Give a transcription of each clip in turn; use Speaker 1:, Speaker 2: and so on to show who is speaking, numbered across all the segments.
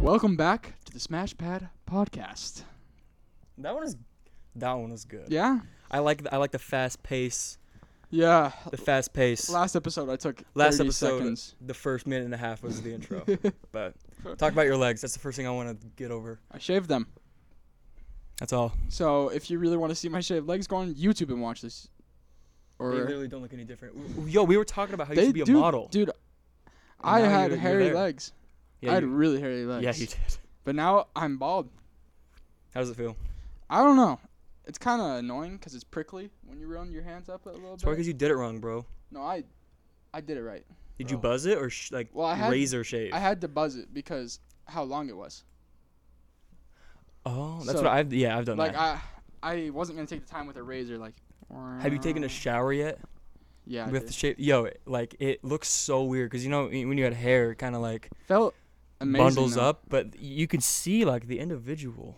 Speaker 1: Welcome back to the Smash Pad podcast.
Speaker 2: That one is, that one was good.
Speaker 1: Yeah?
Speaker 2: I like the, I like the fast pace,
Speaker 1: Yeah.
Speaker 2: the fast pace.
Speaker 1: Last episode I took
Speaker 2: Last
Speaker 1: 30
Speaker 2: episode,
Speaker 1: seconds.
Speaker 2: the first minute and a half was the intro. but talk about your legs. That's the first thing I want to get over.
Speaker 1: I shaved them.
Speaker 2: That's all.
Speaker 1: So if you really want to see my shaved legs, go on YouTube and watch this. Or
Speaker 2: they literally don't look any different. W- w- Yo, we were talking about how you should be a
Speaker 1: dude,
Speaker 2: model.
Speaker 1: Dude, I
Speaker 2: now
Speaker 1: had
Speaker 2: you're- you're
Speaker 1: hairy
Speaker 2: there.
Speaker 1: legs. I
Speaker 2: yeah,
Speaker 1: had
Speaker 2: you,
Speaker 1: really hairy legs.
Speaker 2: yeah, you did.
Speaker 1: But now I'm bald.
Speaker 2: How does it feel?
Speaker 1: I don't know. It's kind of annoying because it's prickly when you run your hands up a little
Speaker 2: It's probably
Speaker 1: bit.
Speaker 2: because you did it wrong, bro.
Speaker 1: no, I, I did it right.
Speaker 2: Did you
Speaker 1: Bro.
Speaker 2: buzz it or sh- like
Speaker 1: Oh. Well, I had-
Speaker 2: razor shave?
Speaker 1: I had to buzz it because how long it was.
Speaker 2: oh, that's
Speaker 1: So-
Speaker 2: what I've yeah I've done
Speaker 1: Like
Speaker 2: that.
Speaker 1: I, I wasn't gonna take the time with a razor. Like,
Speaker 2: Have you taken a shower yet
Speaker 1: yeah? I
Speaker 2: with
Speaker 1: did.
Speaker 2: the shape? Yo, it- like it looks so weird because you know when you had hair, it kind of like
Speaker 1: felt amazing.
Speaker 2: bundles
Speaker 1: though.
Speaker 2: up, but you could see like the individual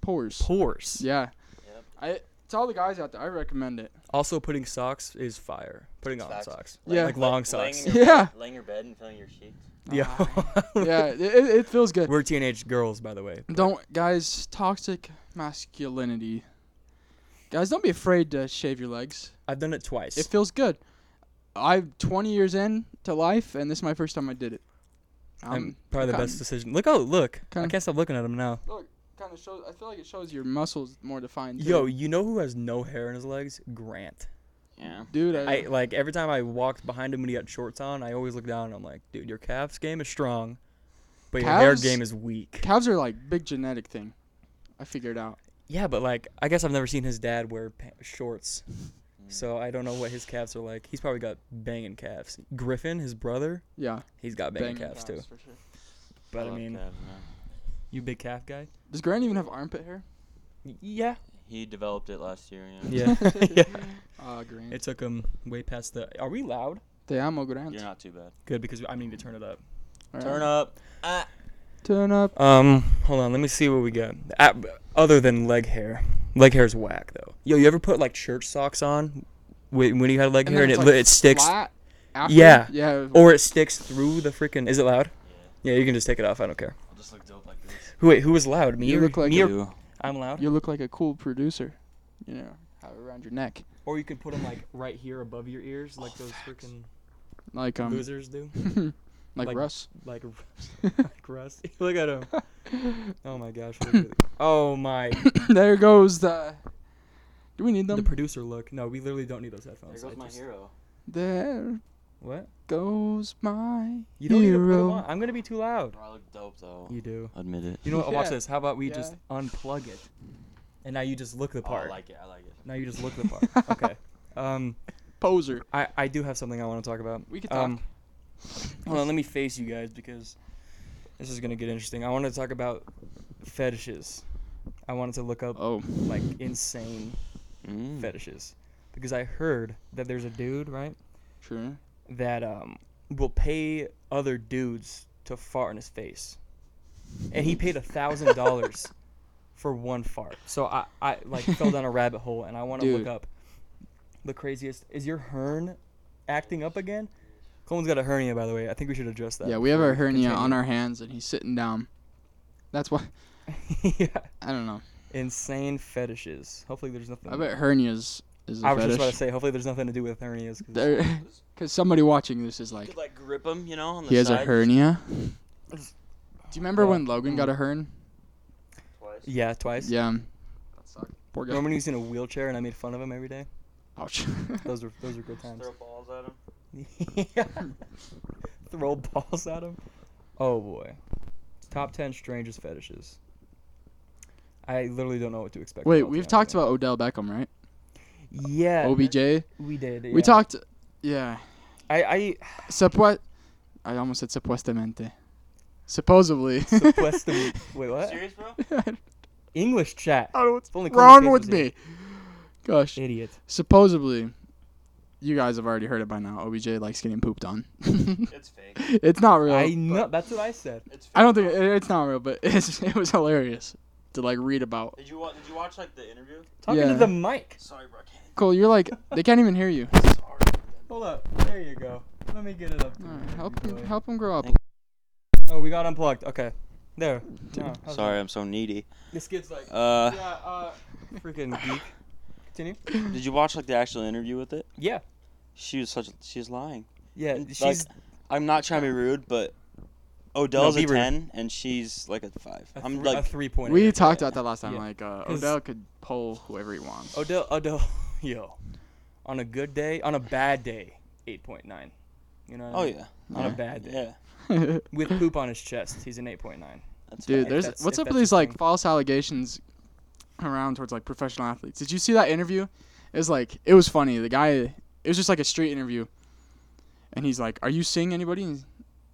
Speaker 1: pores.
Speaker 2: pores.
Speaker 1: Yeah.
Speaker 3: Yep.
Speaker 1: I to all the guys out there, I recommend it.
Speaker 2: Also, putting socks is fire. Putting on
Speaker 3: Socks.
Speaker 2: socks.
Speaker 1: Yeah.
Speaker 2: Like long
Speaker 3: laying
Speaker 2: socks.
Speaker 3: in your
Speaker 1: Yeah.
Speaker 3: bed- Laying in your bed and feeling your sheets.
Speaker 2: Yeah.
Speaker 1: yeah, it, it it feels good.
Speaker 2: We're teenage girls, by the way.
Speaker 1: Don't guys toxic masculinity. Guys, don't be afraid to shave your legs.
Speaker 2: I've done it twice.
Speaker 1: It feels good. I'm 20 years in to life, and this is my first time I did it. Um,
Speaker 2: I'm, probably the
Speaker 1: kinda-
Speaker 2: best decision. Look, oh, look. I
Speaker 1: kinda-
Speaker 2: can't stop looking at him now.
Speaker 1: Kind of shows. I feel like it shows your muscles more defined. too.
Speaker 2: Yo, you know who has no hair in his legs? Grant.
Speaker 3: Yeah.
Speaker 1: dude, I,
Speaker 2: I like every time I walked behind him when he had shorts on, I always look down and I'm like, dude, your calves game is strong, but your hair
Speaker 1: Calves?
Speaker 2: game is weak.
Speaker 1: calves are like big genetic thing. I figured out.
Speaker 2: Yeah, but like, I guess I've never seen his dad wear pa- shorts, so I don't know what his calves are like. He's probably got banging calves. Griffin, his brother,
Speaker 1: Yeah,
Speaker 2: he's got banging, calves, too.
Speaker 1: for sure.
Speaker 2: But I mean, you big calf guy?
Speaker 1: Does Grant even have armpit hair?
Speaker 2: Yeah.
Speaker 3: he developed it last year. Yeah.
Speaker 2: Yeah. yeah.
Speaker 1: Ah, Grant.
Speaker 2: It took him way past the. Are we loud?
Speaker 1: Te amo, Grant.
Speaker 3: You're not too bad.
Speaker 2: Good because I need to turn it up.
Speaker 1: All right.
Speaker 3: Turn up. Ah.
Speaker 1: Turn up.
Speaker 2: Um, hold on. Let me see what we got. Uh, other than leg hair, leg hair's whack though. Yo, you ever put like church socks on when, when you had leg hair
Speaker 1: then
Speaker 2: and it,
Speaker 1: it's,
Speaker 2: li-
Speaker 1: like,
Speaker 2: it sticks,
Speaker 1: flat after?
Speaker 2: Yeah.
Speaker 1: Yeah.
Speaker 2: or it sticks through the freaking? Is it loud?
Speaker 3: Yeah.
Speaker 2: Yeah, you can just take it off. I don't care.
Speaker 3: I'll just look dope like this.
Speaker 2: Who wait? Who was loud? Me
Speaker 1: You
Speaker 2: or
Speaker 1: look like
Speaker 2: me
Speaker 1: a-
Speaker 2: or, I'm loud.
Speaker 1: you look like a cool producer. You know, have it around your neck,
Speaker 2: Or you could put them like right here above your ears, like those freaking
Speaker 1: like um,
Speaker 2: losers do.
Speaker 1: like,
Speaker 2: like-
Speaker 1: Russ.
Speaker 2: Like, like rusty. look at him. Oh my gosh. look at it. oh my.
Speaker 1: there goes the. Do we need
Speaker 2: The
Speaker 1: them?
Speaker 2: producer look. No, we literally don't need those
Speaker 3: There
Speaker 2: headphones.
Speaker 3: goes
Speaker 2: I
Speaker 3: my
Speaker 2: just-
Speaker 3: hero.
Speaker 1: there
Speaker 2: What?
Speaker 1: goes my
Speaker 2: You don't need to put 'em
Speaker 1: hero.
Speaker 2: on. I'm gonna be too loud.
Speaker 3: Bro, I look dope though.
Speaker 2: You do.
Speaker 3: Admit it.
Speaker 2: You know what? I'll Watch
Speaker 1: Yeah.
Speaker 2: this. How about we just
Speaker 1: Yeah.
Speaker 2: unplug it, and now you just look the
Speaker 3: Oh, I
Speaker 2: part.
Speaker 3: like it. I like it.
Speaker 2: now you just look the part. okay. Um,
Speaker 1: Poser.
Speaker 2: I I do have something I want to talk about.
Speaker 1: We could
Speaker 2: Um, hold on, let me face you guys because this is gonna get interesting. I want to talk about fetishes. I wanted to look up
Speaker 1: Oh.
Speaker 2: like insane
Speaker 3: Mm.
Speaker 2: fetishes because I heard that there's a dude right
Speaker 1: True.
Speaker 2: that um will pay other dudes to fart in his face, and he paid a thousand dollars for one fart. So I I like fell down a rabbit hole, and I want to look
Speaker 1: Dude.
Speaker 2: up the craziest. Is your hern acting up again? Colin's got a hernia, by the way. I think we should address that.
Speaker 1: Yeah, we have our
Speaker 2: before
Speaker 1: hernia on
Speaker 2: continue.
Speaker 1: our hands, and he's sitting down. That's why
Speaker 2: yeah,
Speaker 1: I don't know.
Speaker 2: insane fetishes. Hopefully, there's nothing.
Speaker 1: I bet hernias is a
Speaker 2: Um, I was just about to
Speaker 1: fetish.
Speaker 2: say. Hopefully, there's nothing to do with hernias. 'cause
Speaker 1: Because somebody watching this is
Speaker 3: You
Speaker 1: like,
Speaker 3: could like grip him, you know, on the
Speaker 1: he has a
Speaker 3: side.
Speaker 1: hernia. Do you remember
Speaker 2: Yeah.
Speaker 1: when Logan
Speaker 2: Mm.
Speaker 1: got a hern?
Speaker 3: Twice.
Speaker 2: yeah, twice.
Speaker 1: Yeah. That sucked. Poor guy.
Speaker 2: Remember when he was in a wheelchair and I made fun of him every day?
Speaker 1: Ouch.
Speaker 2: Those were those were good
Speaker 3: Just
Speaker 2: times.
Speaker 3: throw balls at him.
Speaker 2: yeah. Throw balls at him. Oh boy. Top ten strangest fetishes. I literally don't know what to expect.
Speaker 1: Wait,
Speaker 2: about
Speaker 1: we've
Speaker 2: that
Speaker 1: talked
Speaker 2: one.
Speaker 1: about Odell Beckham, right?
Speaker 2: Yeah.
Speaker 1: OBJ.
Speaker 2: We did.
Speaker 1: We
Speaker 2: yeah.
Speaker 1: talked. Yeah.
Speaker 2: I. I
Speaker 1: Suppo- I almost said supposedamente. Supposedly.
Speaker 2: supposedly. wait, what?
Speaker 3: Serious, bro?
Speaker 2: English chat.
Speaker 1: I don't know what's
Speaker 2: If only Colin's
Speaker 1: wrong
Speaker 2: face
Speaker 1: with
Speaker 2: was here.
Speaker 1: me. Gosh.
Speaker 2: Idiot.
Speaker 1: Supposedly, you guys have already heard it by now. OBJ likes getting pooped on.
Speaker 3: It's fake.
Speaker 1: it's not real.
Speaker 2: I know. That's what I said.
Speaker 3: It's fake.
Speaker 1: I don't think
Speaker 3: bro.
Speaker 1: it, it's not real, but it's, it was hilarious to like read about.
Speaker 3: Did you watch? Did you watch like the interview?
Speaker 2: Talking
Speaker 1: Yeah.
Speaker 2: to the mic.
Speaker 3: Sorry, bro. I
Speaker 1: Cole, you're like they can't even hear you.
Speaker 3: can't. Sorry.
Speaker 2: Hold up. There you go. Let me get it up. to
Speaker 1: All
Speaker 2: you.
Speaker 1: right,
Speaker 2: There
Speaker 1: help
Speaker 2: you
Speaker 1: him,
Speaker 2: go.
Speaker 1: help him grow up.
Speaker 2: Oh, we got unplugged. Okay. There.
Speaker 1: Dude.
Speaker 2: No, how's
Speaker 4: Sorry, I'm so needy.
Speaker 2: that? This kid's like,
Speaker 4: Uh,
Speaker 2: yeah, uh, freaking geek. Continue.
Speaker 4: did you watch like the actual interview with it?
Speaker 2: Yeah.
Speaker 4: She was such. She's lying.
Speaker 2: Yeah.
Speaker 4: And,
Speaker 2: She's
Speaker 4: like, I'm not trying to be rude, but Odell's
Speaker 2: be
Speaker 4: a
Speaker 2: rude.
Speaker 4: ten and she's like a five.
Speaker 2: a,
Speaker 4: I'm
Speaker 2: thr- a
Speaker 4: like
Speaker 2: three pointer.
Speaker 1: We talked about that last time.
Speaker 2: Yeah.
Speaker 1: Like uh,
Speaker 2: 'Cause-
Speaker 1: Odell could pull whoever he wants.
Speaker 2: Odell, Odell, yo, on a good day, on a bad day, eight point nine. You know. What
Speaker 4: oh
Speaker 2: I mean?
Speaker 4: yeah,
Speaker 2: On a
Speaker 1: Yeah.
Speaker 2: bad day,
Speaker 4: yeah.
Speaker 1: Dude,
Speaker 2: with poop on his chest, he's an eight point nine.
Speaker 4: That's fine.
Speaker 1: there's
Speaker 2: that's-
Speaker 1: what's
Speaker 2: if
Speaker 1: up with
Speaker 2: that's
Speaker 1: these
Speaker 2: a
Speaker 1: like
Speaker 2: thing.
Speaker 1: false allegations around towards like professional athletes? Did you see that interview? It was like it was funny. The guy, it was just like a street interview, and he's like, "Are you seeing anybody?" And he's-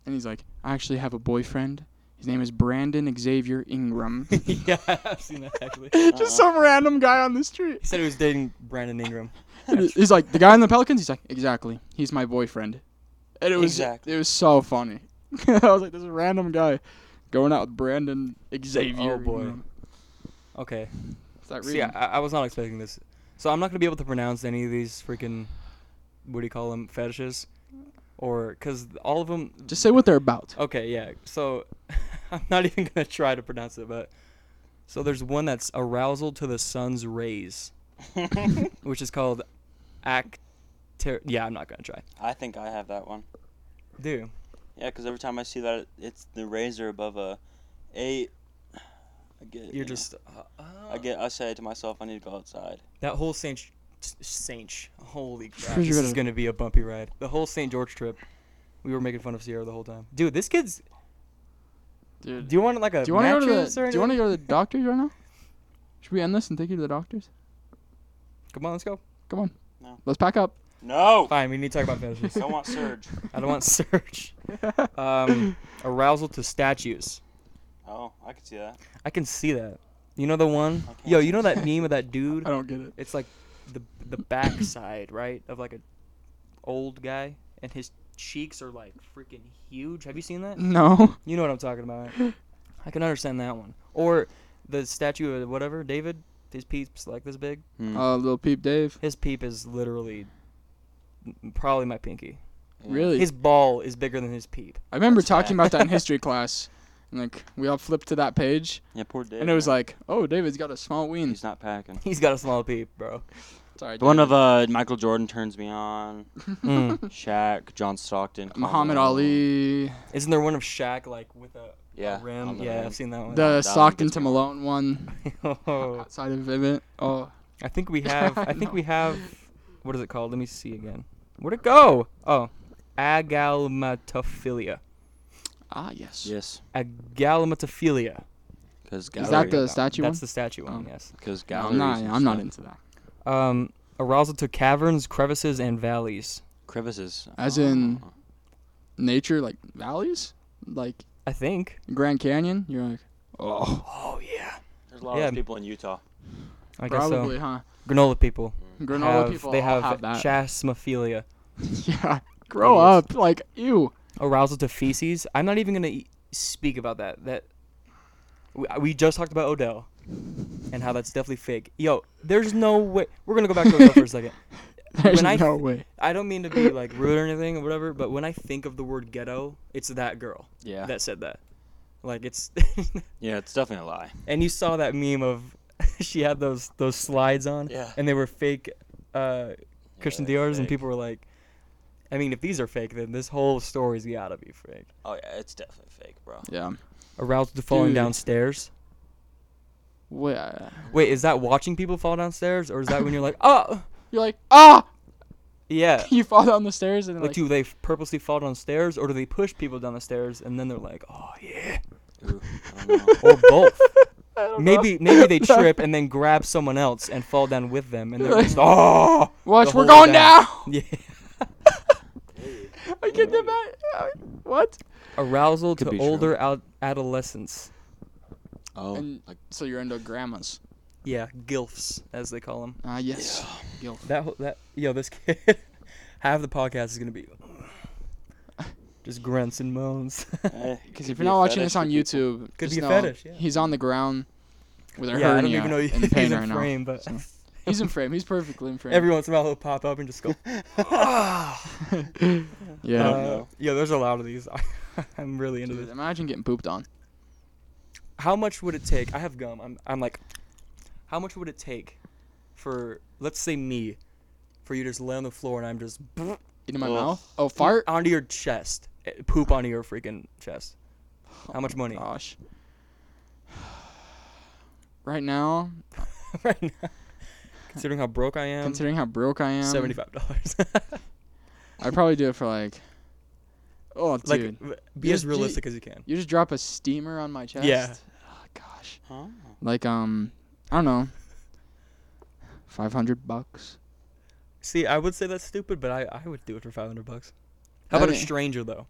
Speaker 1: and he's like, "I actually have a boyfriend. His name is Brandon Xavier Ingram."
Speaker 2: yeah, I've seen that actually. He
Speaker 1: just some random guy on the street.
Speaker 2: said he was dating Brandon Ingram.
Speaker 1: And he's like the guy in the Pelicans. He's like, exactly. He's my boyfriend. And it was
Speaker 4: Exactly.
Speaker 1: it was so funny. I was like, this random guy going out with Brandon Xavier.
Speaker 2: Oh, boy.
Speaker 1: Ingram.
Speaker 2: Okay.
Speaker 1: It's that
Speaker 2: See, I,
Speaker 1: reason.
Speaker 2: I was not expecting this, so I'm not gonna be able to pronounce any of these freaking, what do you call them, fetishes, or because all of them.
Speaker 1: Just say what they're
Speaker 4: Oh,
Speaker 1: about.
Speaker 2: Okay, yeah. So I'm not even gonna try to pronounce it, but so there's one that's arousal to the sun's rays, which is called acter. Yeah, I'm not gonna try.
Speaker 4: I think I have that one.
Speaker 2: Do
Speaker 4: Yeah, because every time I see that, it's the razor above a eight. I get.
Speaker 2: you're
Speaker 4: yeah.
Speaker 2: just uh,
Speaker 4: I get. I say to myself, I need to go outside.
Speaker 2: that whole Saint Ch- Saint. Ch- Holy crap!
Speaker 1: Sure,
Speaker 2: This
Speaker 1: you're
Speaker 2: is
Speaker 1: gonna-
Speaker 2: gonna be a bumpy ride. The whole Saint George trip. We were making fun of Sierra the whole time. Dude, this kid's.
Speaker 1: Dude.
Speaker 2: Do you want like a
Speaker 1: Do you want to go to
Speaker 2: mattress
Speaker 1: the
Speaker 2: or
Speaker 1: Do you want to
Speaker 2: anything?
Speaker 1: go to the doctors right now? Should we end this and take you to the doctors?
Speaker 2: Come on, let's go.
Speaker 1: Come on.
Speaker 4: No.
Speaker 1: Let's pack up.
Speaker 4: No.
Speaker 2: Fine, we need to talk about fetishes.
Speaker 4: I want surge.
Speaker 2: I don't want search. Um, arousal to statues.
Speaker 4: Oh, I could see that.
Speaker 2: I can see that. You know the one?
Speaker 4: Okay.
Speaker 2: Yo, you know that meme of that dude?
Speaker 1: I don't get it.
Speaker 2: It's like the the backside, right, of like a old guy, and his cheeks are like freaking huge. Have you seen that?
Speaker 1: No.
Speaker 2: You know what I'm talking about. right? I can understand that one. Or the statue of whatever David. His peep's like this big.
Speaker 4: Mm.
Speaker 1: Uh, little peep, Dave.
Speaker 2: His peep is literally m- probably my pinky.
Speaker 1: Really?
Speaker 2: His ball is bigger than his peep.
Speaker 1: I remember
Speaker 4: That's
Speaker 1: talking
Speaker 4: bad.
Speaker 1: about that in history class. And like we all flipped to that page,
Speaker 4: Yeah, poor Dave.
Speaker 1: and it was
Speaker 4: man.
Speaker 1: like, "Oh, David's got a small ween."
Speaker 4: he's not packing.
Speaker 2: He's got a small peep, bro.
Speaker 1: Sorry.
Speaker 4: The one of uh Michael Jordan turns me on.
Speaker 2: Mm.
Speaker 4: Shaq, John Stockton,
Speaker 1: Muhammad
Speaker 4: Carmelo.
Speaker 1: Ali.
Speaker 2: Isn't there one of Shaq like with a,
Speaker 4: Yeah.
Speaker 2: a rim?
Speaker 4: on the
Speaker 2: Yeah,
Speaker 4: rim.
Speaker 2: I've seen that one.
Speaker 1: The
Speaker 4: one
Speaker 1: Stockton
Speaker 4: Oh, gets
Speaker 1: to
Speaker 4: me.
Speaker 1: Malone one
Speaker 2: Oh,
Speaker 1: outside of Vivint. Oh,
Speaker 2: I think we have. I
Speaker 1: No.
Speaker 2: think we have. What is it called? Let me see again. Where'd it go? Oh, agalmatophilia.
Speaker 1: ah yes.
Speaker 4: Yes,
Speaker 2: Agalmatophilia.
Speaker 4: because
Speaker 1: Is that the statue
Speaker 2: That's
Speaker 1: one?
Speaker 2: the statue one.
Speaker 1: Oh.
Speaker 2: Yes.
Speaker 4: Because
Speaker 1: No,
Speaker 4: galleries.
Speaker 1: I'm not.
Speaker 4: and
Speaker 1: I'm not
Speaker 4: stuff.
Speaker 1: into that.
Speaker 2: Um, arousal to caverns, crevices, and valleys.
Speaker 4: crevices.
Speaker 1: As in- Nature like valleys, like
Speaker 2: I think.
Speaker 1: Grand Canyon. You're like, oh,
Speaker 2: Oh yeah.
Speaker 4: there's a lot
Speaker 2: yeah.
Speaker 4: of people in Utah.
Speaker 2: I guess
Speaker 1: probably, huh?
Speaker 2: so. Granola people.
Speaker 1: Granola
Speaker 2: have-
Speaker 1: people
Speaker 2: They
Speaker 1: all
Speaker 2: have,
Speaker 1: that.
Speaker 2: chasmophilia.
Speaker 1: yeah, grow
Speaker 2: Idiots.
Speaker 1: up. Like, ew.
Speaker 2: arousal to feces. I'm not even gonna e- speak about that. That we, uh, we just talked about Odell and how that's definitely fake. Yo, there's no way. We're gonna go back to Odell for a second.
Speaker 1: There's
Speaker 2: When I
Speaker 1: no
Speaker 2: th-
Speaker 1: way.
Speaker 2: I don't mean to be like rude or anything or whatever, but when I think of the word ghetto, it's that girl
Speaker 4: Yeah.
Speaker 2: that said that. Like it's,
Speaker 4: yeah, it's definitely a lie.
Speaker 2: and you saw that meme of she had those those slides on,
Speaker 4: Yeah.
Speaker 2: and they were fake uh, Christian
Speaker 4: they're
Speaker 2: Dior's, and
Speaker 4: fake.
Speaker 2: people were like, I mean, if these are fake, then this whole story's gotta be fake.
Speaker 4: Oh yeah, it's definitely fake, bro.
Speaker 1: Yeah.
Speaker 2: Arousal to falling
Speaker 1: Dude.
Speaker 2: downstairs.
Speaker 1: Wait, uh,
Speaker 2: Wait, is that watching people fall downstairs, or is that when you're like, oh,
Speaker 1: you're like, ah,
Speaker 2: yeah?
Speaker 1: you fall down the stairs and
Speaker 2: Like,
Speaker 1: like,
Speaker 2: do they f- purposely fall downstairs, or do they push people down the stairs, and then they're like, oh yeah,
Speaker 4: Ooh, I don't know.
Speaker 2: or both?
Speaker 1: I don't know.
Speaker 2: maybe maybe they trip and then grab someone else and fall down with them, and they're just oh
Speaker 1: Watch,
Speaker 2: the
Speaker 1: we're
Speaker 2: whole
Speaker 1: going down.
Speaker 2: yeah.
Speaker 1: I get that back. What?
Speaker 2: Arousal
Speaker 4: Could
Speaker 2: to
Speaker 4: be
Speaker 2: older ad- adolescents.
Speaker 4: oh,
Speaker 1: And-
Speaker 4: like
Speaker 1: So you're into grandmas?
Speaker 2: Yeah, gilfs as they call them.
Speaker 1: Ah, yes. Gilf.
Speaker 2: That whole- that yo, this kid, half the podcast is gonna be uh, just grunts and moans.
Speaker 4: Eh,
Speaker 1: Because if you're not watching this on YouTube,
Speaker 2: Could
Speaker 1: just
Speaker 2: be a
Speaker 1: know
Speaker 2: fetish, yeah.
Speaker 1: He's on the ground with a
Speaker 2: yeah, I don't
Speaker 1: hernia
Speaker 2: even know
Speaker 1: in
Speaker 2: he's
Speaker 1: pain
Speaker 2: in
Speaker 1: right
Speaker 2: frame,
Speaker 1: now.
Speaker 2: but.
Speaker 1: So, he's in frame. He's perfectly in frame.
Speaker 2: Every once in a while he'll pop up and just go. "Ah."
Speaker 1: yeah.
Speaker 2: Oh. Uh, yeah, there's a lot of these. I, I'm really into
Speaker 1: Dude,
Speaker 2: this.
Speaker 1: imagine getting pooped on.
Speaker 2: how much would it take? I have gum. I'm I'm like, how much would it take, for let's say me, for you to just lay on the floor and I'm just
Speaker 1: Into my
Speaker 4: Ugh.
Speaker 1: mouth? Oh, fart?
Speaker 2: onto your chest, eh, poop onto your freaking chest. How much money?
Speaker 1: Gosh. Right now,
Speaker 2: right now, considering how broke I am,
Speaker 1: considering um, how broke I am,
Speaker 2: seventy five dollars.
Speaker 1: I'd probably do it for like. Oh, dude.
Speaker 2: like, w- be
Speaker 1: You
Speaker 2: as
Speaker 1: just-
Speaker 2: realistic as you can.
Speaker 1: you just drop a steamer on my chest?
Speaker 2: Yeah.
Speaker 1: Oh, gosh.
Speaker 4: Huh?
Speaker 1: Like, um, I don't know. 500 bucks.
Speaker 2: See, I would say that's stupid, but I, I would do it for five hundred bucks. How about a
Speaker 1: Okay.
Speaker 2: stranger though?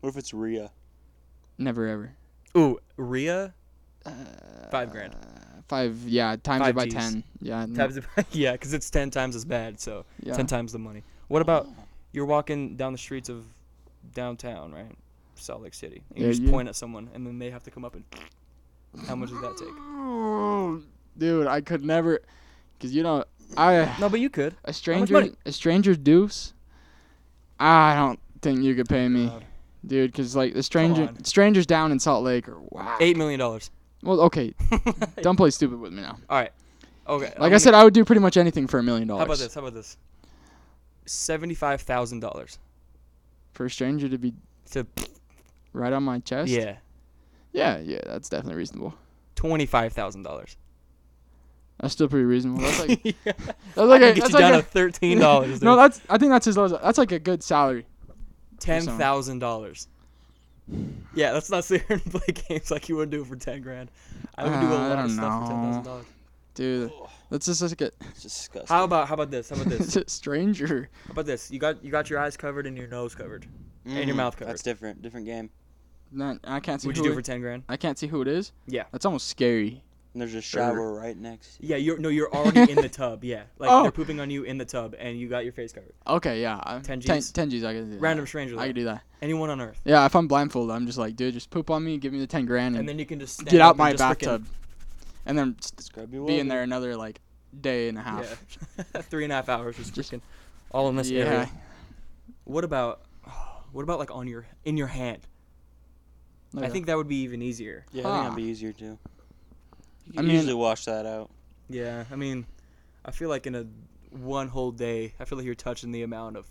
Speaker 4: What if it's Rhea?
Speaker 1: Never ever.
Speaker 2: Ooh, Rhea,
Speaker 1: Uh,
Speaker 2: five grand.
Speaker 1: Five, yeah, times
Speaker 2: Five
Speaker 1: it by
Speaker 2: Gs.
Speaker 1: 10. Yeah. no,
Speaker 2: Times it by- yeah, because it's ten times as bad, so
Speaker 1: Mm. yeah. Oh.
Speaker 2: ten times the money. What about you're walking down the streets of downtown, right, Salt Lake City? And you
Speaker 1: Yeah,
Speaker 2: just
Speaker 1: you-
Speaker 2: point at someone, and then they have to come up and. How much does that take?
Speaker 1: Dude, I could never. Because, you know, I.
Speaker 2: No, but you could.
Speaker 1: A stranger,
Speaker 2: money?
Speaker 1: a stranger's deuce. I don't think you could pay me,
Speaker 2: God.
Speaker 1: dude. Because like the stranger,
Speaker 2: on.
Speaker 1: strangers down in Salt Lake are wow.
Speaker 2: Eight million dollars.
Speaker 1: Well, okay, don't play stupid with me now.
Speaker 2: All right. Okay. I'm
Speaker 1: Like I
Speaker 2: gonna-
Speaker 1: said, I would do pretty much anything for a million dollars.
Speaker 2: How about this? How about this? Seventy-five thousand dollars
Speaker 1: For a stranger to be
Speaker 2: to
Speaker 1: right on my chest.
Speaker 2: yeah,
Speaker 1: Yeah, yeah, that's definitely reasonable.
Speaker 2: twenty-five thousand dollars.
Speaker 1: That's still pretty reasonable. That's like
Speaker 2: yeah.
Speaker 1: that's like
Speaker 2: I
Speaker 1: a,
Speaker 2: can get
Speaker 1: that's
Speaker 2: you
Speaker 1: like
Speaker 2: down
Speaker 1: a,
Speaker 2: to thirteen dollars.
Speaker 1: no, that's I think that's his lowest. That's like a good salary.
Speaker 2: ten thousand dollars. Yeah, let's not sit here and play games like you would do it for ten grand. I would do a
Speaker 1: Uh, I
Speaker 2: lot
Speaker 1: don't
Speaker 2: of stuff for ten thousand
Speaker 1: know.
Speaker 2: dollars.
Speaker 1: Dude, let's just look at
Speaker 4: It's disgusting.
Speaker 2: How about how about this? Oh. How about this?
Speaker 1: it's a stranger.
Speaker 2: how about this? You got you got your eyes covered and your nose covered. and your
Speaker 4: Mm,
Speaker 2: mouth covered.
Speaker 4: That's different. Different game.
Speaker 1: Not, I can't see
Speaker 2: Would
Speaker 1: who
Speaker 2: you do it
Speaker 1: it-
Speaker 2: for ten grand?
Speaker 1: I can't see who it is.
Speaker 2: Yeah.
Speaker 1: That's almost scary.
Speaker 4: And there's a
Speaker 1: Sure.
Speaker 4: shower right next.
Speaker 2: Yeah, you're no, you're already in the tub. Yeah, like
Speaker 1: Oh.
Speaker 2: they're pooping on you in the tub, and you got your face covered.
Speaker 1: Okay, yeah. I-
Speaker 2: 10
Speaker 1: Ten,
Speaker 2: Gs?
Speaker 1: 10 Gs, I can do that.
Speaker 2: Random stranger.
Speaker 1: I
Speaker 2: though.
Speaker 1: can do that.
Speaker 2: Anyone on earth.
Speaker 1: Yeah, if I'm blindfolded, I'm just like, dude, just poop on me, give me the 10 grand, and,
Speaker 2: and then you can just stand
Speaker 1: Mm. get out
Speaker 2: up and
Speaker 1: my
Speaker 2: just frickin-
Speaker 1: bathtub. And then st-
Speaker 4: Scrub your
Speaker 1: be in
Speaker 4: wallet.
Speaker 1: there another, like, day and a half.
Speaker 2: Yeah. Three and a half hours just freaking all in this area. What about what about like on your in your hand? I
Speaker 1: Like,
Speaker 2: think that would be even easier.
Speaker 4: Yeah, I think
Speaker 1: Huh.
Speaker 4: that'd be easier too. You
Speaker 1: I
Speaker 4: can
Speaker 1: mean-
Speaker 4: usually wash that out.
Speaker 2: Yeah, I mean, I feel like in a one whole day, I feel like you're touching the amount of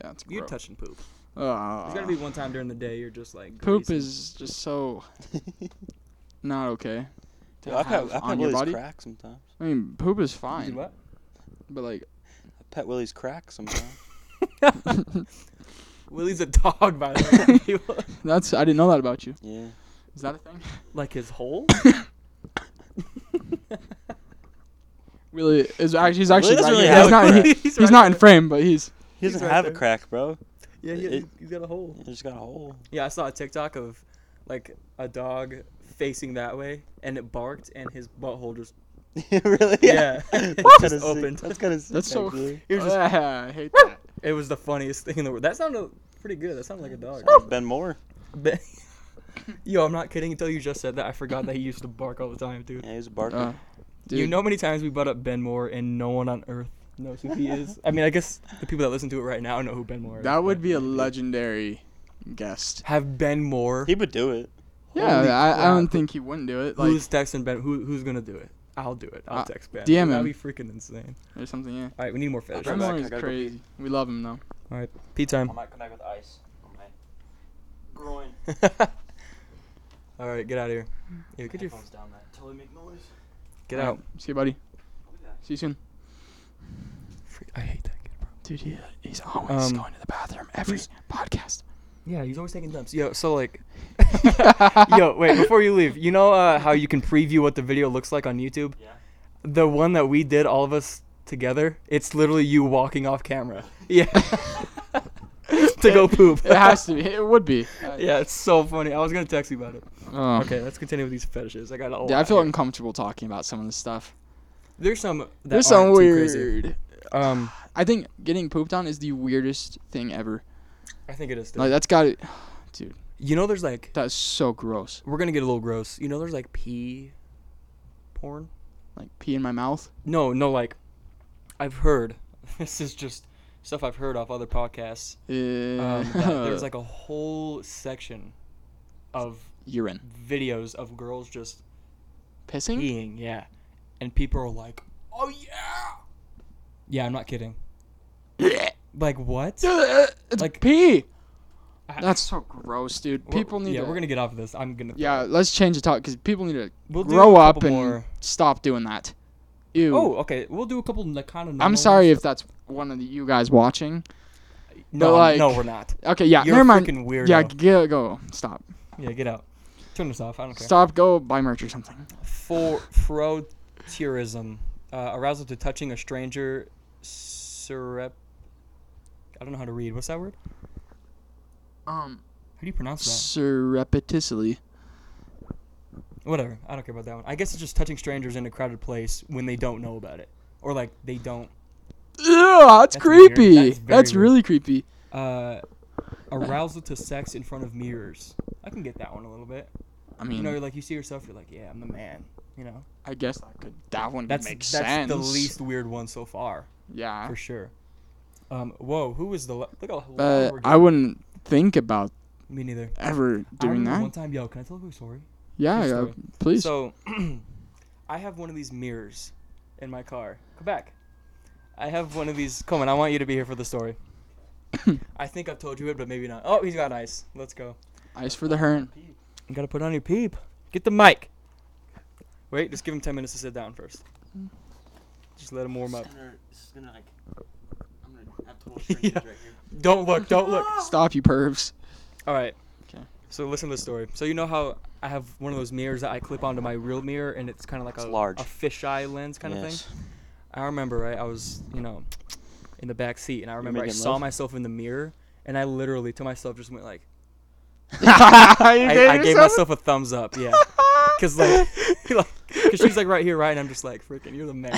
Speaker 1: yeah, it's
Speaker 2: you're
Speaker 1: gross.
Speaker 2: touching poop.
Speaker 1: Ugh.
Speaker 2: There's gotta be one time during the day you're just like
Speaker 1: poop
Speaker 2: greasing.
Speaker 1: is just so not okay. To
Speaker 4: Dude, I pet,
Speaker 1: have
Speaker 4: I pet
Speaker 1: on your
Speaker 4: Willie's
Speaker 1: body.
Speaker 4: crack sometimes.
Speaker 1: I mean, poop is
Speaker 2: You do
Speaker 1: fine,
Speaker 2: what?
Speaker 1: but like,
Speaker 4: I pet Willie's crack sometimes.
Speaker 2: Willie's a dog by the way. He-
Speaker 1: that's I didn't know that about you.
Speaker 4: yeah.
Speaker 1: Is that a thing?
Speaker 2: like his hole.
Speaker 1: Really? Is actually he's actually
Speaker 4: doesn't
Speaker 1: right
Speaker 4: really
Speaker 1: here.
Speaker 4: have
Speaker 1: he's
Speaker 4: a
Speaker 1: not
Speaker 4: crack.
Speaker 1: he- he's, not in frame, but he's
Speaker 4: He doesn't
Speaker 2: right
Speaker 4: have
Speaker 2: there.
Speaker 4: a crack, bro.
Speaker 2: Yeah,
Speaker 4: he has- It-
Speaker 2: he's got a hole.
Speaker 4: He just got a hole.
Speaker 2: Yeah, I saw a TikTok of like a dog facing that way and it barked and his butthole just
Speaker 4: really?
Speaker 2: Yeah. It
Speaker 4: That's
Speaker 2: just
Speaker 4: kinda sick.
Speaker 2: opened.
Speaker 4: That's kind of sick.
Speaker 1: That's so-
Speaker 4: actually.
Speaker 2: it was, just,
Speaker 1: Ah, I hate that.
Speaker 2: it was the funniest thing in the world. That sounded pretty good. That sounded like a dog.
Speaker 4: Ben Moore.
Speaker 2: But- Yo, I'm not kidding until you just said that. I forgot that he used to bark all the time, dude.
Speaker 4: Yeah, he was a barker.
Speaker 1: Uh,
Speaker 2: You
Speaker 1: dude.
Speaker 2: know how many times we brought up Ben Moore and no one on earth knows who he is? I mean, I guess the people that listen to it right now know who Ben Moore is.
Speaker 1: That would
Speaker 2: but-
Speaker 1: be a legendary guest.
Speaker 2: Have Ben Moore.
Speaker 4: he would do it.
Speaker 1: Yeah,
Speaker 2: Holy
Speaker 1: I, I
Speaker 2: crap.
Speaker 1: don't think he wouldn't do it. Like
Speaker 2: who's texting Ben? Who, who's gonna do it? I'll do it. I'll
Speaker 1: Uh,
Speaker 2: text Ben.
Speaker 1: DM
Speaker 2: That'd
Speaker 1: him.
Speaker 2: be freaking insane.
Speaker 1: or something. Yeah,
Speaker 2: All right, we need more fetish.
Speaker 4: I'll
Speaker 1: Ben
Speaker 4: come back,
Speaker 1: Moore
Speaker 4: I
Speaker 1: is
Speaker 4: gotta go pee.
Speaker 1: crazy. We love him though.
Speaker 2: All right, pee time.
Speaker 3: I might come back with ice on my groin.
Speaker 2: All right, get out of here. Yeah, get your
Speaker 3: Headphones down. That totally make noise.
Speaker 2: get out.
Speaker 1: See you, buddy.
Speaker 3: I'll be back.
Speaker 1: See you soon.
Speaker 2: Freak- I hate that kid, bro.
Speaker 1: Dude, he, he's always
Speaker 2: Um,
Speaker 1: going to the bathroom every
Speaker 2: he's-
Speaker 1: podcast.
Speaker 2: Yeah, he's always taking dumps. Yo, so like, yo, wait, before you leave, you know uh, how you can preview what the video looks like on YouTube?
Speaker 3: Yeah.
Speaker 2: The one that we did, all of us together, it's literally you walking off camera. Yeah. to go poop.
Speaker 1: It has to be. It would be.
Speaker 2: yeah, it's so funny. I was gonna text you about it.
Speaker 1: Oh.
Speaker 2: Okay, let's continue with these fetishes. I got all.
Speaker 1: Yeah, I feel uncomfortable talking about some of this stuff.
Speaker 2: There's some. That
Speaker 1: There's some
Speaker 2: aren't too crazy.
Speaker 1: weird.
Speaker 2: Um,
Speaker 1: I think getting pooped on is the weirdest thing ever.
Speaker 2: I think it is. Too.
Speaker 1: Like that's got it.
Speaker 2: you know, there's like
Speaker 1: That's so gross.
Speaker 2: we're gonna get a little gross. You know, there's like pee, porn.
Speaker 1: Like pee in my mouth.
Speaker 2: No, no, like I've heard. This is just stuff I've heard off other podcasts.
Speaker 1: Uh,
Speaker 2: Um, that there's like a whole section of
Speaker 1: urine.
Speaker 2: videos of girls just
Speaker 1: Pissing?
Speaker 2: peeing, yeah. And people are like, "Oh yeah." Yeah, I'm not kidding. Like what?
Speaker 1: it's
Speaker 2: Like-
Speaker 1: pee.
Speaker 2: I-
Speaker 1: That's so gross, dude.
Speaker 2: We're-
Speaker 1: People need
Speaker 2: Yeah,
Speaker 1: to.
Speaker 2: we're going to get off of this. I'm going to
Speaker 1: yeah, let's change the topic because people need to
Speaker 2: We'll do
Speaker 1: grow
Speaker 2: a
Speaker 1: up
Speaker 2: couple
Speaker 1: and
Speaker 2: more.
Speaker 1: stop doing that. Ew.
Speaker 2: Oh, okay. We'll do a couple n- kind of normal
Speaker 1: I'm sorry
Speaker 2: ones.
Speaker 1: if that's one of the, you guys watching.
Speaker 2: No,
Speaker 1: but,
Speaker 2: I'm- no,
Speaker 1: like-
Speaker 2: we're not.
Speaker 1: Okay, yeah,
Speaker 2: You're
Speaker 1: never
Speaker 2: a
Speaker 1: mind.
Speaker 2: freaking weirdo.
Speaker 1: Yeah, g- go. Stop.
Speaker 2: Yeah, get out. Turn this off. I don't care.
Speaker 1: Stop. Go buy merch or something.
Speaker 2: For frotirism, uh, arousal to touching a stranger, surep. I don't know how to read. What's that word?
Speaker 1: Um,
Speaker 2: How do you pronounce
Speaker 1: surreptitiously.
Speaker 2: that? Whatever. I don't care about that one. I guess it's just touching strangers in a crowded place when they don't know about it, or like they don't.
Speaker 1: Ew, that's,
Speaker 2: That's weird.
Speaker 1: creepy.
Speaker 2: That's
Speaker 1: That's,
Speaker 2: very weird.
Speaker 1: really creepy.
Speaker 2: Uh, arousal to sex in front of mirrors. I can get that one a little bit.
Speaker 1: I mean,
Speaker 2: You know, you're like you see yourself, you're like, yeah, I'm the man. You know,
Speaker 1: I guess that could that one
Speaker 2: that's
Speaker 1: makes
Speaker 2: that's
Speaker 1: sense.
Speaker 2: the least weird one so far.
Speaker 1: Yeah.
Speaker 2: for sure. Um, whoa, who was the le- look? How
Speaker 1: But
Speaker 2: we're
Speaker 1: Uh, I wouldn't think about
Speaker 2: getting- me neither.
Speaker 1: ever
Speaker 2: I
Speaker 1: doing
Speaker 2: remember
Speaker 1: that.
Speaker 2: one time, yo, can I tell a quick story?
Speaker 1: yeah,
Speaker 2: true
Speaker 1: uh,
Speaker 2: story.
Speaker 1: please.
Speaker 2: So, I have one of these mirrors in my car. Come back. I have one of these. Come on, I want you to be here for the story. I think I've told you it, but maybe not. Oh, he's got ice. Let's go.
Speaker 1: Ice for the hern.
Speaker 2: You gotta put on your peep. Get the mic. Wait, just give him ten minutes to sit down first. Just let him warm up.
Speaker 4: This is gonna- this is gonna, like, I'm gonna have total
Speaker 2: Yeah.
Speaker 4: strangers right here.
Speaker 2: Don't look. Don't look.
Speaker 1: Stop, you pervs.
Speaker 2: All right.
Speaker 1: Okay.
Speaker 2: So listen to the story. So you know how I have one of those mirrors that I clip onto my real mirror, and it's kind of like
Speaker 4: It's
Speaker 2: a
Speaker 4: large.
Speaker 2: a fisheye lens kind of
Speaker 4: Yes.
Speaker 2: thing. I remember, right? I was, you know, in the back seat, and I remember I
Speaker 4: making
Speaker 2: saw
Speaker 4: love?
Speaker 2: myself in the mirror, and I literally to myself just went like, I,
Speaker 1: I,
Speaker 2: I gave myself a thumbs up, yeah, because like, because she's like right here, right, and I'm just like, freaking, you're the man.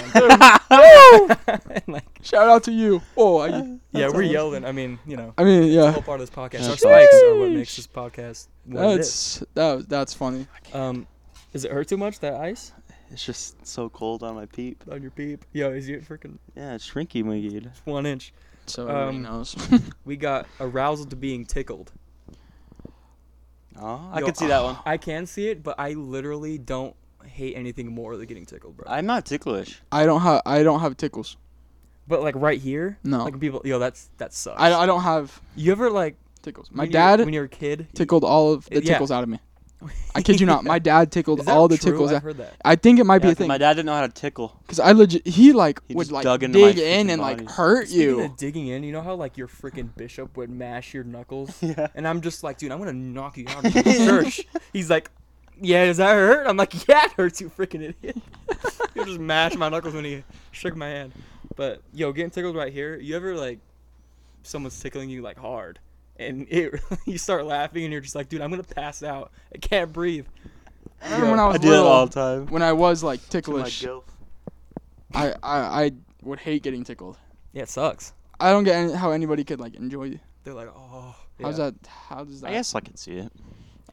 Speaker 2: and like,
Speaker 1: Shout out to you. Oh, I,
Speaker 2: yeah,
Speaker 1: That's
Speaker 2: we're
Speaker 1: awesome.
Speaker 2: yelling. I mean, you know,
Speaker 1: I mean,
Speaker 2: the
Speaker 1: yeah.
Speaker 2: whole part of this podcast. Our
Speaker 4: That's
Speaker 2: spikes are what
Speaker 1: right.
Speaker 2: makes this podcast. What it is.
Speaker 1: That's that. That's funny.
Speaker 2: Um, does it hurt too much that ice
Speaker 4: It's just so cold on my peep.
Speaker 2: on your peep? Yo, is it freaking
Speaker 4: Yeah, it's shrinky, my dude.
Speaker 2: one inch?
Speaker 1: So everybody
Speaker 2: Um,
Speaker 1: knows.
Speaker 2: We got arousal to being tickled.
Speaker 4: Oh, I
Speaker 2: Yo,
Speaker 4: could see that one.
Speaker 2: I can see it, but I literally don't hate anything more than getting tickled, bro.
Speaker 4: I'm not ticklish.
Speaker 1: I don't have. I don't have tickles.
Speaker 2: but like right here,
Speaker 1: No.
Speaker 2: like people, yo, that's that sucks.
Speaker 1: I, I don't have
Speaker 2: you ever like
Speaker 1: tickles. My
Speaker 2: when you-
Speaker 1: dad
Speaker 2: when you're a kid
Speaker 1: tickled all of the
Speaker 2: Yeah.
Speaker 1: tickles out of me. I kid you not. My dad tickled
Speaker 2: Is that
Speaker 1: all the
Speaker 2: true?
Speaker 1: tickles.
Speaker 2: I've
Speaker 1: out-
Speaker 2: heard that.
Speaker 1: I think it might be
Speaker 4: Yeah,
Speaker 1: a
Speaker 4: 'cause
Speaker 1: thing.
Speaker 4: my dad didn't know how to tickle.
Speaker 1: Cause I legit, he like
Speaker 4: He
Speaker 1: would
Speaker 4: just
Speaker 1: like
Speaker 4: dug into my
Speaker 1: dig in
Speaker 4: freaking
Speaker 1: and like
Speaker 4: body.
Speaker 1: hurt
Speaker 2: Speaking
Speaker 1: you.
Speaker 2: of digging in, you know how like your freaking bishop would mash your knuckles,
Speaker 4: Yeah.
Speaker 2: and I'm just like, dude, I'm gonna knock you out of the church. He's like, yeah, does that hurt? I'm like, yeah, it hurts, you freaking idiot. He'll just mash my knuckles when he shook my hand. But yo, getting tickled right here. You ever like, someone's tickling you like hard, and it you start laughing, and you're just like, dude, I'm gonna pass out. I can't breathe.
Speaker 1: I remember when I
Speaker 4: I
Speaker 1: was
Speaker 4: do that
Speaker 1: little,
Speaker 4: all the time.
Speaker 1: when I was like
Speaker 4: To my
Speaker 1: ticklish,
Speaker 4: gilf.
Speaker 1: I, I I would hate getting tickled.
Speaker 2: Yeah, it sucks.
Speaker 1: I don't get any, how anybody could like enjoy.
Speaker 2: They're like, oh.
Speaker 1: How's
Speaker 2: Yeah.
Speaker 1: that? How does that?
Speaker 4: I guess I could see it.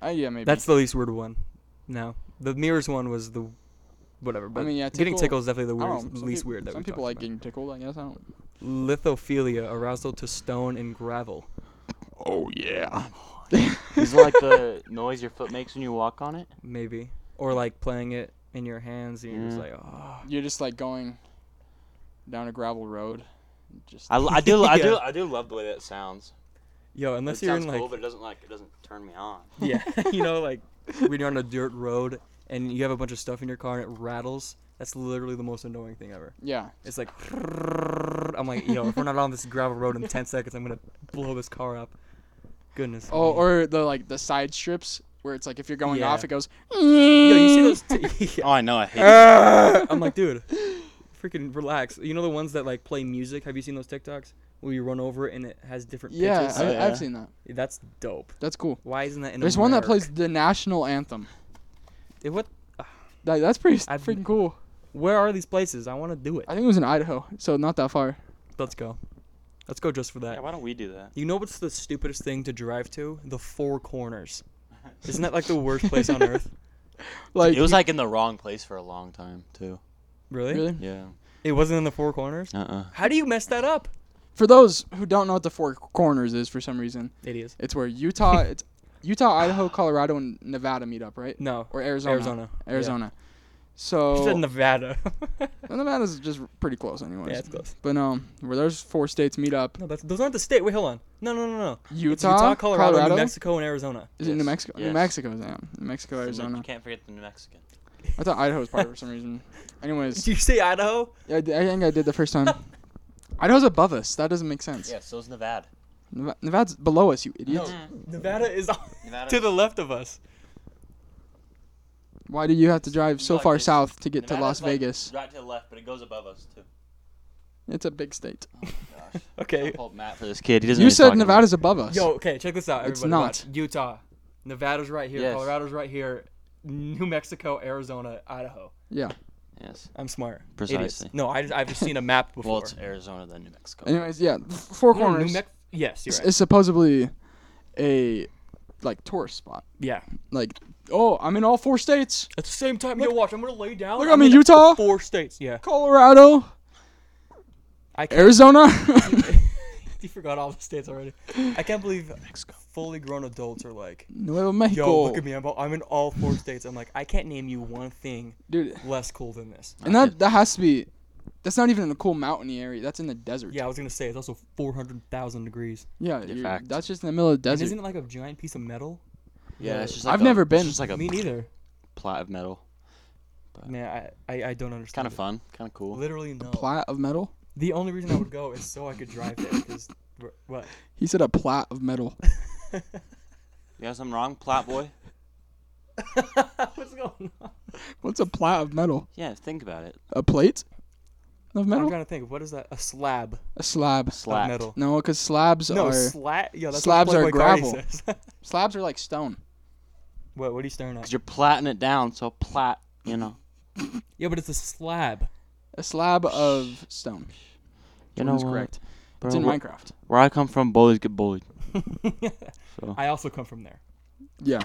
Speaker 1: Uh, yeah, maybe.
Speaker 2: That's the least weird one. No, the mirrors one was the whatever. But
Speaker 1: mean, yeah,
Speaker 2: getting
Speaker 1: tickle-
Speaker 2: tickled is definitely the
Speaker 1: I don't
Speaker 2: weirdest,
Speaker 1: know, some
Speaker 2: least
Speaker 1: peop-
Speaker 2: weird that
Speaker 1: Some
Speaker 2: we
Speaker 1: people
Speaker 2: talked
Speaker 1: like
Speaker 2: about.
Speaker 1: getting tickled. I guess I don't.
Speaker 2: lithophilia, arousal to stone and gravel.
Speaker 1: Oh yeah.
Speaker 4: Is it like the noise your foot makes when you walk on it?
Speaker 2: Maybe or like playing it in your hands and you're just
Speaker 4: Mm.
Speaker 2: like, oh.
Speaker 1: You're just like going down a gravel road. Just
Speaker 4: I, l- I do I do
Speaker 2: Yeah.
Speaker 4: I do love the way that sounds.
Speaker 2: Yo, unless
Speaker 4: it
Speaker 2: you're
Speaker 4: sounds
Speaker 2: in like,
Speaker 4: cool, but it doesn't like it doesn't turn me on.
Speaker 2: yeah, you know, like when you're on a dirt road and you have a bunch of stuff in your car and it rattles. That's literally the most annoying thing ever.
Speaker 1: yeah.
Speaker 2: It's like, I'm like, yo, if we're not on this gravel road in 10 seconds, I'm gonna blow this car up. Goodness.
Speaker 1: Oh,
Speaker 2: me.
Speaker 1: or the like the side strips where it's like if you're going
Speaker 2: Yeah.
Speaker 1: off, it goes.
Speaker 2: yo, you see those? T-
Speaker 4: Oh, I know. I hate.
Speaker 1: Uh,
Speaker 4: it.
Speaker 2: I'm like, dude, freaking relax. You know the ones that like play music? Have you seen those TikToks where you run over it and it has different
Speaker 1: Yeah,
Speaker 2: pitches?
Speaker 1: I,
Speaker 4: Yeah.
Speaker 1: I've seen that.
Speaker 2: That's dope.
Speaker 1: That's cool.
Speaker 2: Why isn't that in
Speaker 1: There's one that plays the national anthem.
Speaker 2: It, what?
Speaker 1: That, that's pretty
Speaker 2: I've-
Speaker 1: freaking cool.
Speaker 2: Where are these places? I want to do it.
Speaker 1: I think it was in Idaho, so not that far.
Speaker 2: Let's go. Let's go just for that.
Speaker 4: Yeah, why don't we do that?
Speaker 2: You know what's the stupidest thing to drive to? The Four Corners. Isn't that like the worst place on earth?
Speaker 1: Like
Speaker 4: It was like in the wrong place for a long time too.
Speaker 2: Really?
Speaker 1: really
Speaker 4: Yeah.
Speaker 2: It wasn't in the Four Corners?
Speaker 4: Uh. uh
Speaker 2: How do you mess that up?
Speaker 1: for those who don't know what the Four Corners is for some reason,
Speaker 2: Idiots.
Speaker 1: it's where Utah, it's Utah, Idaho, Colorado, and Nevada meet up, right?
Speaker 2: No,
Speaker 1: Or Arizona. Oh.
Speaker 2: Arizona.
Speaker 1: Arizona.
Speaker 2: Yeah. You said
Speaker 1: So
Speaker 2: Nevada.
Speaker 1: Nevada's just pretty close, anyways.
Speaker 2: yeah, it's close.
Speaker 1: But um, where those four states meet up,
Speaker 2: No, that's, those aren't the state. Wait, hold on. No, no, no, no. It's
Speaker 1: Utah,
Speaker 2: Utah, Colorado,
Speaker 1: Colorado,
Speaker 2: New Mexico, and Arizona.
Speaker 1: Is it New
Speaker 4: Yes.
Speaker 1: Mexico? New
Speaker 4: Yes.
Speaker 1: Mexico, damn. New Mexico,
Speaker 4: You
Speaker 1: Arizona.
Speaker 4: can't forget the New Mexican.
Speaker 1: I thought Idaho was part of it for some reason. Anyways,
Speaker 2: Did you say Idaho?
Speaker 1: I, d- I think I did the first time. Idaho's above us. That doesn't make sense.
Speaker 4: Yeah, so is Nevada.
Speaker 1: Neva- Nevada's below us, you idiot.
Speaker 2: Nevada is on,
Speaker 4: Nevada-
Speaker 2: to the left of us.
Speaker 1: Why do you have to drive so
Speaker 4: Like
Speaker 1: far
Speaker 4: it's-
Speaker 1: south to get to Las
Speaker 4: Nevada's, like,
Speaker 1: Vegas?
Speaker 4: Right to the left, but it goes above us too.
Speaker 1: It's a big state.
Speaker 4: Gosh.
Speaker 2: Okay.
Speaker 4: called Matt for this kid. He doesn't.
Speaker 1: You said Nevada's above us.
Speaker 2: Yo, okay, check this out, everybody.
Speaker 1: It's
Speaker 2: Watch. Utah, Nevada's right here,
Speaker 4: Yes.
Speaker 2: Colorado's right here, New Mexico, Arizona, Idaho.
Speaker 1: Yeah.
Speaker 4: Yes.
Speaker 2: I'm smart. Idiots.
Speaker 4: Precisely.
Speaker 2: No, I just, I've just seen a map before.
Speaker 4: Well, it's Arizona, then New Mexico.
Speaker 1: Anyways, yeah. f- Four
Speaker 2: No, New
Speaker 1: corners
Speaker 2: Mex- yes, you're
Speaker 1: is,
Speaker 2: right.
Speaker 1: is supposedly a like tourist spot.
Speaker 2: Yeah.
Speaker 1: Like, oh, I'm in all four states.
Speaker 2: At the same time, yo, watch. I'm gonna lay down.
Speaker 1: look, I'm in Utah.
Speaker 2: Four states. Yeah.
Speaker 1: Colorado,
Speaker 2: I can't,
Speaker 1: Arizona.
Speaker 2: you forgot all the states already. I can't believe fully grown adults are like,
Speaker 1: Nuevo
Speaker 2: yo,
Speaker 1: Mexico.
Speaker 2: look at me. I'm, all- I'm in all four states. I'm like, I can't name you one thing
Speaker 1: Dude,
Speaker 2: less cool than this.
Speaker 1: and that that has to be that's not even in a cool mountainy area. That's in the desert.
Speaker 2: Yeah, I was gonna say it's also 400,000 degrees.
Speaker 1: Yeah, you're-
Speaker 4: fact.
Speaker 1: that's just in the middle of the
Speaker 2: And
Speaker 1: desert.
Speaker 2: isn't it like a giant piece of metal?
Speaker 4: Yeah, it's just.
Speaker 1: I've
Speaker 4: like a-
Speaker 1: never
Speaker 4: it's
Speaker 1: been.
Speaker 4: Just like a
Speaker 2: Me neither.
Speaker 4: plat of metal.
Speaker 2: Man, I, I, I don't
Speaker 4: It's
Speaker 2: understand.
Speaker 4: kind of fun. Kind
Speaker 2: it.
Speaker 4: of cool.
Speaker 2: Literally no.
Speaker 1: Plat of metal.
Speaker 2: the only reason I would go is so I could drive there because what?
Speaker 1: He said a plat of metal.
Speaker 4: You got something wrong, plat boy?
Speaker 2: What's going on?
Speaker 1: What's a plat of metal?
Speaker 4: Yeah, think about it.
Speaker 1: A plate of
Speaker 2: I'm
Speaker 1: metal?
Speaker 2: trying to think. What is that? A slab
Speaker 1: A slab.
Speaker 2: of
Speaker 4: Slat.
Speaker 2: metal.
Speaker 1: No, because slabs
Speaker 2: No
Speaker 1: are
Speaker 2: slab. Yeah, that's
Speaker 1: slabs
Speaker 2: what
Speaker 1: are
Speaker 2: Playboy Cardi
Speaker 1: gravel.
Speaker 2: says.
Speaker 1: slabs are like stone.
Speaker 2: what? What are you staring
Speaker 4: Cause
Speaker 2: at?
Speaker 4: you're platting it down, so plat. You know.
Speaker 2: Yeah, but it's a slab.
Speaker 1: A slab of stone.
Speaker 4: You
Speaker 1: Jordan's
Speaker 4: what,
Speaker 1: correct.
Speaker 4: bro,
Speaker 1: It's in
Speaker 4: wh-
Speaker 1: Minecraft.
Speaker 4: Where I come from, bullies get bullied. So.
Speaker 2: I also come from there.
Speaker 1: Yeah.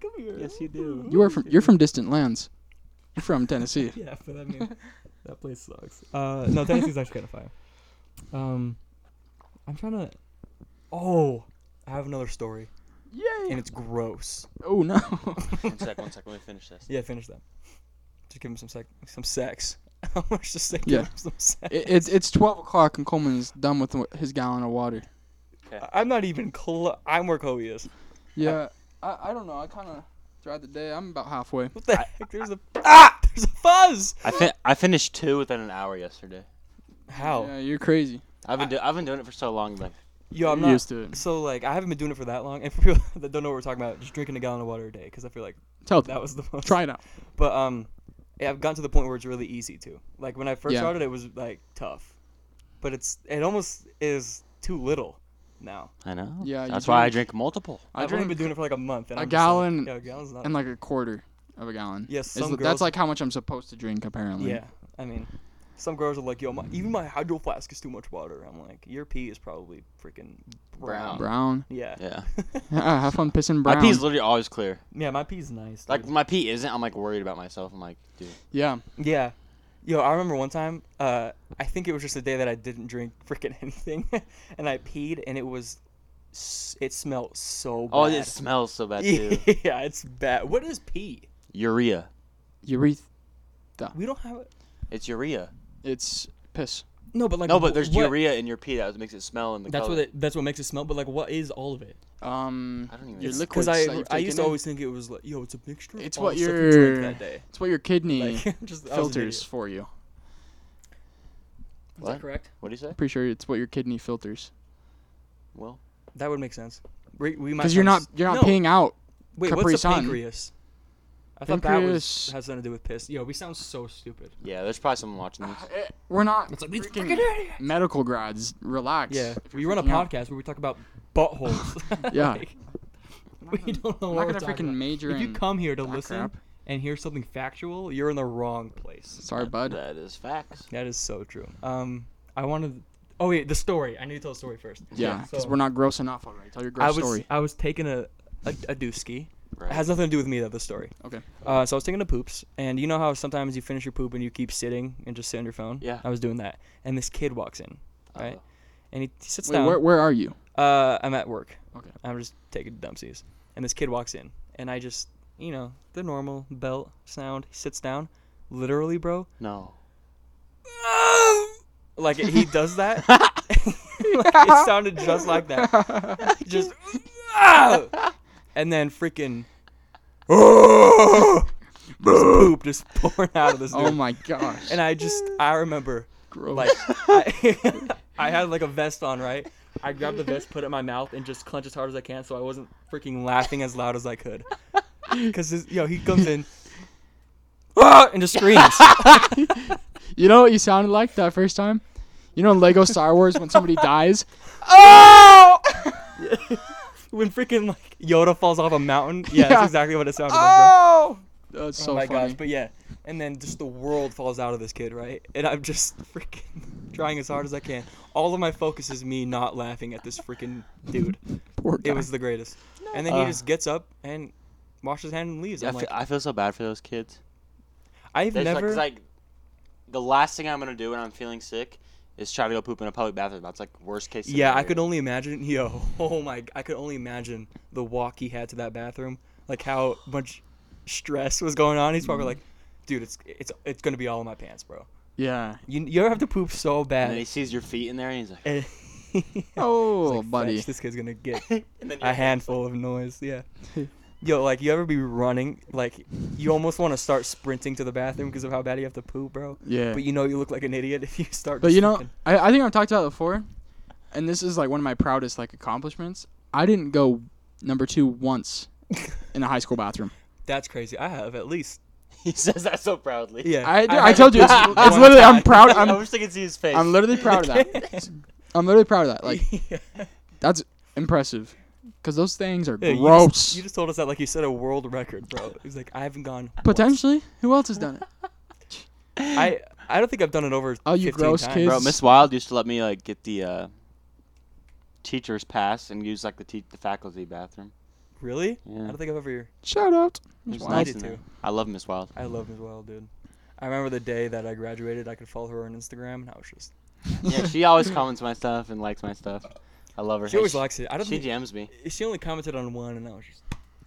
Speaker 2: Come here.
Speaker 4: you do.
Speaker 1: You are from you're from distant lands. You're from Tennessee.
Speaker 2: Yeah, but I mean, that place sucks. Uh, no, Tennessee's actually kind of fire. Um, I'm trying to. Oh, I have another story, and
Speaker 1: Yay.
Speaker 2: it's gross.
Speaker 1: Oh no.
Speaker 4: one sec, one sec. Let me finish this.
Speaker 2: Yeah, finish that. Just give him some sex. Some sex. I was just saying,
Speaker 1: Yeah.
Speaker 2: give him some sex.
Speaker 1: it, it's it's twelve o'clock and Coleman's done with wh- his gallon of water.
Speaker 2: I- I'm not even close. I'm where Kobe is.
Speaker 1: Yeah. I, I don't know. I kind of throughout the day. I'm about halfway.
Speaker 2: What the heck? There's a ah! There's a fuzz.
Speaker 4: I fin- I finished two within an hour yesterday.
Speaker 2: How?
Speaker 1: Yeah, you're crazy.
Speaker 4: I've been do- I've been doing it for so long, like
Speaker 2: Yo, I'm
Speaker 1: You're
Speaker 2: not.
Speaker 1: used to it.
Speaker 2: So like, I haven't been doing it for that long. And for people that don't know what we're talking about, just drinking a gallon of water a day, because I feel like
Speaker 1: Tell them.
Speaker 2: that was the most.
Speaker 1: Try it out.
Speaker 2: But um, yeah, I've gotten to the point where it's really easy to. Like when I first
Speaker 1: Yeah.
Speaker 2: started, it was like tough, but it's it almost is too little now.
Speaker 4: I know.
Speaker 1: Yeah, you
Speaker 4: That's why I
Speaker 1: drink-
Speaker 4: drink multiple.
Speaker 1: I
Speaker 2: I've only been
Speaker 1: drink
Speaker 2: doing it for like a month. And
Speaker 1: a
Speaker 2: I'm just like,
Speaker 1: gallon
Speaker 2: yeah, a gallon's not.
Speaker 1: and like a quarter of a gallon.
Speaker 2: Yeah,
Speaker 1: Is
Speaker 2: some
Speaker 1: th-
Speaker 2: girls-
Speaker 1: That's like how much I'm supposed to drink apparently.
Speaker 2: yeah, I mean, some girls are like, yo, my, even my hydro flask is too much water. I'm like, your pee is probably freaking brown.
Speaker 1: Brown.
Speaker 2: Yeah.
Speaker 4: Yeah.
Speaker 1: Yeah, have fun pissing
Speaker 4: My
Speaker 1: brown.
Speaker 4: pee's literally always clear.
Speaker 2: Yeah, my pee's nice.
Speaker 4: Like
Speaker 2: Like,
Speaker 4: my pee isn't. I'm like worried about myself. I'm like, dude.
Speaker 1: yeah.
Speaker 2: yeah. Yo, I remember one time, uh, I think it was just a day that I didn't drink freaking anything, and I peed, and it was, s- it smelled so bad.
Speaker 4: Oh, it smells so bad too.
Speaker 2: Yeah, it's bad. What is pee?
Speaker 4: urea.
Speaker 1: Ureth.
Speaker 2: We don't have it.
Speaker 4: It's urea.
Speaker 1: It's piss.
Speaker 2: No, but like
Speaker 4: no, but there's
Speaker 2: what,
Speaker 4: urea in your pee that makes it smell in the
Speaker 2: That's
Speaker 4: color.
Speaker 2: what it, that's what makes it smell. But like, what is all of it?
Speaker 1: Um.
Speaker 4: I don't even.
Speaker 1: Your
Speaker 4: know.
Speaker 1: liquid.
Speaker 2: Because
Speaker 1: Liquids
Speaker 2: I
Speaker 1: that you've
Speaker 2: I used
Speaker 1: taken
Speaker 2: to
Speaker 1: in?
Speaker 2: always think it was like, yo, it's a mixture. of
Speaker 1: It's
Speaker 2: all
Speaker 1: what
Speaker 2: the stuff you drank
Speaker 1: your-
Speaker 2: that day.
Speaker 1: It's what your kidney
Speaker 2: Like, I'm just I was an
Speaker 1: filters
Speaker 2: idiot.
Speaker 1: for you.
Speaker 2: Is that
Speaker 4: What?
Speaker 2: correct?
Speaker 4: What do you say?
Speaker 1: Pretty sure it's what your kidney filters.
Speaker 4: Well,
Speaker 2: That would make sense. We, we might
Speaker 1: Because you're not
Speaker 2: sound s-
Speaker 1: you're not
Speaker 2: No,
Speaker 1: peeing out.
Speaker 2: Wait,
Speaker 1: Capri
Speaker 2: what's a
Speaker 1: Sun.
Speaker 2: pancreas? I thought that was
Speaker 1: Pancreas-
Speaker 2: has something to do with piss. Yo, we sound so stupid.
Speaker 4: yeah. There's probably someone watching
Speaker 2: Ah,
Speaker 4: this.
Speaker 1: We're not
Speaker 2: It's like, we
Speaker 1: freaking
Speaker 2: fucking idiots.
Speaker 1: medical grads. Relax.
Speaker 2: Yeah,
Speaker 1: if
Speaker 2: we
Speaker 1: you're
Speaker 2: run a
Speaker 1: freaking out.
Speaker 2: podcast where we talk about buttholes.
Speaker 1: Yeah.
Speaker 2: Like, we don't know
Speaker 1: I'm not
Speaker 2: what we're
Speaker 1: gonna
Speaker 2: talking
Speaker 1: freaking
Speaker 2: about.
Speaker 1: major
Speaker 2: If you
Speaker 1: in
Speaker 2: come here to
Speaker 1: that
Speaker 2: listen
Speaker 1: crap.
Speaker 2: and hear something factual, you're in the wrong place.
Speaker 1: Sorry, bud.
Speaker 4: That is facts.
Speaker 2: That is so true. Um, I wanted. Oh wait, the story. I need to tell the story first.
Speaker 1: Yeah, because
Speaker 2: so-
Speaker 1: we're not gross enough already. Tell your
Speaker 2: I
Speaker 1: gross
Speaker 2: was
Speaker 1: story.
Speaker 2: I was taking a a, a dooski. It
Speaker 4: Right.
Speaker 2: has nothing to do with me though. The story.
Speaker 1: Okay.
Speaker 2: Uh, so I was taking the poops, and you know how sometimes you finish your poop and you keep sitting and just sit on your phone.
Speaker 4: Yeah.
Speaker 2: I was doing that, and this kid walks in, right? and he, he sits
Speaker 1: Uh-huh. Wait,
Speaker 2: down.
Speaker 1: where where are you?
Speaker 2: Uh, I'm at work.
Speaker 1: Okay.
Speaker 2: I'm just taking dumpsies, and this kid walks in, and I just, you know, the normal belt sound. He sits down, literally, bro.
Speaker 4: No.
Speaker 2: Like he does that. Like, it sounded just like that. Just. and then freaking poop just pouring out of this dude.
Speaker 1: oh my gosh.
Speaker 2: and I just I remember
Speaker 1: Gross.
Speaker 2: like I, I had like a vest on, right? I grabbed the vest, put it in my mouth, and just clench as hard as I can so I wasn't freaking laughing as loud as I could. Cause this, yo, he comes in "Ah!" and just screams.
Speaker 1: you know what you sounded like that first time? You know in Lego Star Wars when somebody dies?
Speaker 2: oh! when freaking like Yoda falls off a mountain. Yeah,
Speaker 1: Yeah.
Speaker 2: that's exactly what it sounded like, bro.
Speaker 1: Oh, that's so
Speaker 2: oh my
Speaker 1: funny.
Speaker 2: gosh, but yeah. And then just the world falls out of this kid, right? And I'm just freaking trying as hard as I can. All of my focus is me not laughing at this freaking dude.
Speaker 1: Poor guy.
Speaker 2: It was the greatest. And then he
Speaker 4: Uh.
Speaker 2: just gets up and washes his hand and leaves.
Speaker 4: I
Speaker 2: I'm
Speaker 4: fe-
Speaker 2: like,
Speaker 4: I feel so bad for those kids.
Speaker 2: I've
Speaker 4: That's
Speaker 2: never.
Speaker 4: like, 'cause, like the last thing I'm gonna do when I'm feeling sick is try to go poop in a public bathroom. That's like worst case.
Speaker 2: yeah, I
Speaker 4: scenario.
Speaker 2: could only imagine. Yo, oh my! I could only imagine the walk he had to that bathroom. Like how much stress was going on. He's probably like,
Speaker 1: Mm-hmm.
Speaker 2: dude, it's it's it's gonna be all in my pants, bro.
Speaker 1: yeah.
Speaker 2: You you have to poop so
Speaker 4: And then he
Speaker 2: bad.
Speaker 4: sees your feet in there, and he's like,
Speaker 2: And
Speaker 1: Oh,
Speaker 2: It's like,
Speaker 1: buddy.
Speaker 2: "Fetch, This kid's gonna get
Speaker 3: And then
Speaker 2: a handful of noise. Yeah. Yo, like you ever be running, like you almost want to start sprinting to the bathroom because of how bad you have to poop, bro.
Speaker 1: Yeah.
Speaker 2: But you know you look like an idiot if you start.
Speaker 1: But
Speaker 2: just
Speaker 1: you know,
Speaker 2: freaking-
Speaker 1: I, I think I've talked about it before, and this is like one of my proudest like accomplishments. I didn't go number two once in a high school bathroom.
Speaker 2: that's crazy. I have at least.
Speaker 4: he says that so proudly.
Speaker 2: Yeah.
Speaker 1: I, I,
Speaker 2: have
Speaker 1: told you,
Speaker 2: at
Speaker 1: it's,
Speaker 2: least
Speaker 1: it's
Speaker 2: one
Speaker 1: literally I'm
Speaker 2: time. Oh,
Speaker 1: proud.
Speaker 4: I
Speaker 1: I'm
Speaker 4: wish they could see his face.
Speaker 1: I'm literally proud of that. I'm literally proud of that. Like
Speaker 2: Yeah.
Speaker 1: that's impressive, because those things are
Speaker 2: Yeah, you just-
Speaker 1: gross.
Speaker 2: You just, told us that like you set a world record, bro. He's like, I haven't gone. once."
Speaker 1: Potentially, who else has done it?
Speaker 2: I I don't think I've done it over.
Speaker 1: Oh, you
Speaker 2: 15
Speaker 1: gross
Speaker 2: times.
Speaker 1: kids.
Speaker 4: Bro, Miss Wild used to let me like get the uh, teacher's pass and use like the te- the faculty bathroom.
Speaker 2: Really? I
Speaker 4: Yeah,
Speaker 2: don't think I've ever.
Speaker 1: Shout out.
Speaker 4: it was
Speaker 2: Wild.
Speaker 4: nice
Speaker 2: I did
Speaker 4: in there.
Speaker 2: too.
Speaker 4: I love Miss Wild.
Speaker 2: I love Ms. Wild, dude. I remember the day that I graduated. I could follow her on Instagram, and I was just.
Speaker 4: yeah, she always comments my stuff and likes my stuff. I love her.
Speaker 2: She always likes it. I don't
Speaker 4: She
Speaker 2: think
Speaker 4: DMs me.
Speaker 2: she only commented on one, and I was just.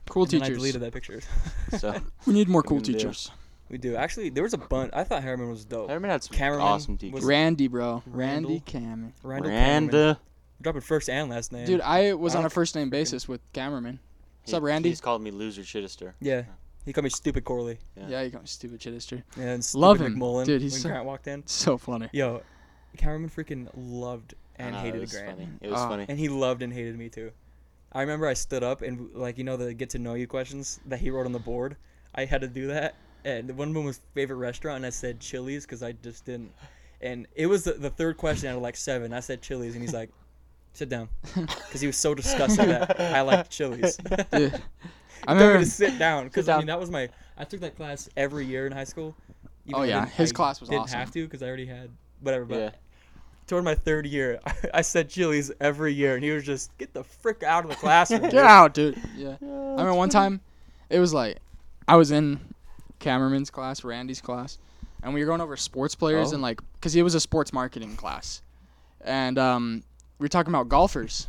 Speaker 1: Cool
Speaker 2: and then I
Speaker 1: teachers.
Speaker 2: deleted that picture.
Speaker 4: So
Speaker 1: We need more cool
Speaker 4: Couldn't do it.
Speaker 1: teachers.
Speaker 2: we do actually. There was a bunch. I thought Harriman was dope.
Speaker 4: Harriman had some
Speaker 2: Cameraman
Speaker 4: awesome
Speaker 2: was-
Speaker 4: teachers.
Speaker 1: Randy, bro.
Speaker 2: Randall.
Speaker 1: Randy Cameron.
Speaker 2: Randall.
Speaker 4: Rand-
Speaker 2: Cameron. dropping first and last name.
Speaker 1: Dude, I was
Speaker 2: I
Speaker 1: on a
Speaker 2: don't
Speaker 1: first name
Speaker 2: freaking-
Speaker 1: basis with cameraman. What's
Speaker 4: He-
Speaker 1: up, Randy?
Speaker 4: He's called me loser shittister.
Speaker 2: Yeah. He called me stupid Corley.
Speaker 4: Yeah.
Speaker 1: Yeah, you got stupid shit history.
Speaker 2: And stupid
Speaker 1: Love him.
Speaker 2: McMullen
Speaker 1: Dude, he's
Speaker 2: when
Speaker 1: so-
Speaker 2: Grant walked in.
Speaker 1: It's so funny.
Speaker 2: Yo, Cameron freaking loved
Speaker 4: I
Speaker 2: and
Speaker 4: know, it
Speaker 2: hated
Speaker 4: was
Speaker 2: Grant.
Speaker 4: funny. It was
Speaker 1: Ah.
Speaker 4: funny.
Speaker 2: And he loved and hated me too. I remember I stood up and like you know the get to know you questions that he wrote on the board. I had to do that, and one of them was favorite restaurant, and I said Chili's because I just didn't. And it was the, the third question out of like seven. I said Chili's, and he's like, "Sit down," because he was so disgusted that I liked Chili's.
Speaker 1: Yeah. I
Speaker 2: I remember
Speaker 1: remember.
Speaker 2: to sit down because
Speaker 1: Sit
Speaker 2: I mean
Speaker 1: down.
Speaker 2: that was my. I took that class every year in high school. even
Speaker 1: Oh,
Speaker 2: though I
Speaker 1: yeah,
Speaker 2: didn't-
Speaker 1: his
Speaker 2: I
Speaker 1: class was
Speaker 2: didn't
Speaker 1: awesome.
Speaker 2: have to because I already had whatever. But
Speaker 4: Yeah.
Speaker 2: toward my third year, I, said Chili's every year, and he was just get the frick out of the classroom. dude."
Speaker 1: Get out, dude. Yeah. I remember one time, it was like, I was in cameraman's class, Randy's class, and we were going over sports players
Speaker 4: Oh.
Speaker 1: and like, cause it was a sports marketing class, and um, we were talking about golfers,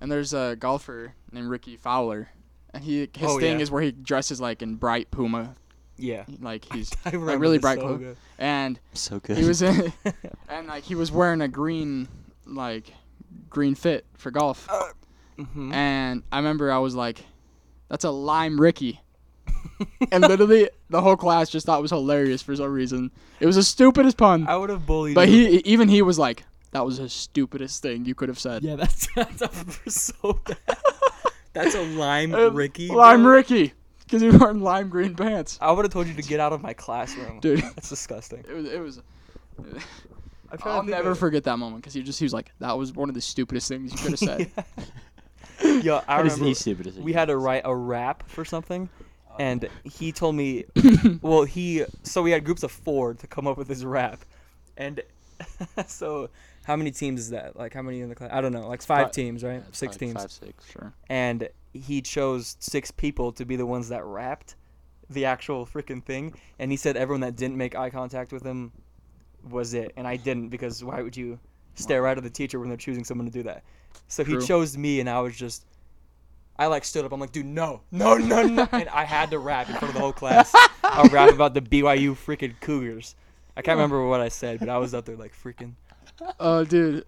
Speaker 1: and there's a golfer named Ricky Fowler, and he his
Speaker 2: Oh,
Speaker 1: thing
Speaker 2: yeah.
Speaker 1: is where he dresses like in bright Puma,
Speaker 2: Yeah.
Speaker 1: like he's
Speaker 2: I remember
Speaker 1: like really
Speaker 2: this
Speaker 1: bright
Speaker 2: so
Speaker 1: clothes,
Speaker 2: good.
Speaker 1: and
Speaker 4: So good.
Speaker 1: he was in, and like he was wearing a green like green fit for golf
Speaker 2: Mhm.
Speaker 1: Mm-hmm. and i remember i was like that's a lime ricky and literally the whole class just thought it was hilarious for some reason it was the stupidest pun
Speaker 2: I would have bullied.
Speaker 1: but
Speaker 2: you.
Speaker 1: he even he was like that was the stupidest thing you could have said
Speaker 2: Yeah, that's that's a, so bad. That's a lime
Speaker 1: Uh,
Speaker 2: Ricky.
Speaker 1: lime
Speaker 2: bro.
Speaker 1: ricky because he was wearing lime green pants
Speaker 2: I would have told you to get out of my classroom.
Speaker 1: dude
Speaker 2: That's disgusting.
Speaker 1: it was it was
Speaker 2: I'm trying to
Speaker 1: i'll
Speaker 2: think of
Speaker 1: never
Speaker 2: it.
Speaker 1: forget that moment because he just he was like that was one of the stupidest things you could have said
Speaker 2: Yeah. Yo, I
Speaker 4: What is Oh.
Speaker 2: remember
Speaker 4: he stupid as a
Speaker 2: we
Speaker 4: human?
Speaker 2: had to write a rap for something, and he told me, well, he so we had groups of four to come up with this rap, and so how many teams is that? Like how many in the class? I don't know, like five
Speaker 4: Fi-
Speaker 2: teams, right?
Speaker 4: It's
Speaker 2: Six
Speaker 4: like
Speaker 2: teams,
Speaker 4: Five, six.
Speaker 1: sure
Speaker 2: and he chose six people to be the ones that rapped the actual freaking thing, and he said everyone that didn't make eye contact with him was it, and I didn't because why would you stare right at the teacher when they're choosing someone to do that. So
Speaker 1: True.
Speaker 2: he chose me, and I was just, I like stood up. I'm like, dude, no, no, no, no, and I had to rap in front of the whole class. I rap about the BYU freaking Cougars. I can't remember what I said, but I was out there like freaking.
Speaker 1: Oh, dude,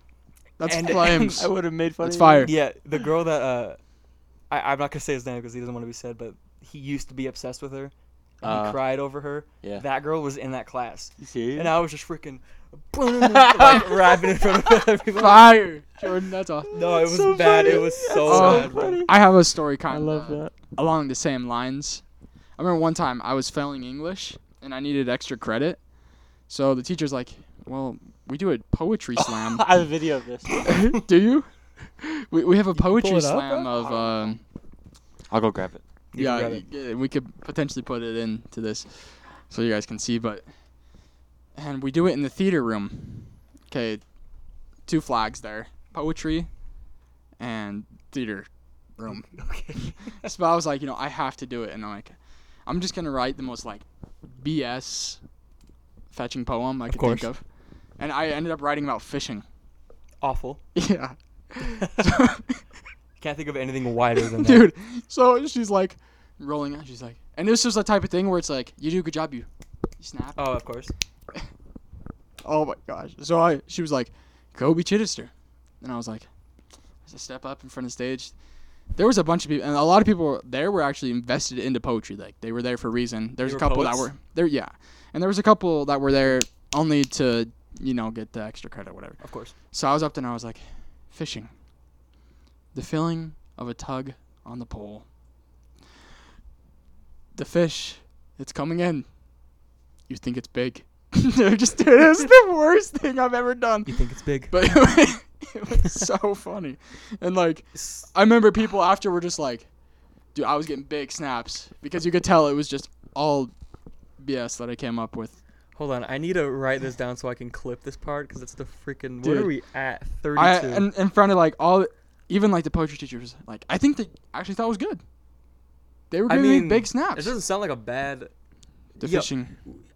Speaker 1: that's
Speaker 2: And-
Speaker 1: flames.
Speaker 4: I would have made fun
Speaker 1: That's
Speaker 4: of
Speaker 1: fire.
Speaker 2: Yeah, the girl that uh, I, I'm not gonna say his name because he doesn't want to be said, but he used to be obsessed with her. And he
Speaker 4: Uh,
Speaker 2: cried over her.
Speaker 4: yeah.
Speaker 2: That girl was in that class,
Speaker 4: You see?
Speaker 2: and I was just freaking like rapping in front of everybody.
Speaker 1: Fire, Jordan. That's awesome.
Speaker 2: No, it was
Speaker 4: so
Speaker 2: bad.
Speaker 4: funny.
Speaker 2: It was so,
Speaker 1: so
Speaker 2: bad. bro.
Speaker 4: funny.
Speaker 1: I have a story kind
Speaker 4: I
Speaker 1: of
Speaker 4: love that.
Speaker 1: along the same lines. I remember one time I was failing English and I needed extra credit, so the teacher's like, "Well, we do a poetry slam.
Speaker 4: I have a video of this.
Speaker 1: do you? We we have a
Speaker 2: it
Speaker 1: poetry
Speaker 2: up,
Speaker 1: slam
Speaker 2: bro?
Speaker 1: of um."
Speaker 4: I'll go grab it.
Speaker 2: You
Speaker 1: yeah,
Speaker 2: forgot it.
Speaker 1: y- yeah, we could potentially put it into this so you guys can see, but and we do it in the theater room. Okay, two flags there. Poetry and theater room.
Speaker 2: Okay.
Speaker 1: so I was like, you know, I have to do it and I'm like I'm just gonna write the most like BS fetching poem I could
Speaker 2: course.
Speaker 1: think of. And I ended up writing about fishing.
Speaker 2: Awful.
Speaker 1: Yeah.
Speaker 2: Can't think of anything wider than that.
Speaker 1: dude. So she's like rolling out. She's like, and this is the type of thing where it's like, you do a good job, you, you snap.
Speaker 2: Oh, of course.
Speaker 1: Oh my gosh. So I, she was like, Kobe Chittister, and I was like, I just step up in front of the stage. There was a bunch of people, and a lot of people were- there were actually invested into poetry. Like they were there for a reason. There's
Speaker 2: They
Speaker 1: a
Speaker 2: were
Speaker 1: couple that
Speaker 2: poets?
Speaker 1: were there, yeah, and there was a couple that were there only to, you know, get the extra credit, or whatever.
Speaker 2: Of course.
Speaker 1: So I was up there and I was like, fishing. The feeling of a tug on the pole. The fish, it's coming in. You think it's big. They're just dude, it was the worst thing I've ever done.
Speaker 2: You think it's big?
Speaker 1: But it was, it was so funny. And like
Speaker 2: S-
Speaker 1: I remember people after were just like, dude, I was getting big snaps because you could tell it was just all BS that I came up with.
Speaker 2: Hold on. I need to write this down so I can clip this part because it's the freaking. What
Speaker 1: Dude.
Speaker 2: are we at?
Speaker 1: I
Speaker 2: Thirty-two.
Speaker 1: and in front of like all, even like the poetry teachers, like I think they actually thought it was good. They were
Speaker 2: I
Speaker 1: giving me
Speaker 2: mean,
Speaker 1: big
Speaker 2: It
Speaker 1: snaps.
Speaker 2: doesn't sound like a bad.
Speaker 1: The
Speaker 2: yeah,
Speaker 1: fishing,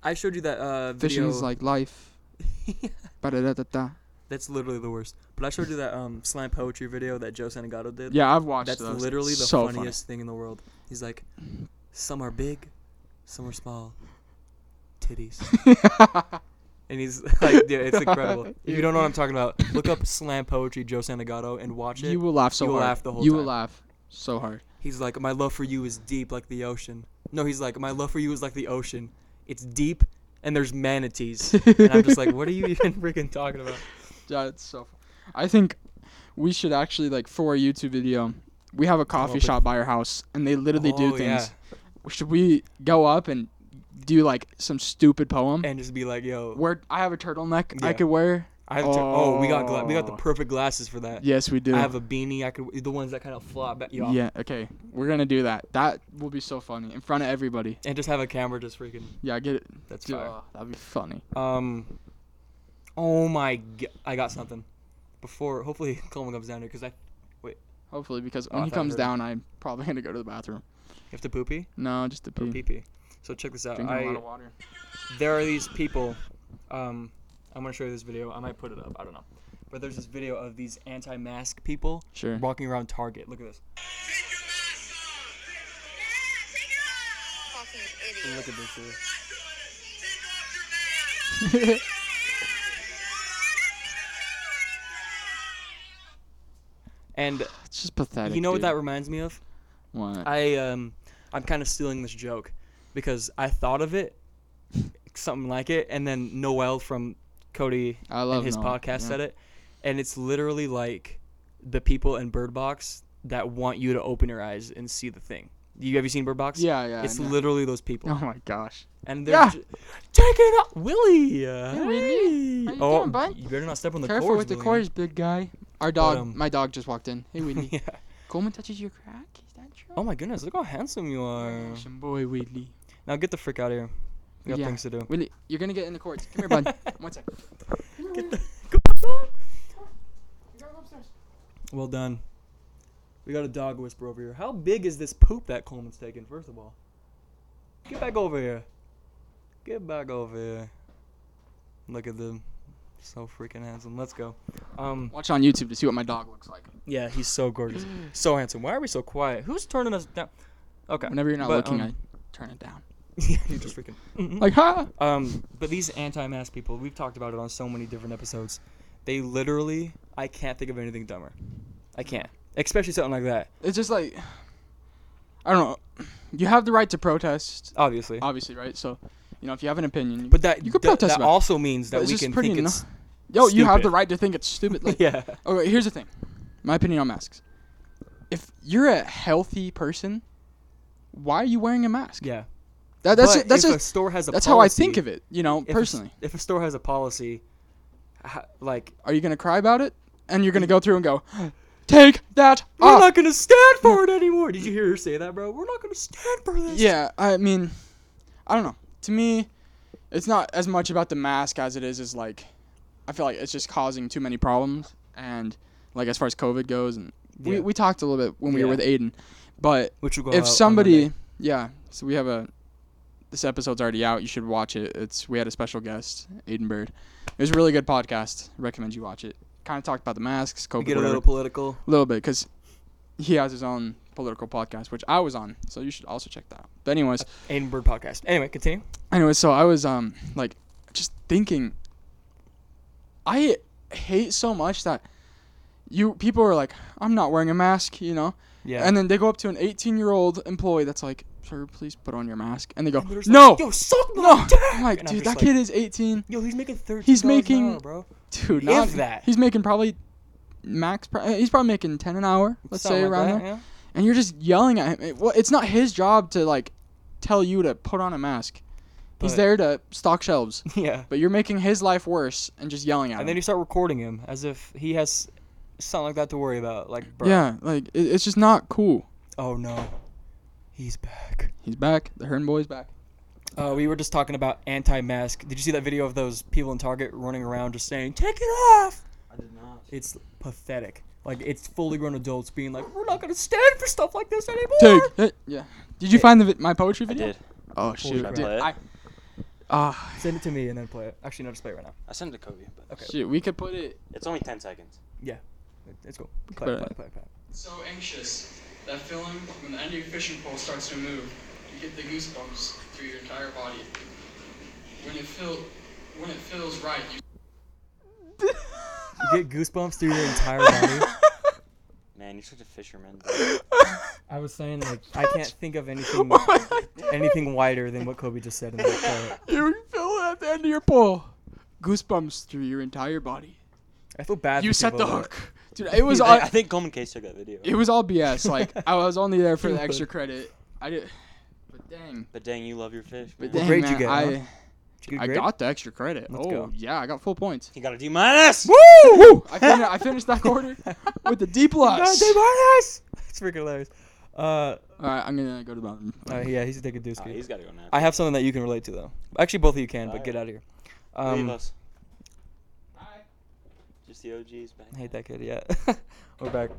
Speaker 2: I showed you that uh,
Speaker 1: fishing
Speaker 2: video.
Speaker 1: is like life. Ba-da-da-da-da.
Speaker 2: That's literally the worst. But I showed you that um slam poetry video that Joe Santagato did.
Speaker 1: Yeah, I've watched.
Speaker 2: That's
Speaker 1: those.
Speaker 2: literally the
Speaker 1: so funny.
Speaker 2: funniest thing in the world. He's like, some are big, some are small, titties. and he's like, dude, it's incredible. If you don't know what I'm talking about, look up slam poetry Joe Santagato and watch it.
Speaker 1: You will laugh so
Speaker 2: You will
Speaker 1: hard.
Speaker 2: laugh the whole
Speaker 1: you will
Speaker 2: time. laugh.
Speaker 1: laugh so hard.
Speaker 2: He's like, my love for you is deep like the ocean. No, he's like, my love for you is like the ocean. It's deep, and there's manatees. and I'm just like, what are you even freaking talking about?
Speaker 1: Yeah, it's so. Fun. I think we should actually like for a YouTube video. We have a coffee
Speaker 2: with-
Speaker 1: shop by our house, and they literally do
Speaker 2: Oh,
Speaker 1: things. Should we go up and do like some stupid poem?
Speaker 2: yeah. And just be like, yo,
Speaker 1: where I have a turtleneck I
Speaker 2: Yeah.
Speaker 1: could wear.
Speaker 2: I have to. Oh, we got gla- we got the
Speaker 1: Oh.
Speaker 2: perfect glasses for that.
Speaker 1: Yes, we do.
Speaker 2: I have a beanie. I could the ones that kind of flop back. Yeah.
Speaker 1: yeah. Okay, we're gonna do that. That will be so funny in front of everybody.
Speaker 2: And just have a camera just freaking.
Speaker 1: Yeah, get it.
Speaker 2: That's
Speaker 1: Dude,
Speaker 2: fire.
Speaker 1: oh, that'd be funny.
Speaker 2: Um. Oh my god! I got something. Before, hopefully, Coleman comes down here because I
Speaker 1: Hopefully, because
Speaker 2: Oh,
Speaker 1: when
Speaker 2: I
Speaker 1: he
Speaker 2: thought I
Speaker 1: comes
Speaker 2: heard him.
Speaker 1: down, I'm probably gonna go to the bathroom.
Speaker 2: you have to poopy
Speaker 1: No, just to
Speaker 2: or
Speaker 1: pee.
Speaker 2: pee pee. So check this out.
Speaker 1: Drinking a lot
Speaker 2: I
Speaker 1: of water.
Speaker 2: there are these people. Um, I'm gonna show you this video. I might put it up. I don't know. But there's this video of these anti-mask people
Speaker 1: Sure.
Speaker 2: walking around Target. Look at this.
Speaker 5: Fucking idiot.
Speaker 2: Look at this. dude. And
Speaker 1: It's just pathetic.
Speaker 2: you know what
Speaker 1: dude.
Speaker 2: that reminds me of?
Speaker 1: What?
Speaker 2: I um I'm kind of stealing this joke because I thought of it something like it and then Noel from Cody
Speaker 1: I love
Speaker 2: and his
Speaker 1: Noel,
Speaker 2: podcast
Speaker 1: yeah.
Speaker 2: said it and it's literally like the people in Bird Box that want you to open your eyes and see the thing. You have you seen Bird Box?
Speaker 1: Yeah, yeah,
Speaker 2: It's
Speaker 1: no.
Speaker 2: literally those people.
Speaker 1: oh my gosh.
Speaker 2: And they're
Speaker 1: Yeah.
Speaker 2: ju- take it up, Willie. Uh,
Speaker 1: Hey, Whitney.
Speaker 2: hey.
Speaker 1: How you
Speaker 2: oh,
Speaker 1: doing, bud?
Speaker 2: you better not step on the
Speaker 1: Careful
Speaker 2: cords,
Speaker 1: with the
Speaker 2: Willie.
Speaker 1: cords, big guy. Our dog,
Speaker 2: um,
Speaker 1: my dog just walked in. Hey, Whitney.
Speaker 2: yeah.
Speaker 1: Coleman touches your crack. Is that true?
Speaker 2: Oh my goodness, look how handsome you are.
Speaker 1: Action boy, Whitney.
Speaker 2: Now get the frick out of here. We got
Speaker 1: Yeah.
Speaker 2: things to do.
Speaker 1: Whitney, you're gonna get in the cords. Come here, bud. One sec.
Speaker 2: Well done. We got a dog whisper over here. How big is this poop that Coleman's taking, first of all? Get back over here. Get back over here. Look at them. So freaking handsome. Let's go. Um,
Speaker 1: Watch on YouTube to see what my dog looks like.
Speaker 2: yeah, he's so gorgeous, so handsome. Why are we so quiet? Who's turning us down? Okay.
Speaker 1: Whenever you're not
Speaker 2: but,
Speaker 1: looking,
Speaker 2: um,
Speaker 1: I turn it down.
Speaker 2: yeah, you're just freaking. Mhm.
Speaker 1: Like, ha!
Speaker 2: Um, but these anti-mask people, we've talked about it on so many different episodes. They literally, I can't think of anything dumber. I can't, especially something like that.
Speaker 1: It's just like, I don't know. You have the right to protest,
Speaker 2: Obviously,
Speaker 1: obviously, right? So, you know, if you have an opinion, you,
Speaker 2: but that
Speaker 1: you could
Speaker 2: that-
Speaker 1: protest
Speaker 2: that
Speaker 1: about. it.
Speaker 2: also means that
Speaker 1: It's
Speaker 2: we
Speaker 1: just
Speaker 2: can
Speaker 1: pretty
Speaker 2: think
Speaker 1: no-
Speaker 2: it's
Speaker 1: Yo, you have the
Speaker 2: stupid.
Speaker 1: right to think it's stupid. Like,
Speaker 2: yeah.
Speaker 1: Okay, here's the thing. My opinion on masks. If you're a healthy person, why are you wearing a mask?
Speaker 2: Yeah.
Speaker 1: That, that's
Speaker 2: But
Speaker 1: it, that's
Speaker 2: if a
Speaker 1: just,
Speaker 2: store has a
Speaker 1: that's
Speaker 2: policy,
Speaker 1: how I think of it. You know,
Speaker 2: if a s-
Speaker 1: personally,
Speaker 2: if a store has a policy, ha- like
Speaker 1: are you gonna cry about it? And you're gonna go through and go, take that
Speaker 2: we're
Speaker 1: off.
Speaker 2: Mm-hmm. not gonna stand for it anymore. Did you hear her say that, bro? We're not gonna stand for this.
Speaker 1: yeah, I mean, I don't know. To me, it's not as much about the mask as it is is like, I feel like it's just causing too many problems. And like as far as COVID goes, and we
Speaker 2: Yeah.
Speaker 1: we talked a little bit when we were
Speaker 2: Yeah.
Speaker 1: with Aiden, but
Speaker 2: Which will go out
Speaker 1: if
Speaker 2: on
Speaker 1: somebody
Speaker 2: Monday.
Speaker 1: yeah so we have a this episode's already out you should watch it it's we had a special guest aiden bird it was a really good podcast recommend you watch it kind of talked about the masks covid
Speaker 2: get a
Speaker 1: whatever.
Speaker 2: little political.
Speaker 1: little bit because he has his own political podcast which i was on so you should also check that out but anyways
Speaker 2: Edinburgh podcast. Anyway, continue.
Speaker 1: anyways so i was um like just thinking i hate so much that you people are like i'm not wearing a mask you know
Speaker 2: Yeah.
Speaker 1: and then they go up to an 18 year old employee that's like, sir, please put on your mask. And they go,
Speaker 2: And they're just
Speaker 1: no,
Speaker 2: Like, Yo, suck my
Speaker 1: no.
Speaker 2: dick.
Speaker 1: I'm like,
Speaker 2: And I'm
Speaker 1: dude, that
Speaker 2: just
Speaker 1: kid is 18.
Speaker 2: Yo, he's making thirteen.
Speaker 1: He's making-
Speaker 2: an hour, bro.
Speaker 1: Dude,
Speaker 2: If
Speaker 1: not
Speaker 2: that.
Speaker 1: He's making probably max. Pr- he's probably making 10 an hour, let's
Speaker 2: Something
Speaker 1: say
Speaker 2: like
Speaker 1: around
Speaker 2: that,
Speaker 1: there.
Speaker 2: yeah.
Speaker 1: And you're just yelling at him. It- well, it's not his job to like tell you to put on a mask. He's
Speaker 2: But-
Speaker 1: there to stock shelves.
Speaker 2: Yeah.
Speaker 1: But you're making his life worse and just yelling at
Speaker 2: And
Speaker 1: him.
Speaker 2: then you start recording him as if he has something like that to worry about. Like, bro.
Speaker 1: yeah, like it, it's just not cool.
Speaker 2: Oh no, he's back.
Speaker 1: He's back. The Hearn boy's back.
Speaker 2: Uh, we were just talking about anti-mask. Did you see that video of those people in Target running around just saying "Take it off"?
Speaker 3: I did not.
Speaker 2: It's pathetic. Like it's fully grown adults being like, "We're not gonna stand for stuff like this anymore."
Speaker 1: Take it. Yeah. Did you find the vi- my poetry
Speaker 4: I
Speaker 1: video?
Speaker 4: did.
Speaker 1: Oh
Speaker 2: Holy
Speaker 1: shoot,
Speaker 2: crap.
Speaker 1: dude.
Speaker 4: Play it?
Speaker 1: I, ah,
Speaker 2: Send it to me and then play it. Actually, no, just play it right now.
Speaker 4: I sent it to Kobe, but
Speaker 2: Okay.
Speaker 1: Shit, we could put it.
Speaker 4: it's only ten seconds.
Speaker 2: It's cool. Play, it, play, it, play, it, play. it.
Speaker 1: So anxious. That feeling when the end of your fishing pole starts to move, you get the goosebumps through your entire body. When it feel, when it feels right, you.
Speaker 2: You get goosebumps through your entire body.
Speaker 4: Man, you're such a fisherman.
Speaker 2: I was saying like I can't think of
Speaker 1: Oh
Speaker 2: anything anything wider than what Kobe just said in that quote.
Speaker 1: you feel it at the end of your pole. Goosebumps through your entire body.
Speaker 2: I feel bad.
Speaker 1: You
Speaker 2: for
Speaker 1: set the
Speaker 2: people that-
Speaker 1: hook, dude. It was
Speaker 4: I,
Speaker 1: all.
Speaker 4: I think Coleman Case took that video.
Speaker 1: It was all BS. Like I was only there for
Speaker 2: He
Speaker 1: the extra
Speaker 2: would.
Speaker 1: credit. I did. But dang.
Speaker 4: But dang, you love your fish. Man.
Speaker 1: But dang,
Speaker 2: grade you
Speaker 1: man,
Speaker 2: get, huh?
Speaker 1: I,
Speaker 2: Good
Speaker 1: I
Speaker 2: grade?
Speaker 1: got the extra credit.
Speaker 2: Let's
Speaker 1: oh
Speaker 2: go.
Speaker 1: yeah, I got full points.
Speaker 4: He got a D minus.
Speaker 1: Woo! I, fin- I finished that quarter with a D
Speaker 2: God,
Speaker 1: plus.
Speaker 2: they minus. It's freaking hilarious. Uh,
Speaker 1: All right, I'm gonna go to the mountain.
Speaker 2: uh, yeah, he's taking deuce.
Speaker 4: Ah,
Speaker 2: dude.
Speaker 4: he's got to go now.
Speaker 2: I have something that you can relate to though. Actually, both of you can, but
Speaker 4: Alright.
Speaker 2: get out of here.
Speaker 4: Leave
Speaker 2: Um,
Speaker 4: us. Just the OGs back.
Speaker 2: I hate that kid. Yeah, we're back.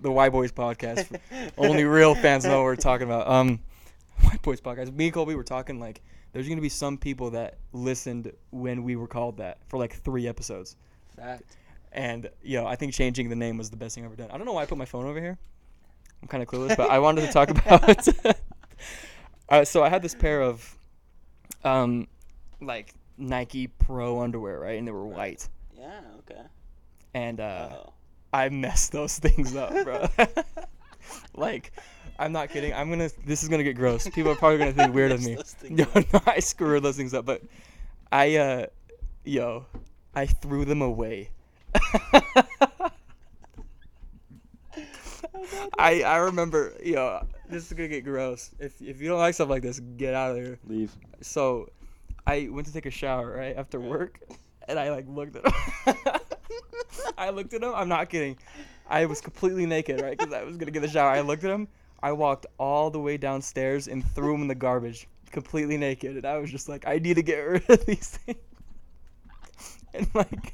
Speaker 2: The Y Boys podcast. Only real fans know what we're talking about. Um, White Boys podcast. Me and Colby were talking like there's gonna be some people that listened when we were called that for like three episodes.
Speaker 4: Fact.
Speaker 2: And yo, I think changing the name was the best thing I've ever done. I don't know why I put my phone over here. I'm kind of clueless, but I wanted to talk about. uh, so I had this pair of, um, like Nike Pro underwear, right? And they were white,
Speaker 4: Yeah. Okay.
Speaker 2: and uh,
Speaker 4: Oh.
Speaker 2: I messed those things up, bro. like, I'm not kidding. I'm gonna. This is gonna get gross. People are probably gonna think weird of me.
Speaker 4: Messed those things
Speaker 2: No, no, I screwed those things up, but I, uh, yo, I threw them away. I I remember, yo, this is gonna get gross. If if you don't like stuff like this, get out of here.
Speaker 4: Leave.
Speaker 2: So, I went to take a shower right after work, and I like looked at him. I looked at him. I'm not kidding. I was completely naked, right? Because I was gonna get in the shower. I looked at him. I walked all the way downstairs and threw him in the garbage, completely naked. And I was just like, I need to get rid of these things. And like,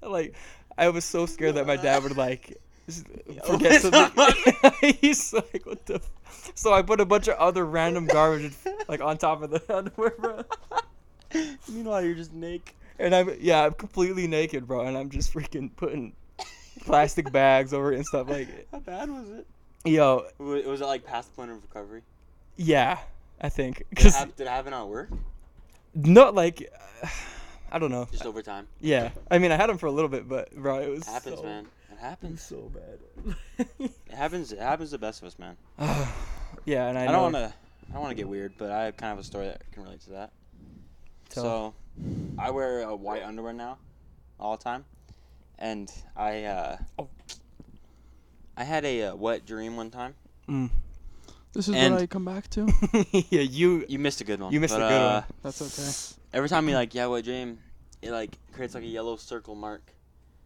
Speaker 2: like, I was so scared that my dad would like s- forget
Speaker 4: what's up,
Speaker 2: something. He's like, what the. F-? So I put a bunch of other random garbage like on top of the underwear, bro.
Speaker 4: Meanwhile, you're just Nick.
Speaker 2: and I'm yeah, I'm completely naked, bro, and I'm just freaking putting plastic bags over it and stuff like
Speaker 4: How bad was it?
Speaker 2: yo,
Speaker 4: Was, was it like past the point of recovery?
Speaker 2: yeah, I think
Speaker 4: Did it,
Speaker 2: 'Cause
Speaker 4: have, did it happen on work?
Speaker 2: not like I don't know.
Speaker 4: Just over time.
Speaker 2: Yeah, I mean, I had him for a little bit, but bro, it was
Speaker 4: It happens,
Speaker 2: so,
Speaker 4: man. It
Speaker 2: it was
Speaker 4: happens.
Speaker 2: so bad.
Speaker 4: It happens. It happens to the best of us, man.
Speaker 2: yeah, and I,
Speaker 4: I,
Speaker 2: know-
Speaker 4: don't want to. I don't want to get weird, but I have kind of a story that can relate to that.
Speaker 2: Tell.
Speaker 4: So, I wear a white underwear now, all the time, and I uh,
Speaker 2: Oh.
Speaker 4: I had a uh, wet dream one time.
Speaker 2: Mm.
Speaker 1: This is
Speaker 4: And-
Speaker 1: what I come back to.
Speaker 2: yeah, you.
Speaker 4: You missed a good one.
Speaker 2: You missed a
Speaker 4: but,
Speaker 2: good
Speaker 4: uh,
Speaker 2: one.
Speaker 1: That's okay.
Speaker 4: Every time you like yeah, wet dream, it like creates like a yellow circle mark.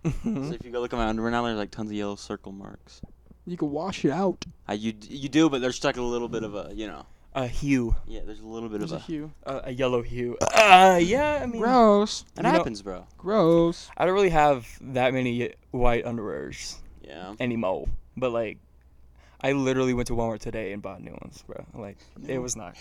Speaker 2: Mm-hmm.
Speaker 4: So if you go look at my underwear now, there's like tons of yellow circle marks.
Speaker 1: You can wash it out.
Speaker 4: I, you you do, but there's like a little bit of a you know
Speaker 2: a hue,
Speaker 4: yeah, there's a little bit
Speaker 1: There's
Speaker 4: of
Speaker 1: a
Speaker 4: a.
Speaker 1: hue.
Speaker 2: uh, a yellow hue. Uh, yeah, I mean,
Speaker 1: Gross.
Speaker 4: It
Speaker 2: You know-
Speaker 4: happens, bro.
Speaker 1: Gross.
Speaker 2: I don't really have that many white underwears
Speaker 4: Yeah.
Speaker 2: anymore, but like, I literally went to Walmart today and bought new ones, bro. Like, it was not,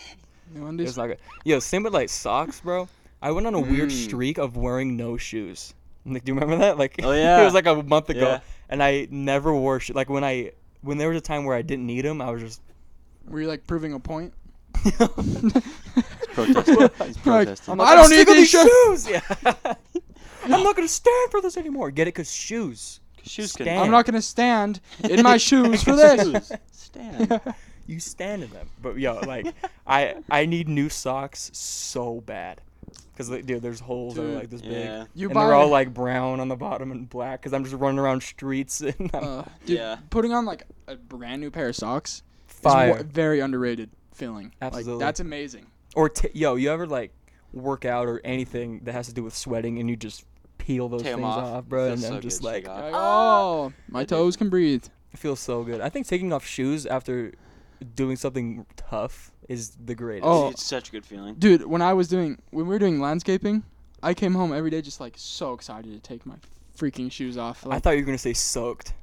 Speaker 1: New
Speaker 2: it
Speaker 1: undies.
Speaker 2: was not good. Yo, same with like socks, bro. I went on a weird
Speaker 4: Mm.
Speaker 2: streak of wearing no shoes. Like, do you remember that? Like,
Speaker 4: Oh,
Speaker 2: it
Speaker 4: yeah.
Speaker 2: was like a month ago,
Speaker 4: Yeah.
Speaker 2: and I never wore shoes. Like when I, when there was a time where I didn't need them, I was just.
Speaker 1: Were you like proving a point?
Speaker 4: protesting. He's protesting.
Speaker 1: I'm not I don't
Speaker 2: gonna
Speaker 1: need
Speaker 2: stick with
Speaker 1: these
Speaker 2: shoes. Yeah. I'm not gonna stand for this anymore. Get it? Cause shoes.
Speaker 4: Shoes
Speaker 2: Stand.
Speaker 1: I'm not gonna stand in my shoes for this.
Speaker 4: Stand.
Speaker 2: You stand in them. But yo, like, I I need new socks so bad. Cause like, dude, there's holes that are
Speaker 1: Dude,
Speaker 2: like this
Speaker 4: Yeah.
Speaker 2: big.
Speaker 1: You
Speaker 2: and
Speaker 1: buy
Speaker 2: they're all like brown on the bottom and black. Cause I'm just running around streets and I'm
Speaker 1: uh, dude,
Speaker 4: Yeah.
Speaker 1: putting on like a brand new pair of socks is wa-
Speaker 2: fire.
Speaker 1: very underrated feeling.
Speaker 2: Absolutely.
Speaker 1: Like, that's amazing.
Speaker 2: or t- yo, you ever like work out or anything that has to do with sweating and you just peel those
Speaker 4: Tear 'em
Speaker 2: things
Speaker 4: off.
Speaker 2: off, bro?
Speaker 4: Feels
Speaker 2: and
Speaker 4: so
Speaker 2: I'm just
Speaker 4: good, shake
Speaker 2: like,
Speaker 1: Like,
Speaker 4: it off.
Speaker 1: oh, my
Speaker 4: Uh, It
Speaker 1: toes
Speaker 4: is.
Speaker 1: can breathe.
Speaker 2: It feels so good. I think taking off shoes after doing something tough is the greatest.
Speaker 1: Oh.
Speaker 4: It's such a good feeling.
Speaker 1: Dude, when I was doing when we were doing landscaping, I came home every day just like so excited to take my freaking shoes off.
Speaker 2: I
Speaker 1: Like,
Speaker 2: thought you were gonna say soaked.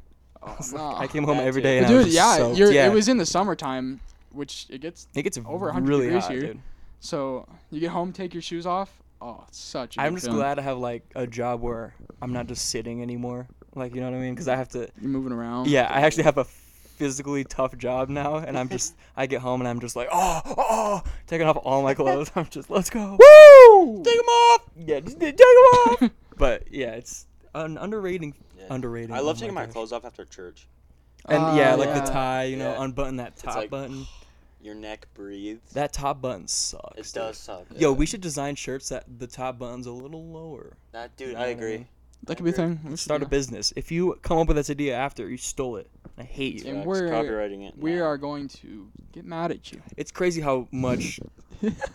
Speaker 1: oh,
Speaker 2: was
Speaker 1: no.
Speaker 2: I came home
Speaker 4: that
Speaker 2: every
Speaker 4: too.
Speaker 2: day and
Speaker 1: But
Speaker 2: I
Speaker 1: dude,
Speaker 2: was
Speaker 1: yeah,
Speaker 2: soaked.
Speaker 1: you're,
Speaker 2: yeah,
Speaker 1: it was in the summertime, which it gets
Speaker 2: It gets
Speaker 1: over 100
Speaker 2: really
Speaker 1: degrees
Speaker 2: hot,
Speaker 1: here.
Speaker 2: dude.
Speaker 1: so you get home, take your shoes off. Oh, it's such. a
Speaker 2: I'm
Speaker 1: good
Speaker 2: just
Speaker 1: feeling.
Speaker 2: glad to have like a job where I'm not just sitting anymore. Like you know what I mean? Because I have to.
Speaker 1: you're moving around.
Speaker 2: Yeah, I actually have a physically tough job now, and I'm just. I get home and I'm just like, oh, oh, oh, taking off all my clothes. I'm just, let's go.
Speaker 1: Woo!
Speaker 2: Take them off. Yeah, just take them off. But yeah, it's an underrating
Speaker 4: Yeah.
Speaker 2: underrated.
Speaker 4: I love
Speaker 2: oh
Speaker 4: taking my
Speaker 2: gosh.
Speaker 4: clothes off after church.
Speaker 2: And
Speaker 1: Ah,
Speaker 2: yeah, like
Speaker 1: yeah.
Speaker 2: the tie, you know,
Speaker 4: Yeah.
Speaker 2: unbutton that top
Speaker 4: like-
Speaker 2: button.
Speaker 4: Your neck breathes.
Speaker 2: That top button sucks.
Speaker 4: it
Speaker 2: dude.
Speaker 4: does suck.
Speaker 2: Yo,
Speaker 4: yeah.
Speaker 2: we should design shirts that the top button's a little lower.
Speaker 4: That dude, I agree.
Speaker 1: that could be a thing. We should
Speaker 2: Start
Speaker 1: do
Speaker 2: a
Speaker 1: that.
Speaker 2: business. If you come up with this idea after, you stole it. I hate you.
Speaker 1: And
Speaker 4: Facts,
Speaker 1: we're-
Speaker 4: copywriting it.
Speaker 1: We
Speaker 4: now.
Speaker 1: are going to get mad at you.
Speaker 2: It's crazy how much.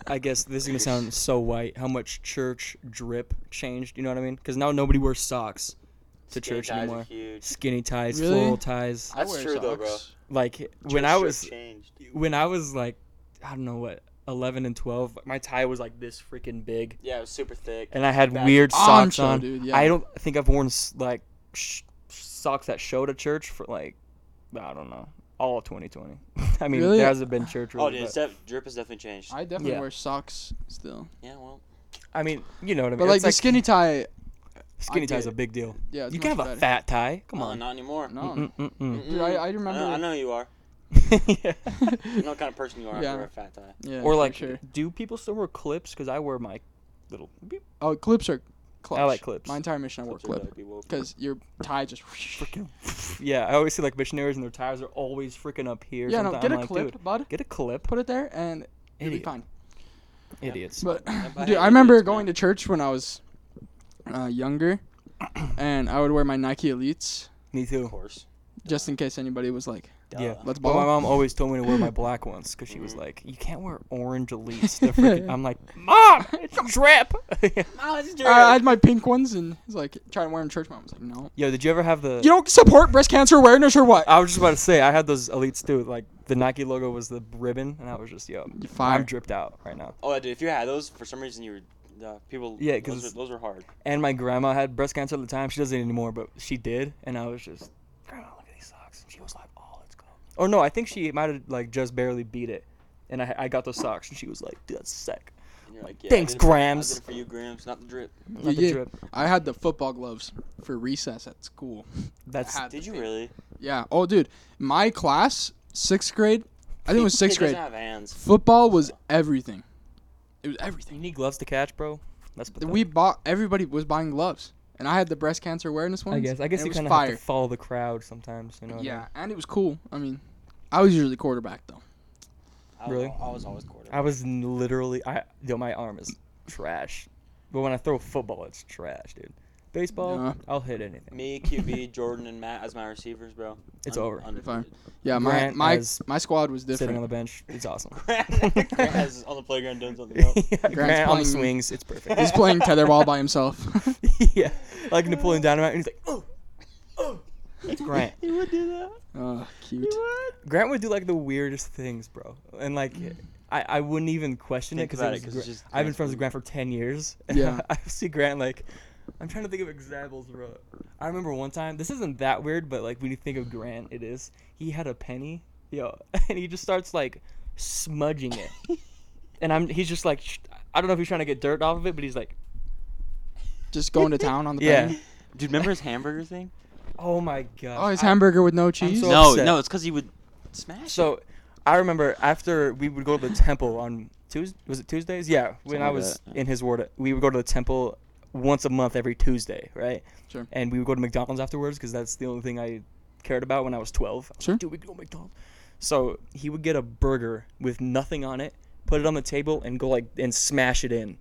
Speaker 2: I guess this is gonna sound so white. How much church drip changed? You know what I mean? Because now nobody wears socks to
Speaker 4: Skinny
Speaker 2: church
Speaker 4: ties are
Speaker 2: anymore.
Speaker 4: Huge.
Speaker 2: Skinny ties,
Speaker 1: Really?
Speaker 2: floral ties.
Speaker 1: I
Speaker 4: That's
Speaker 1: wear
Speaker 4: true though, bro.
Speaker 1: socks.
Speaker 2: Like when
Speaker 4: Church
Speaker 2: I
Speaker 4: shirts
Speaker 2: was
Speaker 4: changed.
Speaker 2: when I was like, I don't know what, eleven and twelve, my tie was like this freaking big.
Speaker 4: Yeah, it was super thick.
Speaker 2: and I had
Speaker 4: Back-
Speaker 2: weird
Speaker 1: I'm
Speaker 2: socks
Speaker 1: sure,
Speaker 2: on.
Speaker 1: dude, yeah.
Speaker 2: I don't think I've worn s- like sh- socks that showed at church for like I don't know all of 2020. I mean,
Speaker 1: Really?
Speaker 2: there hasn't been church. Really,
Speaker 4: Oh, dude,
Speaker 2: but-
Speaker 4: it's def- drip has definitely changed.
Speaker 1: I definitely
Speaker 2: Yeah.
Speaker 1: wear socks still,
Speaker 4: yeah, well,
Speaker 2: I mean, you know what I mean.
Speaker 1: but like
Speaker 2: It's
Speaker 1: the skinny tie.
Speaker 2: skinny
Speaker 1: I
Speaker 2: tie's
Speaker 1: get
Speaker 2: a big deal.
Speaker 1: Yeah, it's
Speaker 2: You can have
Speaker 1: much
Speaker 2: a
Speaker 1: better.
Speaker 2: fat tie. Come
Speaker 4: uh,
Speaker 2: on.
Speaker 4: not anymore.
Speaker 1: No,
Speaker 2: Mm-mm-mm.
Speaker 1: dude, I, I
Speaker 4: I
Speaker 1: remember.
Speaker 4: know, I know who you are. Mm.
Speaker 2: yeah.
Speaker 4: You know what kind of person you are
Speaker 1: Yeah.
Speaker 4: after a fat tie.
Speaker 1: Yeah,
Speaker 2: Or
Speaker 1: for
Speaker 2: like,
Speaker 1: sure.
Speaker 2: do people still wear clips? Because I wear my little. beep,
Speaker 1: oh, clips are. Clutch.
Speaker 2: like clips.
Speaker 1: My entire mission, I wore
Speaker 4: Clips are
Speaker 1: clip
Speaker 4: like, be woke.
Speaker 1: because your tie just.
Speaker 2: Freaking. Yeah, I always see like missionaries and their ties are always freaking up here.
Speaker 1: Yeah, no,
Speaker 2: sometime.
Speaker 1: get a
Speaker 2: I'm like,
Speaker 1: clip,
Speaker 2: dude,
Speaker 1: bud.
Speaker 2: Get a clip.
Speaker 1: Put it there, and you'll be
Speaker 2: Idiot.
Speaker 1: fine.
Speaker 2: Idiots.
Speaker 1: But
Speaker 4: but
Speaker 1: dude,
Speaker 4: hey,
Speaker 1: I remember
Speaker 4: idiots,
Speaker 1: going to
Speaker 4: man.
Speaker 1: church when I was uh, younger, and I would wear my Nike Elites
Speaker 2: Me
Speaker 4: Of
Speaker 2: too.
Speaker 4: course.
Speaker 1: just in case anybody was like,
Speaker 2: Yeah.
Speaker 4: Duh.
Speaker 1: "Let's ball."
Speaker 2: Well,
Speaker 1: Mm.
Speaker 2: my mom always told me to wear my black ones because she was
Speaker 4: Mhm.
Speaker 2: like, "You can't wear orange elites." They're freaking... I'm like, "Mom, it's drip."
Speaker 4: Oh, it's drip.
Speaker 1: I, I had my pink ones and was like trying to wear them to church. Mom was like, "No,
Speaker 2: Yo, did you ever have the?
Speaker 1: you don't support breast cancer awareness or what?"
Speaker 2: I was just about to say I had those elites too. Like the Nike logo was the ribbon, and I was just, "Yo,
Speaker 1: You
Speaker 2: I'm
Speaker 1: fire.
Speaker 2: dripped out right now."
Speaker 4: Oh, dude, if you had those, for some reason, you were uh, people.
Speaker 2: Yeah,
Speaker 4: those
Speaker 2: 'cause-
Speaker 4: were- those were hard.
Speaker 2: And my grandma had breast cancer at the time. She doesn't anymore, but she did, and I was just, "Grandma, look at these socks." And she was like, "Oh, let's go." Or no, I think she might have like just barely beat it, and I I got those socks, and she was like, "Dude, that's sick."
Speaker 4: And you're like, yeah, I
Speaker 2: Thanks,
Speaker 4: did it for- I did
Speaker 2: Grams.
Speaker 4: it for you, Grams, not the drip.
Speaker 2: Not
Speaker 1: Yeah,
Speaker 2: the
Speaker 1: yeah.
Speaker 2: drip.
Speaker 1: I had the football gloves for recess at school.
Speaker 2: That's
Speaker 1: Had
Speaker 4: Did
Speaker 1: the
Speaker 4: you
Speaker 1: thing.
Speaker 4: really?
Speaker 1: Yeah. Oh, dude, my class, sixth grade. I think it was sixth
Speaker 4: Kid doesn't
Speaker 1: grade.
Speaker 4: have hands.
Speaker 1: Football was everything. It was
Speaker 2: you
Speaker 1: everything.
Speaker 2: need gloves to catch, bro. That's pathetic.
Speaker 1: We bought. Everybody was buying gloves, and I had the breast cancer awareness ones.
Speaker 2: I guess. I guess
Speaker 1: and it
Speaker 2: you
Speaker 1: was
Speaker 2: kind of have
Speaker 1: fire.
Speaker 2: to follow the crowd sometimes. You know. what I
Speaker 1: yeah,
Speaker 2: mean?
Speaker 1: and it was cool. I mean, I was usually quarterback though.
Speaker 4: I was-
Speaker 2: Really?
Speaker 4: I was always quarterback.
Speaker 2: I was n- literally. I yo, my arm is trash. But when I throw football, it's trash, dude. Baseball,
Speaker 1: Nah.
Speaker 2: I'll hit anything.
Speaker 4: Me, QB, Jordan, and Matt as my receivers, bro.
Speaker 2: It's
Speaker 4: Un-
Speaker 2: over.
Speaker 4: Undefeated.
Speaker 1: Yeah, my
Speaker 2: Grant
Speaker 1: my
Speaker 2: has
Speaker 1: my squad was
Speaker 2: Sitting on
Speaker 1: different.
Speaker 2: the bench, it's awesome.
Speaker 4: Grant Grant is on the playground doing something else.
Speaker 2: Grant on
Speaker 1: playing-
Speaker 2: the swings, it's perfect.
Speaker 1: He's playing tetherball by himself.
Speaker 2: yeah, like Napoleon Dynamite, and he's like, oh, oh. That's Grant.
Speaker 4: He would do that.
Speaker 1: oh, cute.
Speaker 2: Grant would do like the weirdest things, bro, and like I, I wouldn't even question
Speaker 4: Think
Speaker 2: it
Speaker 4: about it,
Speaker 2: because
Speaker 4: 'cause it's just
Speaker 2: I've been
Speaker 4: Grant's
Speaker 2: friends
Speaker 4: food.
Speaker 2: with Grant for ten years.
Speaker 1: Yeah.
Speaker 2: I see Grant like, I'm trying to think of examples, bro. I remember one time. This isn't that weird, but like when you think of Grant, it is. He had a penny, yo, and he just starts like smudging it, and I'm he's just like, sh- I don't know if he's trying to get dirt off of it, but he's like,
Speaker 1: Just going to town on the
Speaker 2: Yeah.
Speaker 1: pen.
Speaker 4: Dude, remember his hamburger thing?
Speaker 2: oh my god.
Speaker 1: Oh, his
Speaker 2: I-
Speaker 1: hamburger with no cheese.
Speaker 2: so-
Speaker 4: no,
Speaker 2: upset.
Speaker 4: no, it's because he would smash. it.
Speaker 2: So, I remember after we would go to the temple on Tuesday. Was it Tuesdays? Yeah, when
Speaker 4: Something
Speaker 2: I
Speaker 4: like
Speaker 2: was
Speaker 4: that, yeah.
Speaker 2: in his ward, we would go to the temple once a month every Tuesday, right?
Speaker 1: Sure.
Speaker 2: And we would go to McDonald's afterwards because that's the only thing I cared about when I was twelve. I was
Speaker 1: Sure.
Speaker 2: Like, Dude, we could go to McDonald's. So he would get a burger with nothing on it, put it on the table, and go like and smash it in,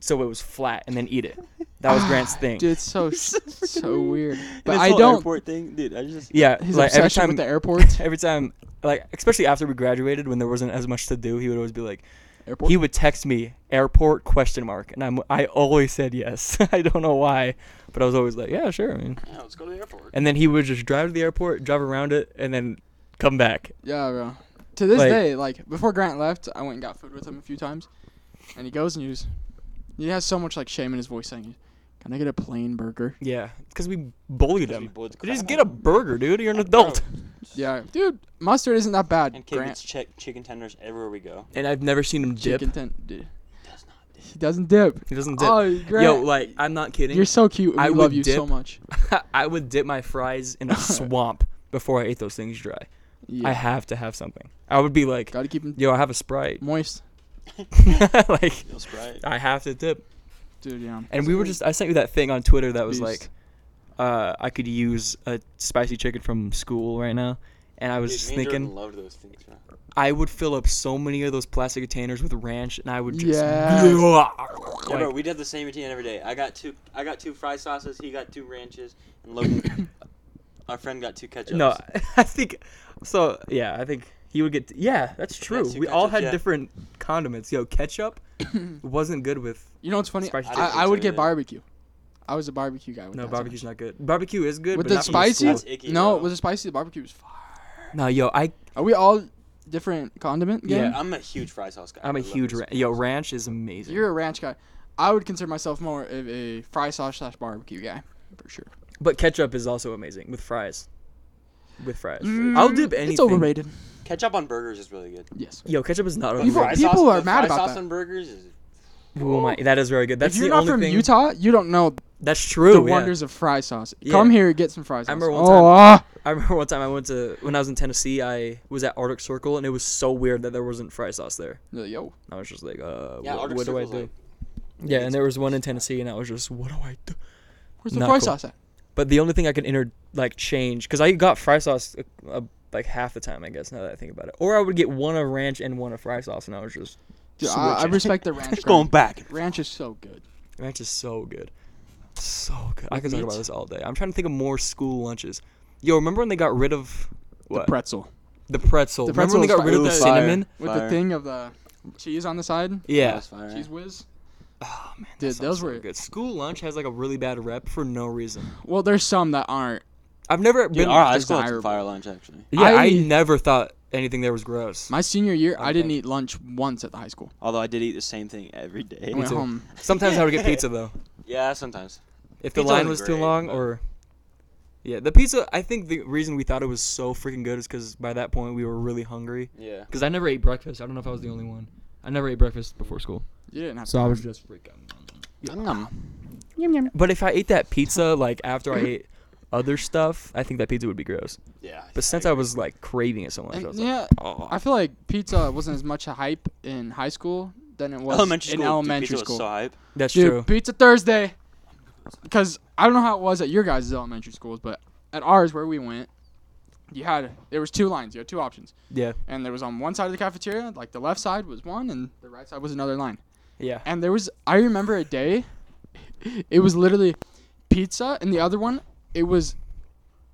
Speaker 2: so it was flat, and then eat it. That was Grant's thing.
Speaker 1: Dude, it's so so weird.
Speaker 4: And
Speaker 1: But
Speaker 4: his
Speaker 1: I
Speaker 4: whole
Speaker 1: don't.
Speaker 4: Airport thing, dude. I just.
Speaker 2: Yeah,
Speaker 1: His
Speaker 2: like every
Speaker 1: obsession
Speaker 2: time
Speaker 1: with the airport.
Speaker 2: every time like especially after we graduated when there wasn't as much to do he would always be like
Speaker 1: airport.
Speaker 2: he would text me airport question mark and i'm i always said yes i don't know why but i was always like yeah sure I mean.
Speaker 4: Yeah, let's go to the airport.
Speaker 2: and then he would just drive to the airport drive around it and then come back
Speaker 1: Yeah, bro. To this
Speaker 2: Like-
Speaker 1: day, like before Grant left, I went and got food with him a few times, and he goes and he just he has so much like shame in his voice saying, "Can I get a plain burger?"
Speaker 2: yeah because we bullied
Speaker 4: 'Cause we
Speaker 2: him
Speaker 4: bullied the
Speaker 2: just
Speaker 4: crap
Speaker 2: get
Speaker 4: out
Speaker 2: a
Speaker 4: of him.
Speaker 2: burger dude you're an adult
Speaker 1: Yeah, dude, mustard isn't that bad.
Speaker 4: And kid gets
Speaker 1: Grant,
Speaker 4: check chicken tenders everywhere we go.
Speaker 2: and i've never seen him dip
Speaker 1: chicken ten- dude,
Speaker 4: Does not.
Speaker 1: he doesn't dip.
Speaker 2: he doesn't dip
Speaker 1: Oh, Grant,
Speaker 2: yo like i'm not kidding
Speaker 1: you're so cute. and
Speaker 2: I
Speaker 1: We love
Speaker 2: would
Speaker 1: you so
Speaker 2: dip.
Speaker 1: much.
Speaker 2: i would dip my fries in a swamp before i ate those things dry
Speaker 1: Yeah,
Speaker 2: i have to have something i would be like
Speaker 1: gotta keep him
Speaker 2: yo i have a sprite
Speaker 1: moist,
Speaker 2: like
Speaker 4: No Sprite.
Speaker 2: I have to dip.
Speaker 1: dude. Yeah,
Speaker 2: And we were just I sent you that thing on Twitter that was
Speaker 1: Beast.
Speaker 2: like uh, I could use a spicy chicken from school right now. And I was
Speaker 4: Dude,
Speaker 2: just
Speaker 4: me and Jordan
Speaker 2: thinking
Speaker 4: loved those things, bro.
Speaker 2: I would fill up so many of those plastic containers with ranch and I would just
Speaker 1: Yes.
Speaker 4: Yeah, bro,
Speaker 2: like,
Speaker 4: we did the same routine every day. I got two, I got two fry sauces. He got two ranches, and Logan, our friend, got two ketchups.
Speaker 2: No, I think so yeah, I think he would get yeah, that's true.
Speaker 4: two
Speaker 2: we all
Speaker 4: ketchups,
Speaker 2: had
Speaker 4: yeah.
Speaker 2: different condiments. Yo, ketchup wasn't good with
Speaker 1: you know what's funny?
Speaker 2: Spicy
Speaker 1: I,
Speaker 4: chicken
Speaker 1: I would
Speaker 4: too,
Speaker 1: get
Speaker 4: yeah.
Speaker 1: barbecue. I was a barbecue guy. With
Speaker 2: no
Speaker 1: that
Speaker 2: barbecue's not good. Barbecue is good,
Speaker 1: With
Speaker 2: but
Speaker 1: the
Speaker 2: not from the
Speaker 1: spicy,
Speaker 2: school.
Speaker 4: That's icky,
Speaker 1: no,
Speaker 4: bro.
Speaker 1: with the spicy, the barbecue was fire.
Speaker 2: No, yo, I
Speaker 1: Are we all different condiment?
Speaker 2: Yeah.
Speaker 1: gang?
Speaker 4: I'm a huge fry sauce guy.
Speaker 2: I'm
Speaker 4: I
Speaker 2: a
Speaker 4: love
Speaker 2: huge
Speaker 4: those
Speaker 2: ra-
Speaker 4: things.
Speaker 2: yo ranch is amazing.
Speaker 1: You're a ranch guy. I would consider myself more of a fry sauce slash barbecue guy, for sure.
Speaker 2: But ketchup is also amazing with fries. With fries, I'll dip anything.
Speaker 1: Mm, It's overrated.
Speaker 4: Ketchup on burgers is really good.
Speaker 1: Yes.
Speaker 2: Yo, ketchup is not
Speaker 4: But
Speaker 1: People-
Speaker 4: fry
Speaker 2: overrated.
Speaker 1: people
Speaker 4: sauce-
Speaker 1: are
Speaker 4: but
Speaker 1: mad
Speaker 4: fry
Speaker 1: about
Speaker 4: sauce
Speaker 1: that.
Speaker 4: on burgers is
Speaker 2: Oh my, that is very good. That's
Speaker 1: if you're
Speaker 2: the
Speaker 1: not
Speaker 2: only
Speaker 1: from
Speaker 2: thing.
Speaker 1: Utah, you don't know
Speaker 2: that's true.
Speaker 1: the
Speaker 2: yeah.
Speaker 1: wonders of fry sauce.
Speaker 2: Yeah.
Speaker 1: Come here, get some fry sauce.
Speaker 2: remember one
Speaker 1: oh, ah.
Speaker 2: I remember one time I went to when I was in Tennessee. I was at Arctic Circle, and it was so weird that there wasn't fry sauce there.
Speaker 1: No, yo,
Speaker 2: I was just like, uh,
Speaker 4: Yeah,
Speaker 2: wh- what,
Speaker 4: Arctic
Speaker 2: do I
Speaker 4: Circle's
Speaker 2: do?
Speaker 4: like-
Speaker 2: yeah, and there was one in Tennessee, and I was just, what do I do?
Speaker 1: where's the
Speaker 2: Not
Speaker 1: fry
Speaker 2: cool.
Speaker 1: sauce at?
Speaker 2: But the only thing I could inter like change because I got fry sauce uh, uh, like half the time, I guess. Now that I think about it, or I would get one of ranch and one of fry sauce, and I was just
Speaker 1: Dude, I, I
Speaker 2: Switch it.
Speaker 1: respect the ranch. grind.
Speaker 4: back.
Speaker 1: Ranch is so good.
Speaker 2: Ranch is so good. So good. I
Speaker 1: With
Speaker 2: could talk
Speaker 1: meat?
Speaker 2: about this all day. I'm trying to think of more school lunches. Yo, remember when they got rid of
Speaker 1: The
Speaker 2: what?
Speaker 1: pretzel.
Speaker 2: The pretzel.
Speaker 1: The
Speaker 2: remember when they
Speaker 1: pretzel
Speaker 2: got
Speaker 1: was
Speaker 2: rid of the
Speaker 1: fire.
Speaker 4: Ooh, fire.
Speaker 2: cinnamon?
Speaker 1: With the
Speaker 4: Fire.
Speaker 1: thing of the cheese on the side.
Speaker 2: Yeah.
Speaker 1: Cheese whiz.
Speaker 2: Oh man, that
Speaker 1: Dude,
Speaker 2: sounds
Speaker 1: those
Speaker 2: so
Speaker 1: were-
Speaker 2: good. School lunch has like a really bad rep for no reason.
Speaker 1: Well, there's some that aren't.
Speaker 2: I've never
Speaker 4: Dude,
Speaker 2: been.
Speaker 4: our high school had some
Speaker 1: desirable.
Speaker 4: fire lunch actually.
Speaker 2: yeah, I,
Speaker 1: I-
Speaker 2: never thought anything there was gross.
Speaker 1: My senior year, I didn't
Speaker 2: Okay.
Speaker 1: eat lunch once at the high school.
Speaker 4: Although I did eat the same thing every day.
Speaker 1: I went
Speaker 2: too.
Speaker 1: home.
Speaker 2: Sometimes I would get pizza though,
Speaker 4: Yeah, sometimes.
Speaker 2: if the
Speaker 4: Pizza
Speaker 2: line
Speaker 4: wasn't
Speaker 2: was too
Speaker 4: great,
Speaker 2: long
Speaker 4: but-
Speaker 2: or. Yeah, the pizza. I think the reason we thought it was so freaking good is because by that point we were really hungry.
Speaker 4: Yeah.
Speaker 2: Because I never ate breakfast. I don't know if I was the only one.
Speaker 5: I never ate breakfast before school,
Speaker 1: You didn't have
Speaker 5: so
Speaker 1: to.
Speaker 5: I was just freaking.
Speaker 2: But if I ate that pizza like after I ate other stuff, I think that pizza would be gross.
Speaker 4: Yeah.
Speaker 2: But since I was like craving it so much, I
Speaker 1: And,
Speaker 2: was like,
Speaker 1: yeah,
Speaker 2: oh,
Speaker 1: I feel like pizza wasn't as much a hype in high school than it was
Speaker 4: elementary
Speaker 1: in
Speaker 4: school,
Speaker 1: elementary
Speaker 4: dude, pizza
Speaker 1: school.
Speaker 4: was so hype.
Speaker 2: that's
Speaker 1: Dude,
Speaker 2: true.
Speaker 1: Pizza Thursday. Because I don't know how it was at your guys' elementary schools, but at ours where we went, you had there was two lines. You had two options,
Speaker 2: Yeah,
Speaker 1: and there was on one side of the cafeteria, like the left side was one, and the right side was another line.
Speaker 2: yeah.
Speaker 1: And there was I remember a day, it was literally pizza, and the other one it was,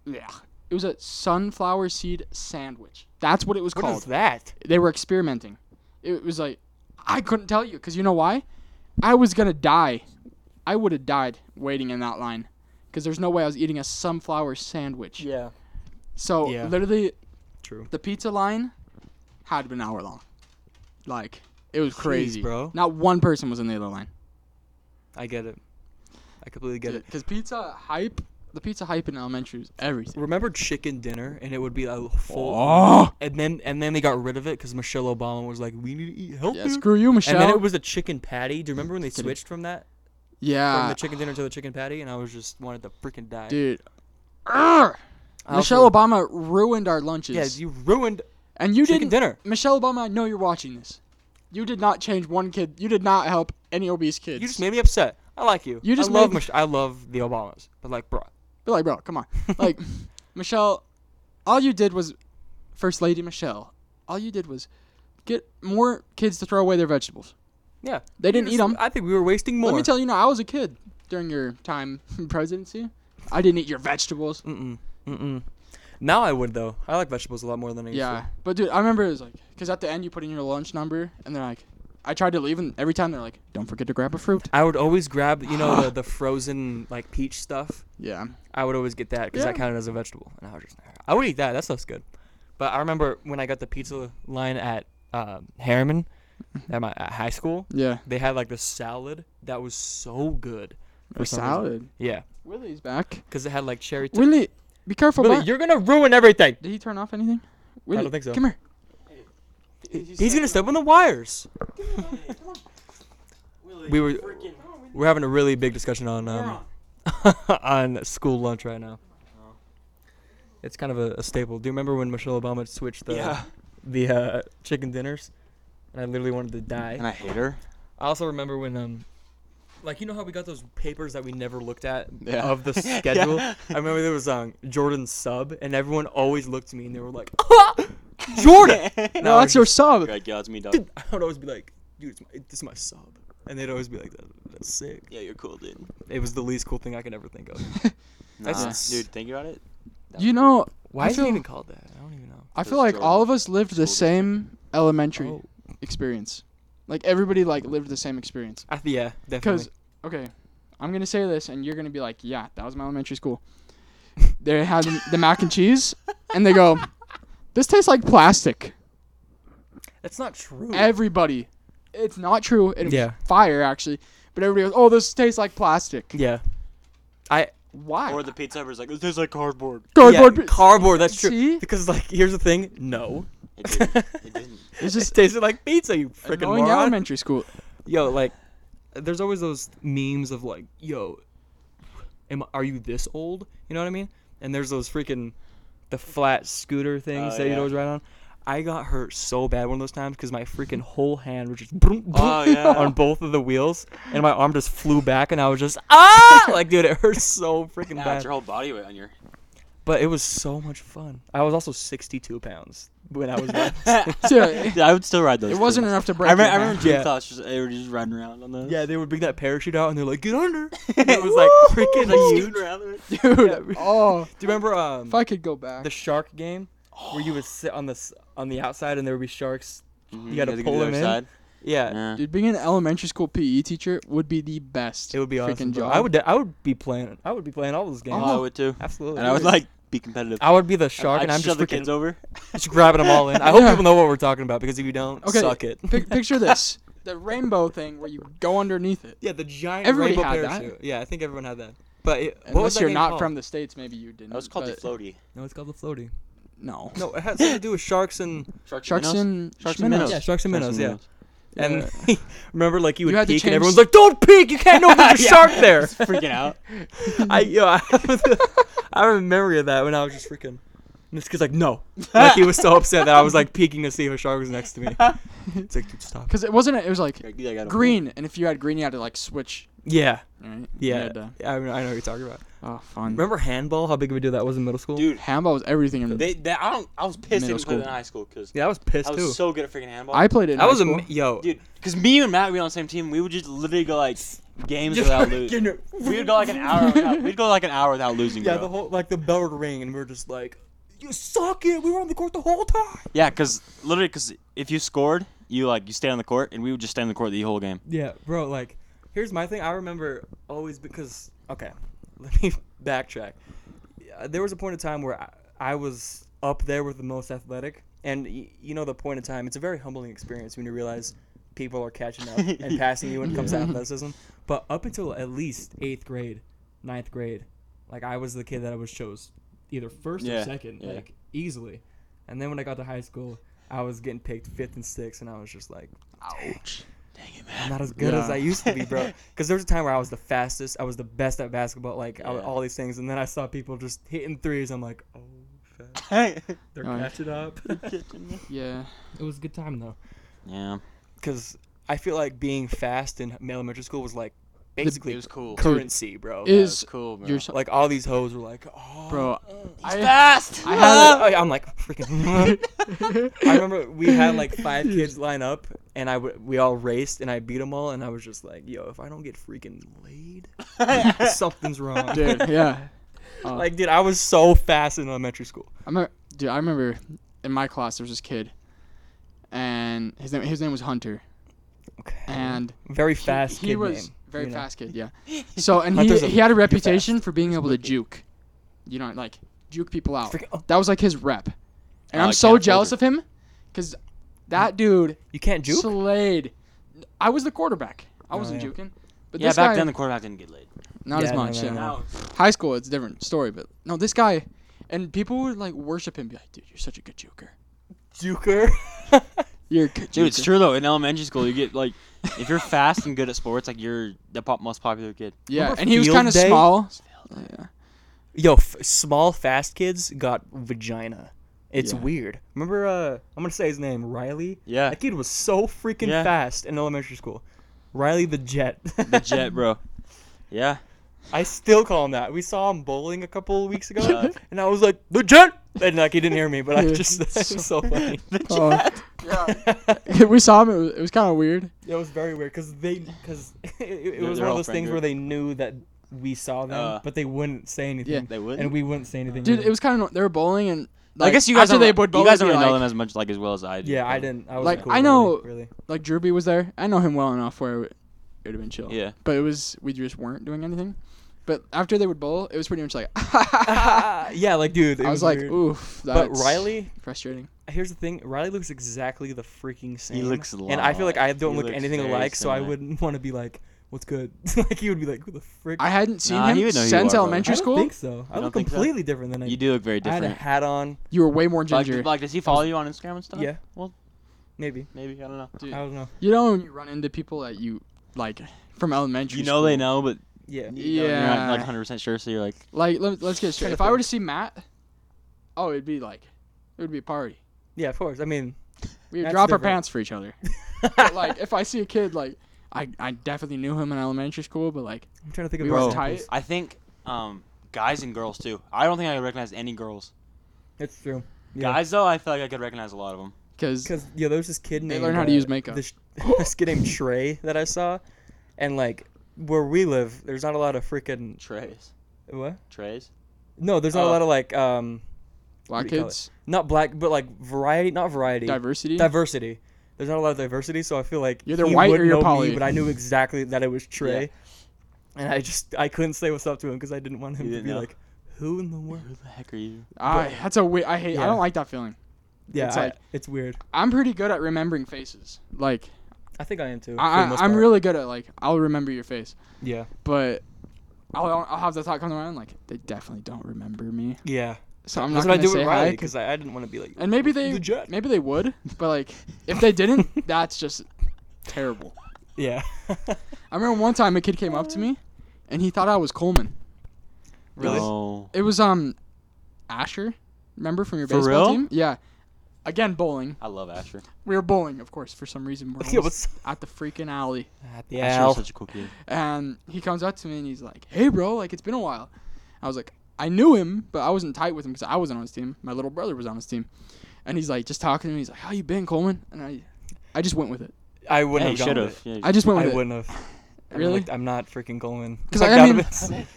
Speaker 1: yeah, it was a sunflower seed sandwich. That's what it was
Speaker 2: What
Speaker 1: called
Speaker 2: is that?
Speaker 1: they were experimenting. It was like I couldn't tell you because you know why? I was gonna die. I would have died waiting in that line because there's no way I was eating a sunflower sandwich.
Speaker 2: Yeah,
Speaker 1: So
Speaker 2: Yeah.
Speaker 1: literally,
Speaker 2: true.
Speaker 1: the pizza line had been an hour long. Like it was crazy,
Speaker 2: bro.
Speaker 1: Not one person was in the other line.
Speaker 2: I get it. I completely get it.
Speaker 1: Because pizza hype, the pizza hype in elementary was everything.
Speaker 2: Remember chicken dinner, and it would be a full.
Speaker 1: Oh,
Speaker 2: And then and then they got rid of it because Michelle Obama was like, "We need to eat healthy."
Speaker 1: yeah. Screw you, Michelle.
Speaker 2: and then it was a chicken patty. Do you remember when they
Speaker 1: Kidding.
Speaker 2: switched from that from
Speaker 1: yeah,
Speaker 2: the chicken dinner to the chicken patty? And I was just wanted to freaking die.
Speaker 1: Ah. dude. Urgh.
Speaker 2: I also-
Speaker 1: Michelle Obama ruined our lunches.
Speaker 2: Yeah, you ruined
Speaker 1: And you
Speaker 2: chicken
Speaker 1: didn't.
Speaker 2: dinner.
Speaker 1: Michelle Obama, I know you're watching this. You did not change one kid. You did not help any obese kids.
Speaker 2: You just made me upset. I like you.
Speaker 1: You just
Speaker 2: I love
Speaker 1: made-
Speaker 2: Mich- I love the Obamas, but like, bro,
Speaker 1: Be like, bro, come on. Like, Michelle, all you did was, First Lady Michelle, all you did was get more kids to throw away their vegetables.
Speaker 2: yeah,
Speaker 1: They
Speaker 2: you
Speaker 1: didn't eat
Speaker 2: just-
Speaker 1: 'em.
Speaker 2: I think we were wasting more.
Speaker 1: Let me tell you now, I was a kid during your time in presidency. I didn't eat your vegetables.
Speaker 2: Mm mm mm. Now I would though. I like vegetables a lot more than I used
Speaker 1: Yeah,
Speaker 2: to.
Speaker 1: but dude, I remember it was like, because at the end you put in your lunch number, and they're like, I tried to leave, and every time they're like, don't forget to grab a fruit.
Speaker 2: I would always grab, you know, the, the frozen like peach stuff.
Speaker 1: Yeah.
Speaker 2: I would always get that because that
Speaker 1: Yeah.
Speaker 2: counted as a vegetable, and I was just, I would eat that. That stuff's good. But I remember when I got the pizza line at um, Harriman,
Speaker 1: Mm-hmm.
Speaker 2: at my at high school,
Speaker 1: Yeah.
Speaker 2: they had like this salad that was so good.
Speaker 1: For
Speaker 2: some reason.
Speaker 1: salad.
Speaker 2: Yeah,
Speaker 1: Willie's back.
Speaker 2: because it had like cherry. T-
Speaker 1: Willie, be careful,
Speaker 2: Willie,
Speaker 1: man.
Speaker 2: you're gonna ruin everything.
Speaker 1: Did he turn off anything? Willie,
Speaker 2: don't think so.
Speaker 1: Come here.
Speaker 2: He's gonna step on the wires.
Speaker 3: Willie,
Speaker 2: We were-
Speaker 3: freaking
Speaker 2: We're having a really big discussion on um,
Speaker 3: moron.
Speaker 2: on school lunch right now.
Speaker 4: Uh-huh.
Speaker 2: It's kind of a, a staple. Do you remember when Michelle Obama switched the
Speaker 4: Yeah.
Speaker 2: the uh, chicken dinners? And I literally wanted to die.
Speaker 4: And I hate her.
Speaker 2: I also remember when um, like you know how we got those papers that we never looked at
Speaker 4: Yeah.
Speaker 2: of the
Speaker 4: Yeah.
Speaker 2: schedule. I remember there was um Jordan's sub, and everyone always looked to me and they were like, Jordan. And
Speaker 1: No,
Speaker 2: I
Speaker 1: that's
Speaker 2: was
Speaker 1: your sub.
Speaker 4: You're like, yeah, it's me, dog.
Speaker 2: just- I would always be like, dude, it's my, this is my sub, and they'd always be like, "That- that's sick.
Speaker 4: Yeah, you're cool, dude.
Speaker 2: It was the least cool thing I could ever think of.
Speaker 4: Nah,
Speaker 2: That's-
Speaker 4: dude, think about it.
Speaker 1: You know,
Speaker 2: Why
Speaker 1: I
Speaker 2: is
Speaker 1: feel-
Speaker 2: it even called that? I don't even know.
Speaker 1: I
Speaker 4: Those
Speaker 1: feel like all of
Speaker 4: Jordan
Speaker 1: us lived the
Speaker 4: schools.
Speaker 1: same elementary
Speaker 2: Oh.
Speaker 1: experience. Like everybody like lived the same experience.
Speaker 2: I th- yeah, definitely.
Speaker 1: Because okay, I'm gonna say this, and you're gonna be like, yeah, that was my elementary school. They had the mac and cheese, and they go, this tastes like plastic.
Speaker 2: That's not true.
Speaker 1: Everybody, it's not true. It was
Speaker 2: Yeah.
Speaker 1: fire actually, but everybody goes, oh, this tastes like plastic.
Speaker 2: yeah. I
Speaker 1: Why?
Speaker 4: Or the pizza hepper's like, it tastes like cardboard.
Speaker 1: cardboard.
Speaker 2: yeah,
Speaker 1: pi-
Speaker 2: cardboard. That's true.
Speaker 1: See?
Speaker 2: Because like, here's the thing. No,
Speaker 4: It didn't. It didn't.
Speaker 1: It's just
Speaker 2: just tasted like pizza. You freaking
Speaker 1: going
Speaker 2: moron.
Speaker 1: elementary school.
Speaker 2: Yo, like, there's always those memes of like, yo, am are you this old? You know what I mean? And there's those freaking the flat scooter things
Speaker 4: Oh,
Speaker 2: that
Speaker 4: yeah.
Speaker 2: you'd always ride on. I got hurt so bad one of those times because my freaking whole hand was just
Speaker 4: Oh, yeah.
Speaker 2: on both of the wheels, and my arm just flew back, and I was just ah, like dude, it hurts so freaking
Speaker 4: Nah,
Speaker 2: bad.
Speaker 4: it's your whole body weight on your.
Speaker 2: But it was so much fun. I was also 62 pounds when I was there.
Speaker 1: Dude,
Speaker 4: I would still ride those.
Speaker 1: It wasn't
Speaker 4: things.
Speaker 1: enough to break.
Speaker 4: I remember,
Speaker 1: it,
Speaker 4: I
Speaker 1: man.
Speaker 4: remember Jim
Speaker 2: Yeah.
Speaker 4: thought just, they were just riding around on those.
Speaker 2: yeah, they would bring that parachute out, and they're like, get under. And it was like freaking
Speaker 4: Like,
Speaker 2: huge.
Speaker 4: scooting around.
Speaker 1: dude. Oh,
Speaker 2: Do you remember um,
Speaker 1: if I could go back.
Speaker 2: the shark game where you would sit on the s- on the outside and there would be sharks?
Speaker 4: Mhm,
Speaker 2: gotta
Speaker 4: guys go
Speaker 2: pull
Speaker 4: to the
Speaker 2: him
Speaker 4: other
Speaker 2: in.
Speaker 4: side.
Speaker 2: Yeah,
Speaker 4: Yeah.
Speaker 1: Dude, being an elementary school PE teacher would be the best.
Speaker 2: it would be
Speaker 1: freaking
Speaker 2: awesome. bro.
Speaker 1: job.
Speaker 2: I would de- I would be playing I would be playing all those games.
Speaker 4: Oh, I would too.
Speaker 2: Absolutely.
Speaker 4: And I would
Speaker 2: dude.
Speaker 4: like be competitive.
Speaker 2: I would be the shark,
Speaker 4: I'd
Speaker 2: and I'm just
Speaker 4: shove the
Speaker 2: freaking
Speaker 4: kids over.
Speaker 2: just grabbing them all in. I hope
Speaker 1: Yeah.
Speaker 2: people know what we're talking about because if you don't,
Speaker 1: Okay.
Speaker 2: suck it.
Speaker 1: Pic- picture this: the rainbow thing where you go underneath it.
Speaker 2: Yeah, the giant
Speaker 1: Everybody
Speaker 2: rainbow
Speaker 1: had that.
Speaker 2: parachute. Yeah, I think everyone had that. But it, what was
Speaker 1: Unless
Speaker 2: that
Speaker 1: you're
Speaker 2: game
Speaker 1: not
Speaker 2: called?
Speaker 1: from the states, maybe you didn't.
Speaker 4: That was called the
Speaker 1: but-
Speaker 4: floaty.
Speaker 2: No, it's called the floaty.
Speaker 1: No.
Speaker 2: No, it has something to do with sharks and
Speaker 1: Sharks and
Speaker 4: Sharks and minnows.
Speaker 2: yeah, sharks and minnows. Yeah, And remember, like he would
Speaker 1: You had to
Speaker 2: peek, and
Speaker 1: change-
Speaker 2: everyone's like, "Don't peek! You can't know there's a
Speaker 1: Yeah.
Speaker 2: shark there."
Speaker 1: freaking out.
Speaker 2: I yo, I have, I have a memory of that when I was just freaking. And this kid's like, "No!" Like he was so upset that I was like peeking to see if a shark was next to me. It's like, dude, stop.
Speaker 1: Because it wasn't. It was like
Speaker 4: Like, dude, I got a
Speaker 1: green, and if you had green, you had to like switch.
Speaker 2: Yeah,
Speaker 1: Right? You
Speaker 2: yeah,
Speaker 1: had to-
Speaker 2: I, I know what you're talking about.
Speaker 1: oh, fun.
Speaker 2: Remember handball? How big of a deal that was in middle school?
Speaker 4: hole. dude.
Speaker 1: Handball was everything. In,
Speaker 4: They, they, I don't. I was pissed they
Speaker 1: Middle
Speaker 4: didn't play
Speaker 1: school.
Speaker 4: that in high school because
Speaker 2: yeah, I was pissed
Speaker 4: I was
Speaker 2: too.
Speaker 4: so good at freaking handball.
Speaker 1: I played it. In
Speaker 2: that
Speaker 1: high
Speaker 2: was a
Speaker 1: school.
Speaker 2: m- yo.
Speaker 4: dude, because me and Matt we were on the same team. We would just literally go like games
Speaker 2: Just
Speaker 4: without losing.
Speaker 2: freaking-
Speaker 4: We would go like an hour. Without, we'd go like an hour without losing.
Speaker 2: Yeah,
Speaker 4: bro.
Speaker 2: the whole like the bell would ring, and we are just like, "You suck it." We were on the court the whole time.
Speaker 4: Yeah, because literally, because if you scored, you like you stay on the court, and we would just stay on the court the whole game.
Speaker 2: Yeah, bro. Like, here's my thing. I remember always because okay, let me backtrack. Uh, There was a point in time where I, I was up there with the most athletic, and y- you know the point in time. It's a very humbling experience when you realize people are catching up and passing you when it comes to athleticism. But up until at least eighth grade, ninth grade, like I was the kid that I was chose either first or
Speaker 4: Yeah,
Speaker 2: second,
Speaker 4: yeah.
Speaker 2: like easily. And then when I got to high school, I was getting picked fifth and sixth, and I was just like,
Speaker 1: Ouch.
Speaker 2: I'm not as good as
Speaker 1: Yeah.
Speaker 2: I used to be, bro. Because there was a time where I was the fastest, I was the best at basketball, like I- all these things, and then I saw people just hitting threes. I'm like, oh, shit, they're
Speaker 1: Oh, yeah.
Speaker 2: catching up.
Speaker 1: Yeah.
Speaker 2: it was a good time though,
Speaker 4: yeah,
Speaker 2: because I feel like being fast in elementary school was like basically
Speaker 4: cool.
Speaker 2: currency, bro.
Speaker 1: It is
Speaker 4: cool, bro.
Speaker 1: You're so,
Speaker 2: like all these hoes were like, oh,
Speaker 1: bro. I,
Speaker 4: fast.
Speaker 1: I had
Speaker 2: I am like freaking. I remember we had like five kids line up, and I w- we all raced, and I beat them all, and I was just like, "Yo, if I don't get freaking laid, something's wrong."
Speaker 1: dude. Yeah.
Speaker 2: Like, dude, I was so fast in elementary school.
Speaker 1: I remember, dude. I remember in my class there was this kid, and his name his name was Hunter,
Speaker 2: Okay.
Speaker 4: Uh-huh.
Speaker 1: and
Speaker 2: very fast.
Speaker 1: he
Speaker 2: kid
Speaker 1: was
Speaker 2: name,
Speaker 1: very
Speaker 2: you know?
Speaker 1: fast kid. Yeah. So and he,
Speaker 2: Hunter's a-
Speaker 1: he had a
Speaker 2: you're
Speaker 1: reputation
Speaker 2: fast.
Speaker 1: for being able to
Speaker 2: wicked.
Speaker 1: juke, you know, like juke people out.
Speaker 2: Freak- oh,
Speaker 1: That was like his rep, and
Speaker 4: I
Speaker 1: I'm
Speaker 4: like
Speaker 1: so
Speaker 4: Kenneth
Speaker 1: jealous
Speaker 4: Walker.
Speaker 1: of him, because that dude
Speaker 2: you can't juke.
Speaker 1: slayed. I was the quarterback. I
Speaker 2: Oh,
Speaker 1: wasn't
Speaker 2: yeah.
Speaker 1: juking. But
Speaker 4: yeah,
Speaker 1: this
Speaker 4: back
Speaker 1: guy,
Speaker 4: then the quarterback didn't get laid.
Speaker 1: not
Speaker 2: Yeah,
Speaker 1: as
Speaker 2: no,
Speaker 1: much.
Speaker 2: no,
Speaker 1: yeah.
Speaker 2: no.
Speaker 4: Now,
Speaker 1: High school, it's a different story. But no, this guy, and people would like worship him, be like, "Dude, you're such a good juker.
Speaker 2: Juker.
Speaker 1: You're a good
Speaker 4: dude,
Speaker 1: juker."
Speaker 4: it's true though. In elementary school, you get like, if you're fast and good at sports, like you're the pop- most popular kid.
Speaker 1: Yeah,
Speaker 2: Remember
Speaker 1: and he was
Speaker 2: Field
Speaker 1: kind of
Speaker 2: Day?
Speaker 1: small. Yeah.
Speaker 2: Yo, f- small fast kids got vagina. It's
Speaker 1: Yeah.
Speaker 2: weird. Remember, uh, I'm gonna say his name, Riley.
Speaker 4: Yeah,
Speaker 2: That kid was so freaking
Speaker 4: Yeah.
Speaker 2: fast in elementary school. Riley the Jet.
Speaker 4: the jet, bro. Yeah,
Speaker 2: I still call him that. We saw him bowling a couple of weeks ago,
Speaker 4: Yeah.
Speaker 2: and I was like, "The Jet," and like he didn't hear me, but I
Speaker 1: Yeah.
Speaker 2: just that was so funny.
Speaker 4: the
Speaker 1: Oh.
Speaker 4: jet.
Speaker 1: we saw him. It was, it was kind of weird.
Speaker 2: It was very weird because they because it, it
Speaker 4: They're-
Speaker 2: was
Speaker 4: they're
Speaker 2: one of
Speaker 4: all
Speaker 2: those things
Speaker 4: friend
Speaker 2: where they knew that we saw them,
Speaker 4: Uh,
Speaker 2: but they wouldn't say anything,
Speaker 4: They would.
Speaker 2: and we wouldn't say anything.
Speaker 1: Dude,
Speaker 2: either.
Speaker 1: it was kind of they were bowling and.
Speaker 4: Mm. I
Speaker 1: like,
Speaker 4: guess you guys
Speaker 1: after
Speaker 4: don't.
Speaker 1: they
Speaker 4: re-
Speaker 1: would
Speaker 4: you
Speaker 1: both
Speaker 4: guys
Speaker 1: be
Speaker 4: don't really know
Speaker 1: like-
Speaker 4: them as much like as well as I do.
Speaker 2: yeah, I
Speaker 4: but-
Speaker 2: didn't. I was
Speaker 1: Like,
Speaker 2: cool
Speaker 1: I
Speaker 2: with
Speaker 1: know-
Speaker 2: it, really.
Speaker 1: Like Jerby was there. I know him well enough where it would have been chill.
Speaker 4: Yeah.
Speaker 1: But it was we just weren't doing anything. But after they would bowl, it was pretty much like.
Speaker 2: yeah, like dude, it
Speaker 1: I was like,
Speaker 2: weird.
Speaker 1: oof.
Speaker 2: but
Speaker 1: That's
Speaker 2: Riley,
Speaker 1: frustrating.
Speaker 2: here's the thing: Riley looks exactly the freaking same.
Speaker 4: looks a
Speaker 2: and I feel like
Speaker 4: lot-
Speaker 2: I don't
Speaker 4: he
Speaker 2: look
Speaker 4: looks
Speaker 2: anything
Speaker 4: very
Speaker 2: alike, so I
Speaker 4: similar.
Speaker 2: wouldn't want to be like, "What's good?" like he would be like, "Who the frick?"
Speaker 1: I hadn't seen
Speaker 4: Nah, he
Speaker 1: him
Speaker 4: would know who you
Speaker 1: since
Speaker 4: are, bro.
Speaker 2: I
Speaker 1: elementary
Speaker 2: don't
Speaker 1: school.
Speaker 2: think so. I
Speaker 4: don't
Speaker 2: look
Speaker 4: think so?
Speaker 2: completely different than I.
Speaker 4: You do look very
Speaker 2: I had
Speaker 4: different.
Speaker 2: a hat on.
Speaker 1: You were way more
Speaker 4: Like,
Speaker 1: ginger.
Speaker 4: like, does he follow you on Instagram and stuff?
Speaker 2: Yeah.
Speaker 4: Well,
Speaker 2: Maybe
Speaker 4: maybe I don't know.
Speaker 2: I
Speaker 1: Dude,
Speaker 2: don't know.
Speaker 1: you know when you run into people that you like from elementary.
Speaker 4: You know they
Speaker 1: school?
Speaker 4: know, but
Speaker 2: Yeah.
Speaker 4: you know, you're not like
Speaker 1: Yeah.
Speaker 4: 100 percent sure. So you're like,
Speaker 1: Like let, let's get straight.
Speaker 2: to
Speaker 1: If I were to
Speaker 2: think.
Speaker 1: see Matt, oh, it'd be like, it would be a party.
Speaker 2: Yeah, of course. I mean,
Speaker 1: We would
Speaker 2: That's
Speaker 1: drop our
Speaker 2: different.
Speaker 1: pants for each other. But, like if I see a kid like I, I definitely knew him in elementary school, but like
Speaker 2: I'm trying to think of
Speaker 1: We
Speaker 2: more
Speaker 1: were
Speaker 2: examples.
Speaker 1: tight.
Speaker 4: I think um, guys and girls too. I don't think I could recognize any girls.
Speaker 2: It's true.
Speaker 4: Guys though, I feel like I could recognize a lot of them.
Speaker 1: because
Speaker 2: Because yeah, there was this kid named.
Speaker 1: learn how to
Speaker 2: uh,
Speaker 1: use makeup.
Speaker 2: This, this kid named Trey that I saw, and like where we live, there's not a lot of freaking
Speaker 4: Trays,
Speaker 2: what?
Speaker 4: trays.
Speaker 2: No, there's not a
Speaker 4: Oh.
Speaker 2: lot of like um
Speaker 1: black
Speaker 2: what do you call
Speaker 1: kids
Speaker 2: not black but like variety, not variety,
Speaker 1: diversity.
Speaker 2: diversity. There's not a lot of diversity, so I feel like
Speaker 1: You're either
Speaker 2: he
Speaker 1: white
Speaker 2: would
Speaker 1: or you're
Speaker 2: know me,
Speaker 1: poly.
Speaker 2: but I knew exactly that it was Trey, and I just I couldn't say what's up to him because I didn't want him
Speaker 4: You
Speaker 2: to
Speaker 4: didn't
Speaker 2: be
Speaker 4: know.
Speaker 2: like, who in the world?
Speaker 4: Who the heck are you?
Speaker 1: I, that's a we- I hate. I
Speaker 2: Yeah.
Speaker 1: don't like that feeling.
Speaker 2: Yeah,
Speaker 1: It's
Speaker 2: I-
Speaker 1: like-
Speaker 2: it's weird.
Speaker 1: I'm pretty good at remembering faces. Like
Speaker 2: I think I am too.
Speaker 1: I,
Speaker 2: for the most
Speaker 1: I, I'm
Speaker 2: part.
Speaker 1: really good at like I'll remember your face,
Speaker 2: yeah
Speaker 1: but I'll, I'll have the thought come to mind like they definitely don't remember me,
Speaker 2: yeah.
Speaker 1: so I'm
Speaker 2: That's
Speaker 1: not
Speaker 2: what I
Speaker 1: gonna
Speaker 2: do
Speaker 1: say
Speaker 2: with
Speaker 1: hi.
Speaker 2: Riley
Speaker 1: 'cause-
Speaker 2: because I, I didn't want to be like.
Speaker 1: and maybe they
Speaker 2: The jet.
Speaker 1: maybe they would, but like if they didn't, that's just terrible.
Speaker 2: Yeah.
Speaker 1: I remember one time a kid came up to me, and he thought I was Coleman.
Speaker 2: really?
Speaker 4: No.
Speaker 1: It was um, Asher, remember from your
Speaker 4: For
Speaker 1: baseball
Speaker 4: real?
Speaker 1: team? Yeah. Again bowling.
Speaker 4: I love Asher.
Speaker 1: We were bowling, of course, for some reason. We're
Speaker 2: Yeah,
Speaker 1: always
Speaker 2: what's-
Speaker 1: at the freaking alley.
Speaker 2: At the
Speaker 4: Asher
Speaker 2: Al.
Speaker 4: was such a cool kid.
Speaker 1: And he comes up to me and he's like, "Hey, bro, like it's been a while." I was like, "I knew him, but I wasn't tight with him because I wasn't on his team. My little brother was on his team." And he's like, just talking to me. He's like, "How you been, Coleman?" And I, I just went with it.
Speaker 2: I wouldn't
Speaker 4: Yeah, you
Speaker 2: have gone
Speaker 4: should
Speaker 2: with
Speaker 4: have.
Speaker 2: it.
Speaker 4: Yeah, you
Speaker 1: I just went
Speaker 2: I
Speaker 1: with it.
Speaker 2: wouldn't have. I'm
Speaker 1: Really?
Speaker 2: like, I'm not freaking Coleman.
Speaker 1: 'Cause,
Speaker 2: Like,
Speaker 1: like, I
Speaker 2: none
Speaker 1: mean-
Speaker 2: of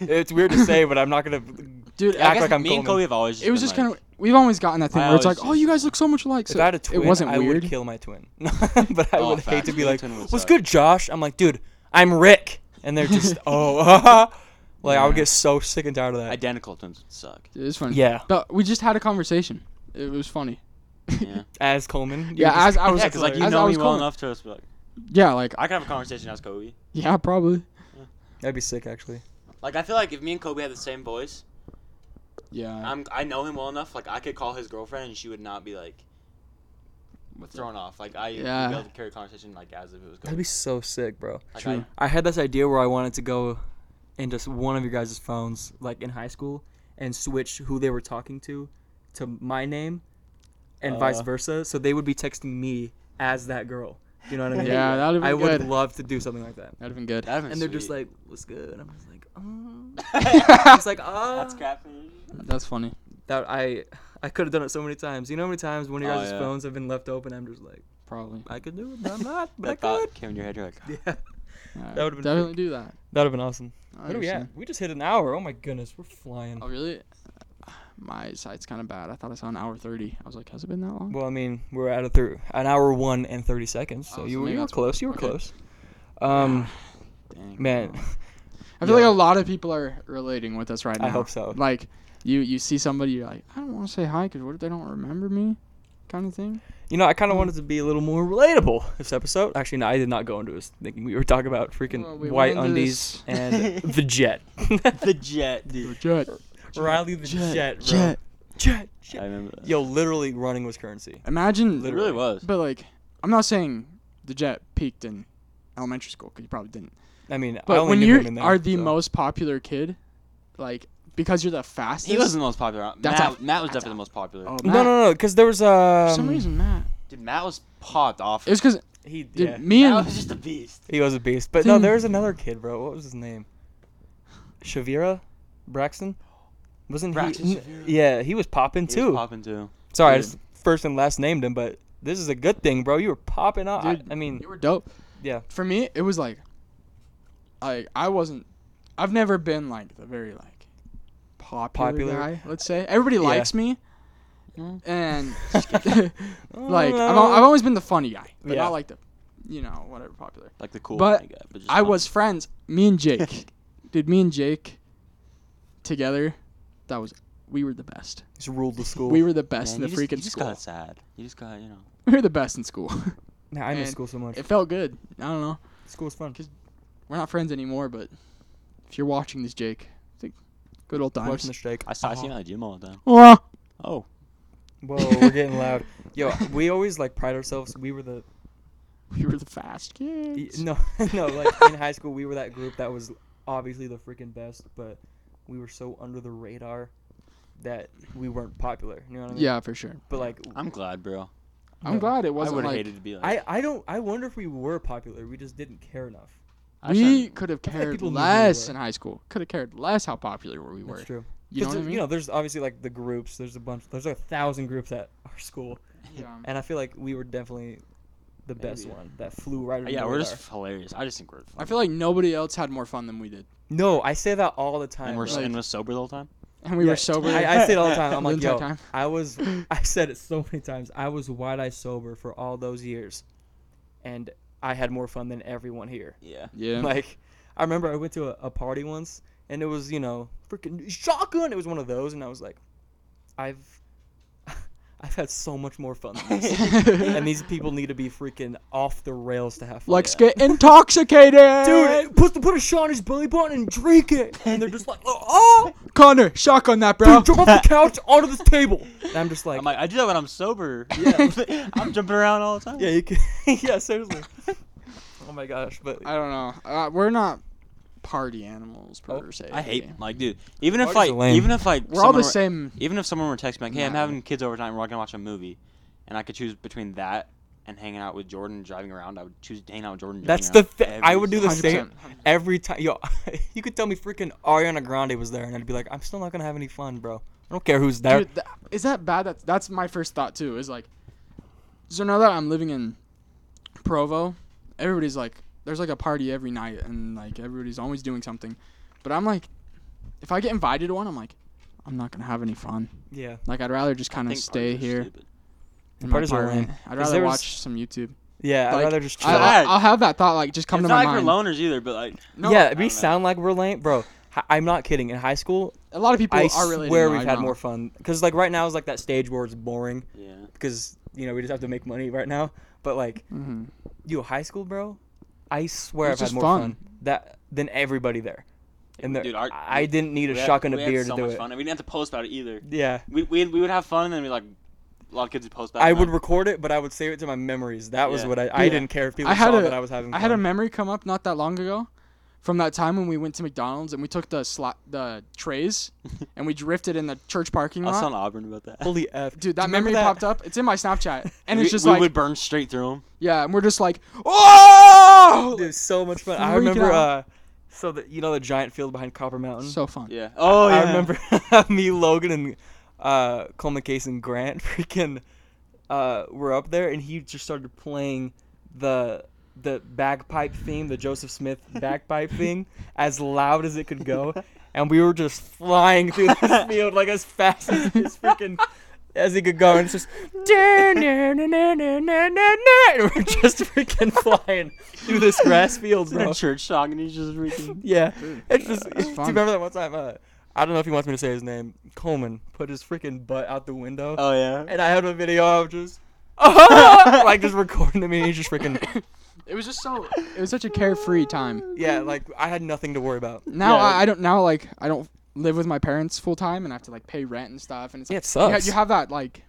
Speaker 2: it's, it's weird to say, but I'm not gonna.
Speaker 1: Dude,
Speaker 4: I
Speaker 2: act
Speaker 4: guess
Speaker 2: like I'm
Speaker 4: me
Speaker 2: Coleman.
Speaker 4: and Cody have always.
Speaker 1: It was
Speaker 4: been
Speaker 1: just kind
Speaker 4: like-
Speaker 1: of we've always gotten that thing
Speaker 4: I
Speaker 1: where it's like,
Speaker 4: always
Speaker 1: "Oh, you
Speaker 4: just-
Speaker 1: guys look so much alike."
Speaker 2: If
Speaker 1: So
Speaker 2: I had a twin,
Speaker 1: it wasn't
Speaker 2: I
Speaker 1: weird.
Speaker 2: would kill my twin. but I
Speaker 4: Oh,
Speaker 2: would hate
Speaker 4: facts.
Speaker 2: to be
Speaker 4: Your
Speaker 2: like,
Speaker 4: twin would
Speaker 2: "What's
Speaker 4: suck."
Speaker 2: good, Josh?" I'm like, "Dude, I'm Rick," and they're just, "Oh, like I would
Speaker 1: Yeah.
Speaker 2: get so sick and tired of that."
Speaker 4: identical twins would suck.
Speaker 1: It was funny.
Speaker 2: Yeah.
Speaker 1: But we just had a conversation. It was funny.
Speaker 4: Yeah.
Speaker 2: as Coleman. you
Speaker 1: Yeah,
Speaker 2: just-
Speaker 1: as I was
Speaker 4: Yeah, because like you
Speaker 1: As I
Speaker 4: know
Speaker 1: was
Speaker 4: me well
Speaker 1: Coleman.
Speaker 4: enough to us, like
Speaker 1: Yeah, like
Speaker 4: I could have a conversation as Kobe.
Speaker 1: yeah, probably.
Speaker 2: that'd be sick actually.
Speaker 4: Like I feel like if me and Kobe had the same voice,
Speaker 1: Yeah.
Speaker 4: I'm I know him well enough. Like I could call his girlfriend and she would not be like thrown off. Like I
Speaker 1: Yeah.
Speaker 4: would be able to carry a conversation like as if it was
Speaker 2: That'd
Speaker 4: Kobe.
Speaker 2: be so sick, bro.
Speaker 4: Like,
Speaker 1: True.
Speaker 2: I had this idea where I wanted to go in just one of your guys' phones, like in high school, and switch who they were talking to to my name and vice
Speaker 4: Uh.
Speaker 2: versa. So they would be texting me as that girl. You know what I mean?
Speaker 1: Yeah, that'd have
Speaker 2: I
Speaker 1: been
Speaker 2: would
Speaker 1: good.
Speaker 2: love to do something like that.
Speaker 1: That'd have been good.
Speaker 4: That'd been
Speaker 2: And they're just
Speaker 4: sweet.
Speaker 2: like, "What's good?" And I'm just like, "Oh."
Speaker 1: That's
Speaker 2: It's like, "Oh."
Speaker 4: that's catfish.
Speaker 1: funny.
Speaker 2: That I I could have done it so many times. You know how many times one of your
Speaker 4: Oh,
Speaker 2: guys'
Speaker 4: yeah.
Speaker 2: phones have been left open? I'm just like,
Speaker 1: Probably.
Speaker 2: I could do it, but I'm not. But I
Speaker 4: That
Speaker 2: could.
Speaker 4: thought came in your head. You're like,
Speaker 2: Yeah,
Speaker 1: Yeah,
Speaker 2: That would've been
Speaker 1: definitely do that.
Speaker 2: that'd have been awesome.
Speaker 1: I
Speaker 2: What do we at?
Speaker 1: understand.
Speaker 2: We just hit an hour. Oh my goodness, we're flying.
Speaker 1: Oh really? My sight's kind of bad. I thought I saw an hour thirty. I was like, has it been that long?
Speaker 2: Well, I mean, we're at a thir- an hour one and thirty seconds, so
Speaker 1: Oh, so
Speaker 2: you, were-
Speaker 1: maybe
Speaker 2: you were
Speaker 1: that's
Speaker 2: close. You were
Speaker 1: okay.
Speaker 2: close. Um,
Speaker 4: dang.
Speaker 2: man,
Speaker 1: I feel
Speaker 2: yeah.
Speaker 1: like a lot of people are relating with us right now.
Speaker 2: I hope so.
Speaker 1: Like, you you see somebody, you're like, I don't want to say hi because what if they don't remember me, kind of thing.
Speaker 2: You know, I kind of wanted to be a little more relatable this episode. Actually, no, I did not go into this thinking we were talking about freaking
Speaker 1: Well, we
Speaker 2: white
Speaker 1: went into
Speaker 2: undies
Speaker 1: this-
Speaker 2: and the jet.
Speaker 4: the jet, dude.
Speaker 1: Jet,
Speaker 2: Riley the jet, bro.
Speaker 1: jet.
Speaker 2: jet,
Speaker 4: I
Speaker 2: jet.
Speaker 4: remember. That.
Speaker 2: Yo, literally running was currency.
Speaker 1: Imagine
Speaker 4: it really was.
Speaker 1: But like, I'm not saying the jet peaked in elementary school because you probably didn't.
Speaker 2: I mean, I
Speaker 1: But
Speaker 2: only
Speaker 1: when
Speaker 2: knew
Speaker 1: you
Speaker 2: him in there,
Speaker 1: are the
Speaker 2: so.
Speaker 1: most popular kid, like because you're the fastest.
Speaker 4: He was the most popular.
Speaker 1: That's
Speaker 4: Matt,
Speaker 1: a-
Speaker 4: Matt was
Speaker 1: that's
Speaker 4: definitely
Speaker 1: a-
Speaker 4: the most popular.
Speaker 1: Oh, Matt,
Speaker 2: No, no, no, because there was um,
Speaker 1: For some reason, Matt.
Speaker 4: Dude, Matt was popped off.
Speaker 1: It was because
Speaker 2: He, yeah,
Speaker 1: me
Speaker 4: Matt
Speaker 1: and
Speaker 4: was just a beast.
Speaker 2: he was a beast. But no,
Speaker 1: Dude.
Speaker 2: there was another kid, bro. What was his name? Shavira, Braxton. Wasn't
Speaker 4: Braxton
Speaker 2: he?
Speaker 4: Shavira.
Speaker 2: Yeah, he was popping
Speaker 4: He was
Speaker 2: too.
Speaker 4: popping too.
Speaker 2: Sorry, I
Speaker 4: dude.
Speaker 2: just first and last named him, but this is a good thing, bro. You were popping up. I,
Speaker 1: Dude,
Speaker 2: I mean,
Speaker 1: you were dope.
Speaker 2: Yeah.
Speaker 1: For me, it was like, like I wasn't. I've never been like the very like popular,
Speaker 2: Popular.
Speaker 1: guy. Let's say everybody
Speaker 2: Yeah.
Speaker 1: likes me,
Speaker 4: Mm.
Speaker 1: and like
Speaker 2: Oh,
Speaker 1: I've,
Speaker 2: no.
Speaker 1: al- I've always been the funny guy, but
Speaker 2: Yeah.
Speaker 1: not like the, you know, whatever popular.
Speaker 4: Like the cool.
Speaker 1: But
Speaker 4: funny guy, but just
Speaker 1: I
Speaker 4: funny.
Speaker 1: was friends. Me and Jake, dude. Me and Jake, together, that was we were the best.
Speaker 2: just ruled the school.
Speaker 1: We were the best
Speaker 4: Man,
Speaker 1: in
Speaker 4: you
Speaker 1: the
Speaker 4: just-
Speaker 1: freaking
Speaker 4: you just
Speaker 1: school.
Speaker 4: got sad. You just got you know.
Speaker 1: We were the best in school.
Speaker 2: Man, I
Speaker 1: and
Speaker 2: miss school so much.
Speaker 1: it felt good. I don't know.
Speaker 2: School's fun.
Speaker 1: We're not friends anymore, but if you're watching this, Jake, I think good old times.
Speaker 2: Watching the strike.
Speaker 4: I saw I see
Speaker 1: Uh-huh.
Speaker 4: him at the gym all the time.
Speaker 1: Oh,
Speaker 4: Oh,
Speaker 2: Whoa, we're getting loud. Yo, we always like pride ourselves. We were the
Speaker 1: we were the fast
Speaker 2: Y-
Speaker 1: kids.
Speaker 2: No, no. Like in high school, we were that group that was obviously the freaking best, but we were so under the radar that we weren't popular. You know what I mean?
Speaker 1: Yeah, for sure.
Speaker 2: But like,
Speaker 4: I'm glad, bro.
Speaker 1: I'm
Speaker 2: Yeah.
Speaker 1: glad it
Speaker 4: I
Speaker 1: wasn't
Speaker 4: would have
Speaker 1: like
Speaker 4: hated to be like.
Speaker 2: I, I don't. I wonder if we were popular. We just didn't care enough.
Speaker 4: I
Speaker 1: we
Speaker 4: shouldn't-
Speaker 1: could have
Speaker 2: I feel like
Speaker 1: cared
Speaker 2: people knew who we
Speaker 1: less
Speaker 2: were.
Speaker 1: in high school. Could have cared less how popular we were.
Speaker 2: That's true.
Speaker 1: You know what I mean?
Speaker 2: You know, there's obviously like the groups. There's a bunch. There's like a thousand groups at our school,
Speaker 1: yeah.
Speaker 2: and I feel like we were definitely the best
Speaker 4: Maybe.
Speaker 2: one that flew right. under
Speaker 4: yeah,
Speaker 2: the
Speaker 4: we're
Speaker 2: radar.
Speaker 4: just hilarious. I just think we're.
Speaker 1: I
Speaker 4: Funny.
Speaker 1: feel like nobody else had more fun than we did,
Speaker 2: No, I say that all the time.
Speaker 4: and we're
Speaker 2: bro.
Speaker 4: so- and we're sober the whole time.
Speaker 1: and we
Speaker 2: Yeah,
Speaker 1: were sober.
Speaker 2: I, I say it all the time. I'm
Speaker 1: The
Speaker 2: like,
Speaker 1: entire
Speaker 2: yo,
Speaker 1: time.
Speaker 2: I was, I said it so many times. I was wide eyed sober for all those years, and I had more fun than everyone here.
Speaker 4: Yeah.
Speaker 1: yeah.
Speaker 2: Like, I remember I went to a, a party once, and it was you know freaking shotgun. It was one of those, and I was like, I've, I've had so much more fun than this, and these people need to be freaking off the rails to have fun.
Speaker 1: Let's get intoxicated,
Speaker 2: Dude, put the, put a shot in his belly button and drink it, and they're just like, oh,
Speaker 1: Connor, shock on that, bro.
Speaker 2: dude, jump off the couch onto this table. And I'm just like,
Speaker 4: I'm like, I do that when I'm sober.
Speaker 2: Yeah.
Speaker 4: I'm jumping around all the time.
Speaker 2: Yeah, you can. yeah, seriously. Oh my gosh, but
Speaker 1: I don't know. Uh, we're not party animals per
Speaker 2: Oh,
Speaker 1: se.
Speaker 4: I hate like, dude. Even if
Speaker 2: Parties
Speaker 4: I,
Speaker 2: are lame.
Speaker 4: even if I,
Speaker 1: We're all the
Speaker 4: someone were-
Speaker 1: same.
Speaker 4: Even if someone were texting me like, "Hey, I'm
Speaker 1: Nah.
Speaker 4: having kids over tonight. We're all gonna watch a movie," and I could choose between that and hanging out with Jordan driving around, I would choose hanging out with Jordan. driving
Speaker 2: That's the
Speaker 4: around
Speaker 2: thi- I
Speaker 4: every
Speaker 2: would do the
Speaker 4: single-
Speaker 2: same
Speaker 1: 100%.
Speaker 2: every time. Yo, you could tell me freaking Ariana Grande was there, and I'd be like, I'm still not gonna have any fun, bro. I don't care who's there.
Speaker 1: Dude, tha- is that bad? That's that's my first thought too. Is like, so now that I'm living in Provo, everybody's like, there's like a party every night, and like everybody's always doing something. But I'm like, if I get invited to one, I'm like, I'm not gonna have any fun.
Speaker 2: yeah,
Speaker 1: Like I'd rather just kind
Speaker 4: I
Speaker 1: of
Speaker 4: think
Speaker 1: stay
Speaker 4: parties are
Speaker 1: here
Speaker 4: stupid.
Speaker 1: in my
Speaker 2: Parties are
Speaker 1: apartment.
Speaker 2: lame.
Speaker 1: I'd
Speaker 2: 'Cause
Speaker 1: rather
Speaker 2: there was-
Speaker 1: watch some YouTube.
Speaker 2: yeah. I'd
Speaker 1: Like,
Speaker 2: rather just chill.
Speaker 1: I,
Speaker 2: out.
Speaker 1: I, I'll have that thought like just come
Speaker 4: it's
Speaker 1: to
Speaker 4: not
Speaker 1: my
Speaker 4: like
Speaker 1: mind.
Speaker 4: we're loners either, but like,
Speaker 1: No,
Speaker 4: I
Speaker 2: yeah,
Speaker 4: don't know.
Speaker 2: we sound like we're lame, bro. H- I'm not kidding. In high school,
Speaker 1: A lot of people
Speaker 2: I
Speaker 1: are related.
Speaker 2: swear
Speaker 1: though,
Speaker 2: we've
Speaker 1: I
Speaker 2: had
Speaker 1: know.
Speaker 2: more fun. Cause like right now is like that stage where it's boring
Speaker 4: yeah,
Speaker 2: because you know we just have to make money right now. But like,
Speaker 1: Mhm.
Speaker 2: yo, high school, bro. I swear
Speaker 1: It's
Speaker 2: I've
Speaker 1: just
Speaker 2: had more
Speaker 1: fun.
Speaker 2: fun. that than everybody there. And there,
Speaker 4: Dude, our-
Speaker 2: I I didn't need a
Speaker 4: We had-
Speaker 2: shotgun
Speaker 4: we
Speaker 2: of
Speaker 4: had
Speaker 2: beer
Speaker 4: so
Speaker 2: to do
Speaker 4: much
Speaker 2: it.
Speaker 4: Fun. and We didn't have to post about it either.
Speaker 2: Yeah.
Speaker 4: We we we would have fun, and then we like a lot of kids would post about.
Speaker 2: I
Speaker 4: it,
Speaker 2: would
Speaker 4: like,
Speaker 2: record it, but I would save it to my memories. That was
Speaker 4: Yeah.
Speaker 2: what I, I
Speaker 1: Yeah.
Speaker 2: didn't care if people
Speaker 1: I had
Speaker 2: saw
Speaker 1: a-
Speaker 2: that I was having.
Speaker 1: I had a
Speaker 2: fun.
Speaker 1: memory come up not that long ago, from that time when we went to McDonald's and we took the slot the trays, and we drifted in the church parking
Speaker 4: I was
Speaker 1: lot.
Speaker 4: telling "Oh, Auburn about that.
Speaker 2: holy f.
Speaker 1: Dude,
Speaker 2: Do you
Speaker 1: that
Speaker 2: remember
Speaker 1: memory popped up. It's in my Snapchat, and
Speaker 4: we,
Speaker 1: it's just
Speaker 4: we
Speaker 1: like
Speaker 4: would burn straight through them.
Speaker 1: yeah, and we're just like oh,
Speaker 2: Dude, so much fun. I
Speaker 1: Freaking
Speaker 2: remember.
Speaker 1: out.
Speaker 2: Uh, so the you know the giant field behind Copper Mountain.
Speaker 1: so fun.
Speaker 4: Yeah. Oh yeah.
Speaker 2: I remember me, Logan, and uh, Coleman Case and Grant freaking uh, were up there, and he just started playing the the bagpipe theme, the Joseph Smith bagpipe thing, as loud as it could go, and we were just flying through this field like as fast as his freaking. As he could go, and it's just, and we're just freaking flying through this grass field,
Speaker 4: It's like
Speaker 2: bro.
Speaker 4: a church song, and he's just freaking.
Speaker 2: Yeah, it's just.
Speaker 1: it's
Speaker 2: do you
Speaker 1: fun.
Speaker 2: remember that one time? Uh, I don't know if he wants me to say his name. Coleman put his freaking butt out the window,
Speaker 4: Oh yeah.
Speaker 2: and I had a video of just like just recording him, and he's just freaking
Speaker 1: It was just so it was such a carefree time.
Speaker 2: yeah. Like I had nothing to worry about.
Speaker 1: Now
Speaker 4: Yeah.
Speaker 1: I, I don't now like I don't live with my parents full time, and I have to like pay rent and stuff, and it's
Speaker 2: Yeah,
Speaker 1: like,
Speaker 2: it sucks.
Speaker 1: You, ha- you have that like,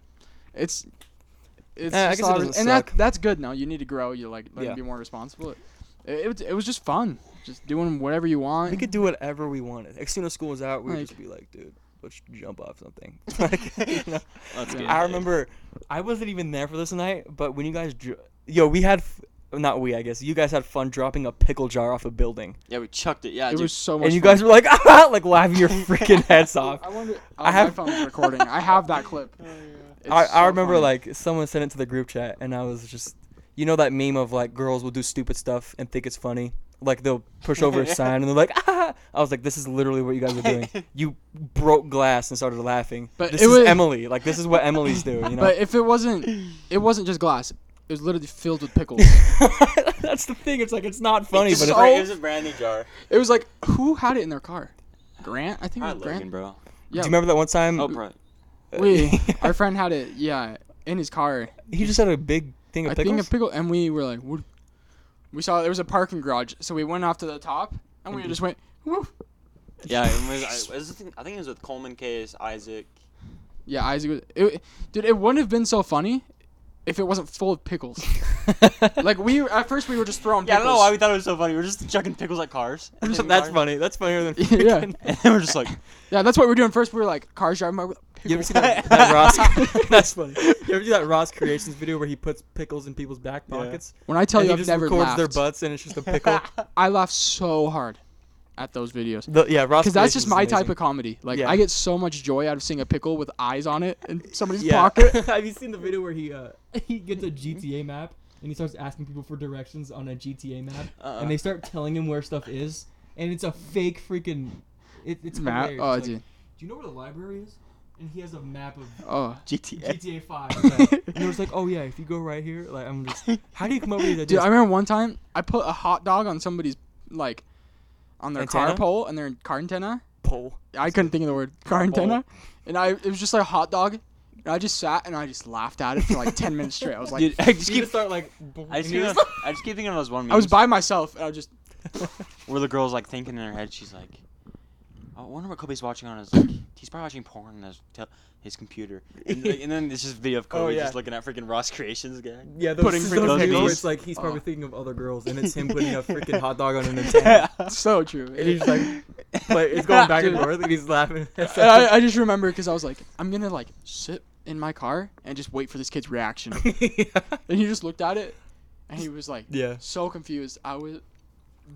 Speaker 1: it's. It's
Speaker 2: Eh, I
Speaker 1: just
Speaker 2: guess it
Speaker 1: all-
Speaker 2: doesn't
Speaker 1: and that
Speaker 2: suck.
Speaker 1: that's good. Now you need to grow. You like learn
Speaker 2: Yeah.
Speaker 1: to be more responsible. It, it, was- it was just fun, just doing whatever you want.
Speaker 2: we could do whatever we wanted. As soon as school was out, we'd
Speaker 1: Like-
Speaker 2: just be like, dude, let's jump off something. Like, you know?
Speaker 4: Let's
Speaker 1: Yeah.
Speaker 4: get
Speaker 2: I
Speaker 4: it.
Speaker 2: remember I wasn't even there for this night, but when you guys, dr- yo, we had. F- not we, I guess. You guys had fun dropping a pickle jar off a building.
Speaker 4: Yeah, we chucked it. Yeah,
Speaker 1: it
Speaker 4: dude.
Speaker 1: was so much.
Speaker 2: and you
Speaker 1: fun.
Speaker 2: guys were like, ah, like laughing your freaking heads off.
Speaker 1: I wonder. Oh,
Speaker 2: I have-
Speaker 1: my phone's recording. I have that clip. It's
Speaker 2: I, I
Speaker 1: so
Speaker 2: remember
Speaker 1: funny.
Speaker 2: like someone sent it to the group chat, and I was just, you know, that meme of like girls will do stupid stuff and think it's funny. Like they'll push over a sign and they're like, ah! I was like, this is literally what you guys are doing. You broke glass and started laughing.
Speaker 1: But
Speaker 2: But this
Speaker 1: it
Speaker 2: is
Speaker 1: was-
Speaker 2: Emily. Like this is what Emily's doing. You know.
Speaker 1: But if it wasn't, it wasn't just glass. It was literally filled with pickles.
Speaker 2: That's the thing. It's like it's not funny,
Speaker 4: It's
Speaker 2: but
Speaker 4: a
Speaker 2: it's
Speaker 4: bra-
Speaker 1: so-
Speaker 4: it was a brand new jar.
Speaker 1: it was like who had it in their car? Grant, I think
Speaker 4: I
Speaker 1: it was
Speaker 4: Logan,
Speaker 1: Grant.
Speaker 4: bro.
Speaker 1: Yeah,
Speaker 2: Do you remember that one time?
Speaker 4: Oh, bro.
Speaker 1: we our friend had it. Yeah, in his car.
Speaker 2: he just had a big thing
Speaker 1: I
Speaker 2: of
Speaker 1: think a
Speaker 2: pickles.
Speaker 1: pickle, and we were like, "What?" we saw there was a parking garage, so we went off to the top, and we just went, "Woo!"
Speaker 4: Yeah, it was, I, it was the thing- I think it was with Coleman Case, Isaac.
Speaker 1: Yeah, Isaac was. It, dude, it wouldn't have been so funny if it wasn't full of pickles. like we at first we were just throwing.
Speaker 4: Yeah, I
Speaker 1: pickles.
Speaker 4: don't know why we thought it was so funny. We were just chucking pickles at cars.
Speaker 2: That's funny. That's funnier than
Speaker 1: Yeah.
Speaker 2: freaking-
Speaker 4: And then we're just like,
Speaker 1: Yeah, that's what we were doing first. We were like cars driving by. we're like,
Speaker 2: You ever see
Speaker 1: "Pickles."
Speaker 2: that, that Ross? that's funny. You ever see that Ross Creations video where he puts pickles in people's back
Speaker 4: Yeah.
Speaker 2: pockets?
Speaker 1: When I tell
Speaker 2: and
Speaker 1: you,
Speaker 2: he
Speaker 1: I've
Speaker 2: just
Speaker 1: never
Speaker 2: records
Speaker 1: laughed.
Speaker 2: their butts and it's just a pickle.
Speaker 1: I laugh so hard at those videos.
Speaker 2: The- yeah, Ross.
Speaker 1: Because that's
Speaker 2: Creations
Speaker 1: just
Speaker 2: is
Speaker 1: my type
Speaker 2: amazing.
Speaker 1: of comedy. Like,
Speaker 2: Yeah.
Speaker 1: I get so much joy out of seeing a pickle with eyes on it in somebody's
Speaker 2: Yeah.
Speaker 1: pocket.
Speaker 2: Have you seen the video where he uh, he gets a GTA map and he starts asking people for directions on a GTA map
Speaker 4: uh,
Speaker 1: Uh-uh.
Speaker 2: and they start telling him where stuff is and it's a fake freaking. It, it's
Speaker 1: Map.
Speaker 2: hilarious.
Speaker 1: Oh,
Speaker 2: Like,
Speaker 1: dude.
Speaker 2: Do you know where the library is? And he has a map of
Speaker 1: Oh.
Speaker 4: GTA.
Speaker 2: GTA Five. yeah. and it was like, oh yeah, if you go right here, like I'm just. How do you come up with these
Speaker 1: Dude,
Speaker 2: ideas?
Speaker 1: I remember one time I put a hot dog on somebody's like on their car
Speaker 2: Antenna?
Speaker 1: pole and their car antenna.
Speaker 2: Pole.
Speaker 1: I couldn't think of the word car antenna, and I it was just like a hot dog. And I just sat and I just laughed at it for like ten minutes straight. I was like,
Speaker 4: Dude, I just
Speaker 2: You
Speaker 4: keep,
Speaker 2: just start like.
Speaker 4: I just keep,
Speaker 2: and
Speaker 4: I just keep thinking of those one. Memes
Speaker 1: I was by myself and I was just
Speaker 4: where the girl's like thinking in her head, she's like, I wonder what Kobe's watching on his. Like, he's probably watching porn on his tel- his computer, and, like, and then it's just video of Kobe
Speaker 2: Oh, yeah.
Speaker 4: just looking at freaking Ross Creations again.
Speaker 2: Yeah, those,
Speaker 1: Putting
Speaker 2: those
Speaker 1: freaking
Speaker 2: videos where
Speaker 4: pictures.
Speaker 2: it's like he's probably
Speaker 1: Oh.
Speaker 2: thinking of other girls, and it's him putting a freaking hot dog on an Nintendo.
Speaker 1: so true.
Speaker 2: And he's like, but it's going back and
Speaker 1: Dude.
Speaker 2: forth, and he's laughing.
Speaker 1: And I, I just remember because I was like, I'm gonna like sit in my car and just wait for this kid's reaction. and he just looked at it, and he was like,
Speaker 2: yeah.
Speaker 1: so confused. I was,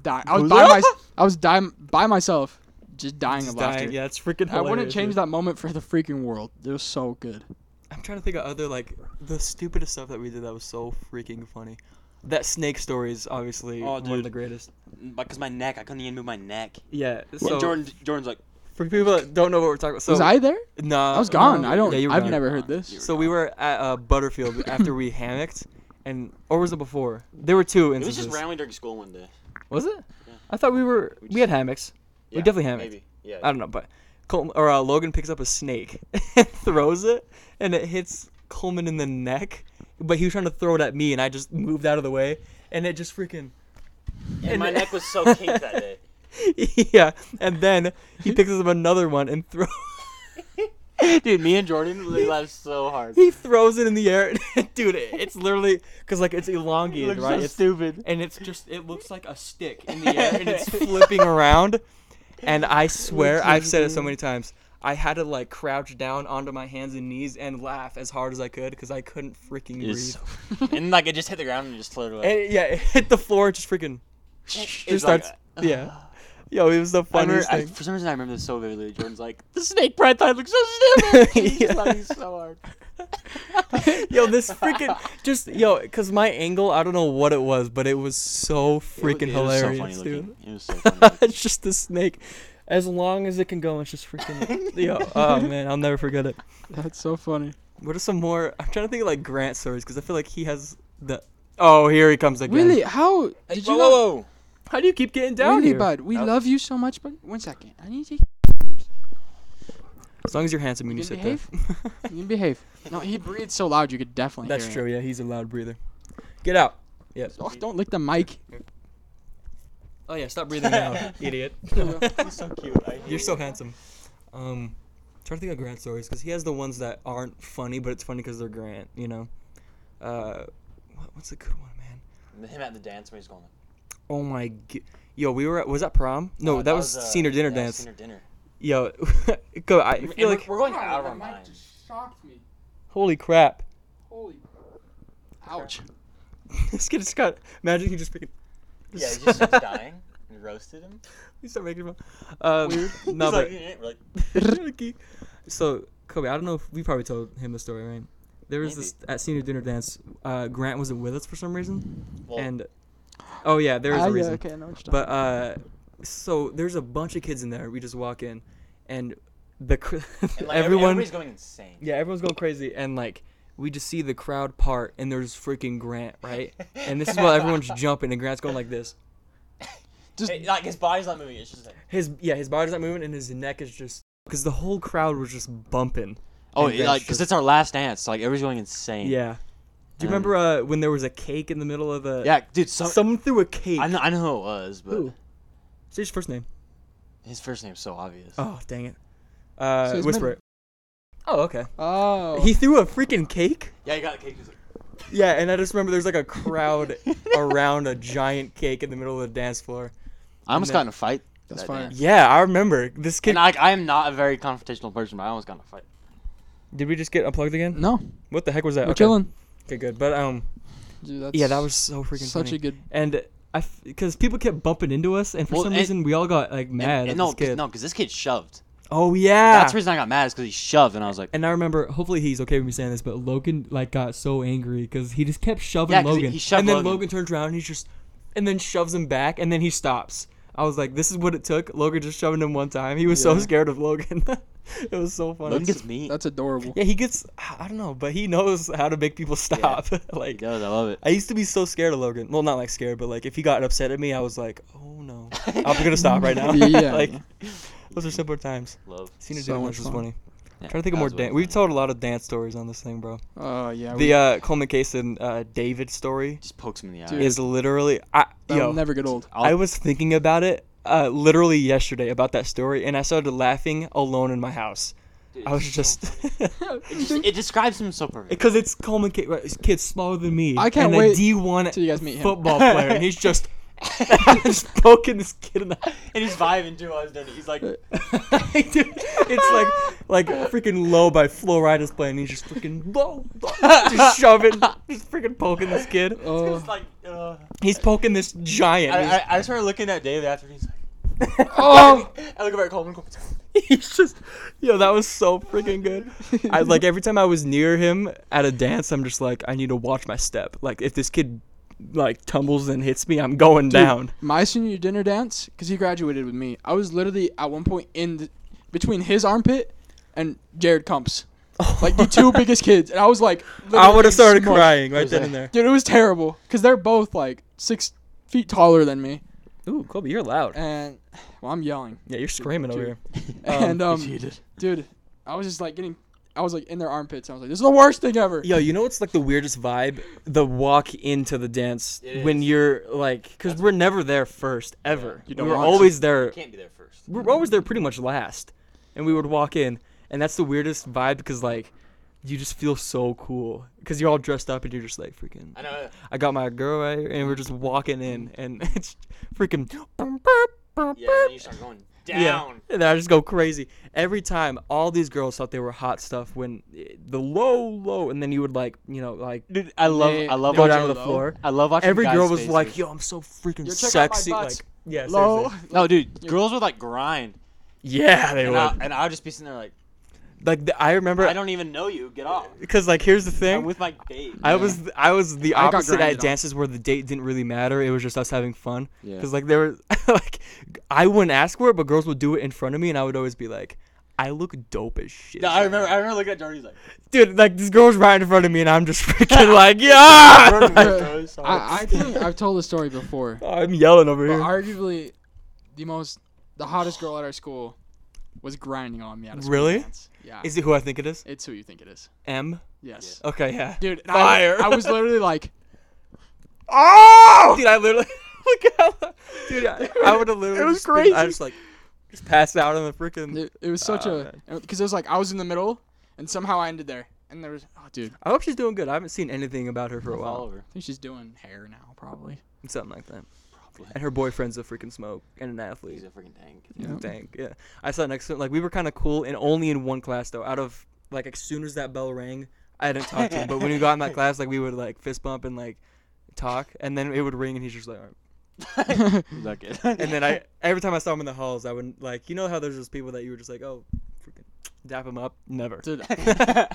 Speaker 1: die. I was
Speaker 4: Was
Speaker 1: by my,
Speaker 4: it?
Speaker 1: I was dying by myself, just dying of laughter.
Speaker 2: Yeah, it's freaking.
Speaker 1: I wouldn't change that moment for the freaking world. It was so good.
Speaker 2: I'm trying to think of other like the stupidest stuff that we did that was so freaking funny. That snake story is obviously
Speaker 4: Oh,
Speaker 2: one of
Speaker 4: dude.
Speaker 2: the greatest.
Speaker 4: Mm, Because my neck, I couldn't even move my neck.
Speaker 2: Yeah.
Speaker 4: So
Speaker 2: So
Speaker 4: Jordan, Jordan's like,
Speaker 2: for people that don't know what we're talking about, so
Speaker 1: was I there?
Speaker 2: nah,
Speaker 1: I was gone.
Speaker 2: no,
Speaker 1: I don't.
Speaker 2: Uh, yeah, you were
Speaker 1: I've
Speaker 2: gone.
Speaker 1: never heard
Speaker 4: Uh,
Speaker 1: this.
Speaker 4: you
Speaker 2: So we were at uh, Butterfield after we hammocked, and or was it before? There were two
Speaker 4: it was
Speaker 2: instances.
Speaker 4: just randomly during school one day.
Speaker 2: Was it?
Speaker 4: Yeah.
Speaker 2: I thought we were we,
Speaker 4: just-
Speaker 2: had hammocks. We
Speaker 4: Yeah,
Speaker 2: definitely Uh, hammocked.
Speaker 4: Maybe. Yeah.
Speaker 2: I don't know, but Col- or uh, Logan picks up a snake and throws it, and it hits Coleman in the neck. But he was trying to throw it at me, and I just moved out of the way, and it just freaking
Speaker 4: And my neck was so kinked that day.
Speaker 2: yeah. And then he picks up another one and throw
Speaker 4: Dude, me and Jordan we laughed so hard.
Speaker 2: he throws it in the air, dude. it- It's literally because like it's
Speaker 4: It
Speaker 2: elongated,
Speaker 4: looked
Speaker 2: right?
Speaker 4: so
Speaker 2: It's-
Speaker 4: stupid.
Speaker 2: and it's just it looks like a stick in the air and it's flipping around and i swear i've said it so many times i had to like crouch down onto my hands and knees and laugh as hard as i could because i couldn't freaking breathe
Speaker 4: Yes. and like it just hit the ground and just floated away.
Speaker 2: and yeah it hit the floor it just freaking just
Speaker 4: like, uh,
Speaker 2: starts yeah yo it was the
Speaker 4: I remember,
Speaker 2: funniest
Speaker 4: I,
Speaker 2: thing
Speaker 4: for some reason, I remember this so vividly. Jordan's like, the snake pride thought it looked so stupid. He's
Speaker 2: Yeah.
Speaker 4: just laughing so hard.
Speaker 2: yo this freaking just yo because my angle i don't know what it was but it was so freaking
Speaker 4: it was
Speaker 2: hilarious
Speaker 4: so funny
Speaker 2: dude
Speaker 4: looking. It was so funny. looking.
Speaker 2: it's just the snake as long as it can go it's just freaking yo oh man i'll never forget it
Speaker 1: That's so funny.
Speaker 2: What are some more? I'm trying to think of like Grant stories because I feel like he has the. Oh, here he comes again.
Speaker 1: Really? How did
Speaker 4: Hey,
Speaker 1: you?
Speaker 4: whoa,
Speaker 1: not-
Speaker 4: whoa, whoa.
Speaker 2: How do you keep getting down
Speaker 1: really,
Speaker 2: here?
Speaker 1: bud. We
Speaker 4: Oh.
Speaker 1: love you so much, but one second. I need to
Speaker 2: As long as you're handsome when
Speaker 1: You
Speaker 2: you
Speaker 1: can
Speaker 2: sit there.
Speaker 1: you behave. No, he breathes so loud you could definitely.
Speaker 2: That's
Speaker 1: hear
Speaker 2: true. Yeah, he's a loud breather. Get out.
Speaker 1: It. Oh, don't lick the mic.
Speaker 2: Oh yeah, stop breathing now, idiot.
Speaker 4: He's so cute. I
Speaker 2: You're so handsome. Um, trying to think of Grant stories because he has the ones that aren't funny, but it's funny because they're Grant. You know. Uh, what, what's a good one, man?
Speaker 4: Him at the dance when he's going.
Speaker 2: Oh my. G- Yo, we were at, was that prom? No,
Speaker 4: uh,
Speaker 2: that, was,
Speaker 4: uh,
Speaker 2: senior dinner
Speaker 4: yeah,
Speaker 2: dance.
Speaker 4: Senior dinner.
Speaker 2: Yo, go. I
Speaker 4: And
Speaker 2: feel
Speaker 4: we're-
Speaker 2: like
Speaker 4: we're going out of our mind.
Speaker 1: just shocked me.
Speaker 2: holy crap.
Speaker 1: Holy. Ouch.
Speaker 2: this kid just got. Imagine he just freaking.
Speaker 4: Yeah, he just starts dying. We roasted him.
Speaker 2: he started making fun. Um, No,
Speaker 4: He's like,
Speaker 2: but
Speaker 4: "Eh," we're like,
Speaker 2: Lucky. so Kobe, I don't know if we probably told him the story, right? There was this at senior dinner dance. Uh, Grant wasn't with us for some reason,
Speaker 4: well,
Speaker 2: and oh yeah, there is
Speaker 1: Ah,
Speaker 2: a reason.
Speaker 1: Yeah, okay, I know what you're
Speaker 2: But uh, so there's a bunch of kids in there. We just walk in, and the cr-
Speaker 4: and like, every-
Speaker 2: everyone.
Speaker 4: everybody's going insane.
Speaker 2: Yeah, everyone's going crazy, and like we just see the crowd part, and there's freaking Grant, right? And this is while everyone's jumping, and Grant's going like this.
Speaker 1: Just-
Speaker 4: It- like his body's not moving. It's just like.
Speaker 2: His yeah, his body's not moving and his neck is just because the whole crowd was just bumping.
Speaker 4: Oh,
Speaker 2: And
Speaker 4: it,
Speaker 2: that's
Speaker 4: like because
Speaker 2: just-
Speaker 4: it's our last dance. so, Like everybody's going insane.
Speaker 2: Yeah. Do you
Speaker 4: Um,
Speaker 2: remember uh, when there was a cake in the middle of the?
Speaker 4: Yeah, dude. Some,
Speaker 2: Someone threw a cake.
Speaker 4: I know, I know who it was, but
Speaker 2: Who? Say his first name.
Speaker 4: his first name's so obvious.
Speaker 2: Oh dang it. Uh,
Speaker 1: So his
Speaker 2: whisper
Speaker 1: middle-
Speaker 2: it. Oh okay.
Speaker 1: Oh.
Speaker 2: He threw a freaking cake.
Speaker 4: Yeah, you got the cake. He's like,
Speaker 2: Yeah, and I just remember there's like a crowd around a giant cake in the middle of the dance floor.
Speaker 4: I almost
Speaker 2: then-
Speaker 4: got in a fight.
Speaker 1: That's
Speaker 4: that
Speaker 1: fire.
Speaker 4: dance.
Speaker 2: Yeah, I remember this kid.
Speaker 4: And like I am not a very confrontational person, but I almost got in a fight.
Speaker 2: Did we just get unplugged again?
Speaker 1: no,
Speaker 2: What the heck was that?
Speaker 1: we're
Speaker 2: okay.
Speaker 1: chilling.
Speaker 2: Okay, good. But um,
Speaker 1: Dude, that's
Speaker 2: yeah, that was so freaking
Speaker 1: such
Speaker 2: funny.
Speaker 1: a good.
Speaker 2: and I because people kept bumping into us, and for
Speaker 4: Well,
Speaker 2: some
Speaker 4: and-
Speaker 2: reason we all got like mad at
Speaker 4: and, and no,
Speaker 2: this kid.
Speaker 4: no, because this kid shoved.
Speaker 2: Oh yeah,
Speaker 4: That's the reason I got mad is because he shoved, and I was like,
Speaker 2: and I remember. Hopefully he's okay with me saying this, but Logan like got so angry because he just kept shoving
Speaker 4: Yeah, 'cause he-
Speaker 2: Logan,
Speaker 4: he shoved
Speaker 2: and then Logan.
Speaker 4: Logan.
Speaker 2: turns around and he's just, and then shoves him back, and then he stops. I was like, this is what it took. Logan just shoving him one time. He was so
Speaker 1: Yeah.
Speaker 2: scared of Logan. it was so funny.
Speaker 4: "Look at me."
Speaker 1: That's adorable.
Speaker 2: yeah, he gets. I don't know, but he knows how to make people stop.
Speaker 4: He
Speaker 2: like
Speaker 4: does. I love it.
Speaker 2: I used to be so scared of Logan. Well, not like scared, but like if he got upset at me, I was like, oh no, I'm gonna stop right now.
Speaker 1: Yeah.
Speaker 2: like those are simpler times.
Speaker 4: Love.
Speaker 2: Seen a
Speaker 1: So
Speaker 2: dance
Speaker 1: much
Speaker 2: was
Speaker 1: fun.
Speaker 2: funny.
Speaker 4: Yeah,
Speaker 2: trying to think of
Speaker 4: that
Speaker 2: more
Speaker 4: was really
Speaker 2: dance. We've
Speaker 4: funny.
Speaker 2: told a lot of dance stories on this thing, bro.
Speaker 1: Oh yeah.
Speaker 2: The uh, Coleman Case and uh, David story
Speaker 4: Just pokes him in the eye.
Speaker 1: Dude.
Speaker 2: is literally I
Speaker 1: will
Speaker 2: yo.
Speaker 1: never get old.
Speaker 4: I'll-
Speaker 2: I was thinking about it uh, literally yesterday about that story, and I started laughing alone in my house.
Speaker 4: Dude,
Speaker 2: I was
Speaker 4: it's
Speaker 2: just
Speaker 4: so funny. it describes him so perfectly.
Speaker 2: because it's Coleman Ki- right, it's kids smaller than me.
Speaker 1: I can't
Speaker 2: and
Speaker 1: wait
Speaker 2: A D one
Speaker 1: till you guys meet him.
Speaker 2: football player, and he's just just poking this kid in the.
Speaker 4: And he's vibing too. I was doing it. He's like,
Speaker 2: Dude, it's like like freaking low by Fluoride is playing. He's just freaking low, low, just shoving, just freaking poking this kid.
Speaker 1: Oh,
Speaker 4: it's like, uh,
Speaker 2: He's poking this giant.
Speaker 4: I, I, I started looking at Dave after. and He's like,
Speaker 1: oh,
Speaker 4: I look over at Coleman. Coleman's like,
Speaker 2: He's just, yo, that was so freaking good. I like every time I was near him at a dance, I'm just like, I need to watch my step. Like if this kid, like tumbles and hits me, I'm going
Speaker 1: Dude,
Speaker 2: down.
Speaker 1: My senior year dinner dance, because he graduated with me. I was literally at one point in the, between his armpit and Jared Cump's, like the two biggest kids, and I was like,
Speaker 2: Oh. I
Speaker 1: literally
Speaker 2: would have started
Speaker 1: smushed.
Speaker 2: crying right
Speaker 4: Who's
Speaker 2: then
Speaker 4: that?
Speaker 2: and there.
Speaker 1: Dude, it was terrible because they're both like six feet taller than me,
Speaker 2: Ooh, Kobe, you're loud.
Speaker 1: and well, I'm yelling,
Speaker 2: Yeah, you're screaming over
Speaker 1: Dude.
Speaker 2: here.
Speaker 1: and um, dude, I was just like getting, I was like in their armpits. I was like, this is the worst thing ever.
Speaker 2: Yo, you know what's like the weirdest vibe? The walk into the dance
Speaker 4: It
Speaker 2: when
Speaker 4: is.
Speaker 2: you're like, because we're never there first ever.
Speaker 1: You don't
Speaker 2: we're
Speaker 1: want to.
Speaker 2: always there.
Speaker 4: can't be there first.
Speaker 2: We're always there pretty much last, and we would walk in, and that's the weirdest vibe because like, you just feel so cool because you're all dressed up and you're just like freaking.
Speaker 4: I know.
Speaker 2: I got my girl right, here," and we're just walking in, and it's freaking.
Speaker 4: Yeah, and then you start going down.
Speaker 2: Yeah, and I just go crazy every time. All these girls thought they were hot stuff when eh, the low, low, and then you would like, you know, like
Speaker 4: Dude, I love,
Speaker 1: They-
Speaker 4: I love
Speaker 1: they
Speaker 2: go
Speaker 4: watching.
Speaker 2: down to
Speaker 1: low,
Speaker 2: the
Speaker 1: low.
Speaker 2: floor.
Speaker 4: I love watching.
Speaker 2: Every
Speaker 4: guys'
Speaker 2: girl was
Speaker 4: faces.
Speaker 2: like, "Yo, I'm so freaking
Speaker 1: Yo, check out my
Speaker 2: sexy." Like,
Speaker 1: butts.
Speaker 2: yeah,
Speaker 1: Low.
Speaker 2: seriously.
Speaker 4: No, dude, girls would like grind,
Speaker 2: Yeah, they
Speaker 4: and
Speaker 2: would.
Speaker 4: I, and I would just be sitting there like,
Speaker 2: like the, I
Speaker 4: I
Speaker 2: remember
Speaker 4: don't even know you. Get off.
Speaker 2: because like here's the
Speaker 4: I'm
Speaker 2: thing.
Speaker 4: with my date.
Speaker 2: I was I was the
Speaker 1: I got
Speaker 2: opposite at
Speaker 1: grinded on.
Speaker 2: dances where the date didn't really matter. It was just us having fun.
Speaker 4: Yeah.
Speaker 2: Cause like there were like I wouldn't ask for it, but girls would do it in front of me, and I would always be like, "I look dope as shit."
Speaker 4: No, I remember. I remember looking at Jordan. He's like,
Speaker 2: dude, like this girl's right in front of me, and I'm just freaking like, yeah.
Speaker 4: "Jordan, I'm
Speaker 1: Yeah.
Speaker 4: so sorry."
Speaker 1: I, I think I've told this story before.
Speaker 2: I'm yelling over
Speaker 1: But
Speaker 2: here.
Speaker 1: arguably, the most, the hottest girl at our school was grinding on me at a school
Speaker 2: Really?
Speaker 1: dance. Yeah.
Speaker 2: Is it who I think it is?
Speaker 1: it's who you think it is.
Speaker 2: M.
Speaker 1: Yes.
Speaker 2: Okay, yeah.
Speaker 1: Dude, and
Speaker 2: Fire.
Speaker 1: I, I was literally like,
Speaker 2: Oh, dude, I literally look at how, dude, I, I would have literally.
Speaker 1: it was
Speaker 2: just been- I
Speaker 1: crazy.
Speaker 2: just like just passed out on the freaking.
Speaker 1: it, it was such
Speaker 2: Oh,
Speaker 1: a because it was like I was in the middle and somehow I ended there. And there was, oh, dude,
Speaker 2: I hope she's doing good. I haven't seen anything about her for a
Speaker 4: It's all
Speaker 2: while.
Speaker 4: over.
Speaker 1: I think she's doing hair now, probably.
Speaker 2: Something like that.
Speaker 4: Probably.
Speaker 2: And her boyfriend's a freaking smoke and an athlete.
Speaker 4: He's a freaking tank.
Speaker 1: Yeah.
Speaker 2: Thank yeah. I sat next to him. Like we were kind of cool, and only in one class though. Out of like as soon as that bell rang, I didn't talk to him. But when we got in that class, like we would like fist bump and like talk, and then it would ring, and he's just like. "All right."
Speaker 4: He's like, it.
Speaker 2: And then I every time I saw him in the halls, I would like you know how there's those people that you were just like oh, freaking dap him up. Never.
Speaker 1: Dude,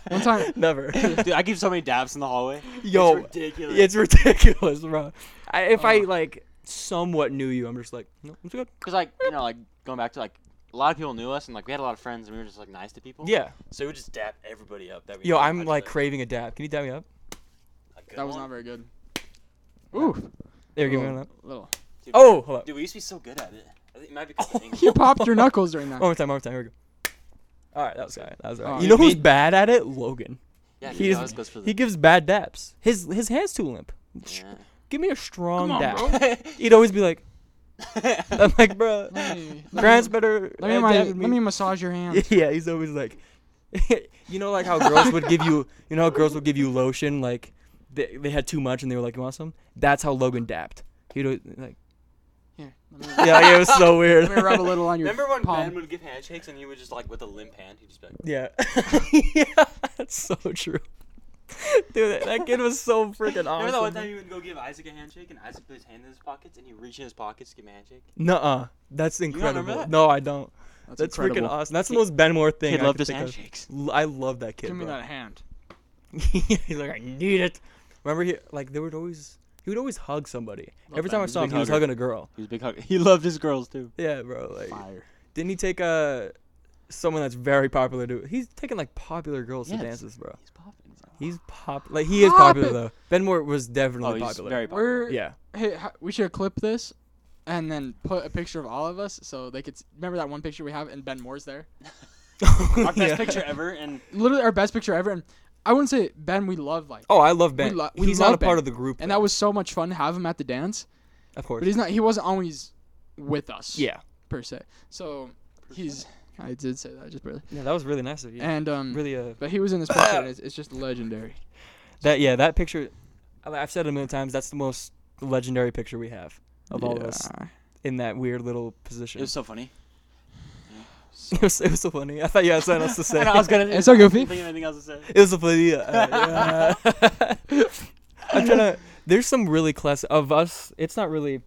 Speaker 1: one time,
Speaker 2: Never.
Speaker 4: Dude, I give so many dabs in the hallway.
Speaker 2: Yo,
Speaker 4: it's ridiculous.
Speaker 2: it's ridiculous, bro. I, if I
Speaker 1: Oh.
Speaker 2: like somewhat knew you, I'm just like, no, it's good.
Speaker 4: because like you know, like going back to like a lot of people knew us, and like we had a lot of friends, and we were just like nice to people.
Speaker 2: Yeah.
Speaker 4: So we would just dap everybody up. That we
Speaker 2: Yo,
Speaker 4: knew.
Speaker 2: I'm
Speaker 4: I'd
Speaker 2: like
Speaker 4: be
Speaker 2: craving a dab. Can you dab me up?
Speaker 4: "A good
Speaker 1: that was
Speaker 4: one?"
Speaker 1: not very good. Ooh,
Speaker 2: There, give me
Speaker 1: Little-
Speaker 2: one up.
Speaker 1: little.
Speaker 4: Dude,
Speaker 2: Oh, hold up.
Speaker 4: dude, we used to be so good at it. I think it might be. 'cause of English.
Speaker 1: You popped your knuckles during that.
Speaker 2: One more time, one more time. Here we go. All right, that was all right. That was all right.
Speaker 1: Oh,
Speaker 2: you
Speaker 1: you
Speaker 2: know who's
Speaker 4: mean-
Speaker 2: bad at it? Logan.
Speaker 4: Yeah,
Speaker 2: He
Speaker 4: dude,
Speaker 2: is-
Speaker 4: always goes for the.
Speaker 2: He gives bad dabs. His his hand's too limp. Sh-
Speaker 4: Yeah.
Speaker 2: Give me a strong
Speaker 1: on,
Speaker 2: dab.
Speaker 1: bro.
Speaker 2: He'd always be like, I'm like, bro,
Speaker 1: Let me- let
Speaker 2: Grant's
Speaker 1: me-
Speaker 2: better.
Speaker 1: Let me,
Speaker 2: at
Speaker 1: my,
Speaker 2: dabbing
Speaker 1: let me massage your hand.
Speaker 2: Yeah, he's always like, you know, like how girls would give you, you know, how girls would give you lotion, like they, they had too much and they were like, you want some? That's how Logan dapped. He'd al- like,
Speaker 1: Here, let me,
Speaker 2: yeah, like, it was so weird.
Speaker 1: let me rub a little on your
Speaker 4: Remember when
Speaker 1: palm.
Speaker 4: Ben would give handshakes and he would just like with a limp hand, he'd just be like,
Speaker 2: yeah, yeah, that's so true. Dude, that, that kid was so freaking
Speaker 4: Remember that one time
Speaker 2: awesome.
Speaker 4: you would go give Isaac a handshake and Isaac put his hand in his pockets and he reached in his pockets to give him a handshake?
Speaker 2: Nuh-uh, that's
Speaker 4: don't remember
Speaker 2: incredible.
Speaker 4: that?
Speaker 2: No, I don't.
Speaker 1: That's,
Speaker 2: That's, freaking
Speaker 1: incredible.
Speaker 2: awesome. That's the most Benmore thing.
Speaker 4: Kid
Speaker 2: I
Speaker 4: loved
Speaker 2: could
Speaker 4: his
Speaker 2: think of.
Speaker 4: handshakes.
Speaker 2: L- I love that kid.
Speaker 1: Give me
Speaker 2: bro.
Speaker 1: that hand.
Speaker 2: he's like, I need it. Remember, he like they would always he would always hug somebody. Every time I
Speaker 4: He's a
Speaker 2: saw him,
Speaker 4: big
Speaker 2: he was
Speaker 4: hugger.
Speaker 2: hugging a girl.
Speaker 4: He was a big hugger. He loved his girls too.
Speaker 2: Yeah, bro. Like,
Speaker 1: Fire.
Speaker 2: didn't he take uh, someone that's very popular to? He's taking like popular girls
Speaker 4: Yes.
Speaker 2: to dances, bro.
Speaker 4: He's popping. He's like,
Speaker 2: He's pop like he is popular though. Benmore was
Speaker 4: oh,
Speaker 2: definitely
Speaker 4: he's
Speaker 2: popular.
Speaker 4: very popular.
Speaker 1: We're
Speaker 2: yeah,
Speaker 1: Hey, h- we should clip this and then put a picture of all of us so they could s- remember that one picture we have and Ben Moore's there.
Speaker 4: Our best
Speaker 2: Yeah.
Speaker 4: picture ever, and
Speaker 1: Literally our best picture ever. And I wouldn't say Ben, we love like,
Speaker 2: Oh, I love Ben.
Speaker 1: lo- we
Speaker 2: he's
Speaker 1: love
Speaker 2: not a part
Speaker 1: Ben.
Speaker 2: of the group,
Speaker 1: and
Speaker 2: though,
Speaker 1: that was so much fun to have him at the dance.
Speaker 2: of course.
Speaker 1: But he's not. He wasn't always with us.
Speaker 2: Yeah.
Speaker 1: Per se. So he's. I did say that just barely.
Speaker 2: Yeah, that was really nice of you.
Speaker 1: And um,
Speaker 2: really uh
Speaker 1: but he was in this picture. and it's, it's just legendary.
Speaker 2: that yeah, that picture I- I've said it a million times, that's the most legendary picture we have of all of us
Speaker 1: Yeah.
Speaker 2: in that weird little position.
Speaker 4: It was so funny.
Speaker 2: It was, it was so funny. I thought you had something else to say.
Speaker 4: I was gonna.
Speaker 1: It's so goofy.
Speaker 4: Think of anything else to say?
Speaker 2: It was a funny. uh, uh, I'm trying to. There's some really classic of us. It's not really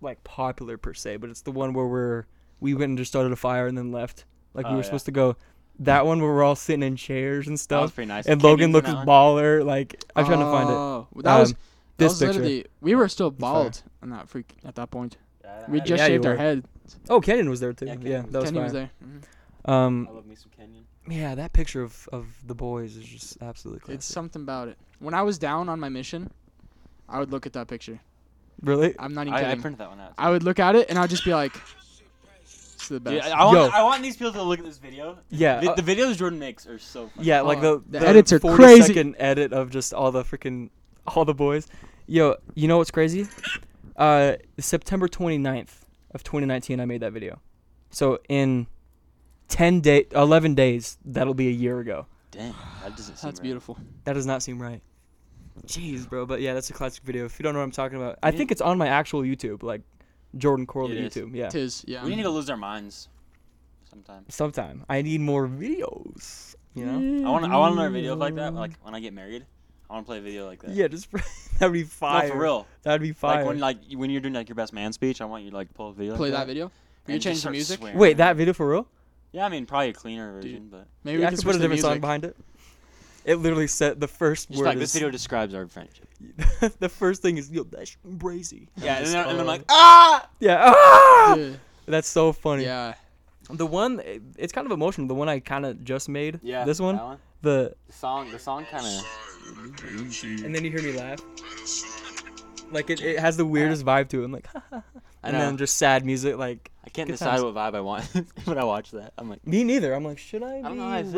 Speaker 2: like popular per se, but it's the one where we're we went and just started a fire and then left. Like we
Speaker 4: Oh,
Speaker 2: were
Speaker 4: yeah.
Speaker 2: supposed to go. That one where we're all sitting in chairs and
Speaker 4: That was
Speaker 2: stuff.
Speaker 4: pretty nice.
Speaker 2: And
Speaker 4: Cam
Speaker 2: Logan
Speaker 4: Newton
Speaker 2: looks
Speaker 4: on that one.
Speaker 2: baller. Like I'm trying to find it.
Speaker 1: Oh, That was
Speaker 2: Um,
Speaker 1: that
Speaker 2: this
Speaker 1: was
Speaker 2: picture.
Speaker 1: literally we were still
Speaker 2: fire.
Speaker 1: bald on that freak at that point.
Speaker 4: Yeah,
Speaker 1: We
Speaker 4: I-
Speaker 1: just
Speaker 2: Uh, Yeah, you
Speaker 1: shaved our
Speaker 2: were.
Speaker 1: head.
Speaker 2: Oh, Kenyon was there too.
Speaker 4: Yeah,
Speaker 2: Yeah,
Speaker 4: Kenyon was
Speaker 2: that was
Speaker 1: Kenny
Speaker 2: fire.
Speaker 1: was there. Mhm.
Speaker 4: I
Speaker 2: Um,
Speaker 4: love me some Kenyon.
Speaker 2: yeah, that picture of of the boys is just absolutely classic.
Speaker 1: It's something about it. When I was down on my mission, I would look at that picture.
Speaker 2: really.
Speaker 1: I'm not even
Speaker 4: I, I
Speaker 1: kidding.
Speaker 4: printed that one out.
Speaker 1: I would look at it and I'd just be like, "It's the
Speaker 4: Dude,
Speaker 1: best."
Speaker 4: I, I want,
Speaker 2: Yo.
Speaker 4: I want these people to look at this video.
Speaker 2: Yeah,
Speaker 4: Vi-
Speaker 2: uh,
Speaker 4: the videos Jordan makes are so funny.
Speaker 2: Yeah, like
Speaker 1: Oh,
Speaker 2: the,
Speaker 1: the edits are crazy.
Speaker 2: second edit of just all the freaking all the boys. Yo, you know what's crazy? Uh, September 29th of 2019, I made that video. So in 10 day, 11 days, that'll be a year ago.
Speaker 4: Dang, that doesn't seem
Speaker 1: That's
Speaker 4: right.
Speaker 1: beautiful.
Speaker 2: That does not seem right. Jeez, bro. But yeah, that's a classic video. If you don't know what I'm talking about, I
Speaker 4: Yeah.
Speaker 2: think it's on my actual YouTube, like Jordan Corley
Speaker 4: It is.
Speaker 2: YouTube. Yeah.
Speaker 1: Tis yeah.
Speaker 4: We need to lose our minds sometime.
Speaker 2: Sometime I need more videos. You know.
Speaker 4: I want, I want another video like that. Like when I get married, I want to play a video like that.
Speaker 2: Yeah, just that'd be
Speaker 4: no,
Speaker 2: fire.
Speaker 4: for real.
Speaker 2: That'd be fire.
Speaker 4: Like when like you- when you're doing like your best man speech, I want you to like pull a video.
Speaker 1: play
Speaker 4: like
Speaker 1: that video. Can you
Speaker 4: and just
Speaker 1: change the
Speaker 4: start
Speaker 1: music?
Speaker 4: swearing.
Speaker 2: Wait, that video for real?
Speaker 4: Yeah, I mean probably a cleaner version, but
Speaker 1: Maybe
Speaker 2: yeah, I
Speaker 1: we can
Speaker 2: could put a
Speaker 1: switch the
Speaker 2: different song
Speaker 1: music.
Speaker 2: behind it. It literally said the first
Speaker 4: just
Speaker 2: word
Speaker 4: like
Speaker 2: is
Speaker 4: this video describes our friendship.
Speaker 2: the first thing is yo that's crazy.
Speaker 4: Yeah, and
Speaker 2: just,
Speaker 4: then, and then I'm
Speaker 2: uh,
Speaker 4: like ah.
Speaker 2: yeah, ah!
Speaker 1: Yeah.
Speaker 2: that's so funny.
Speaker 1: Yeah.
Speaker 2: The one it- it's kind of emotional. The one I kind of just made. this one.
Speaker 4: that one.
Speaker 2: The
Speaker 4: The song, the song kind of.
Speaker 2: and then you hear me laugh. Like it, it has the weirdest vibe to it. I'm like, and
Speaker 4: know.
Speaker 2: then just sad music. Like
Speaker 4: I can't
Speaker 2: Good
Speaker 4: decide
Speaker 2: times.
Speaker 4: what vibe I want when I watch that. I'm like,
Speaker 2: me neither. I'm like, should I,
Speaker 4: don't
Speaker 2: be
Speaker 4: know how I feel.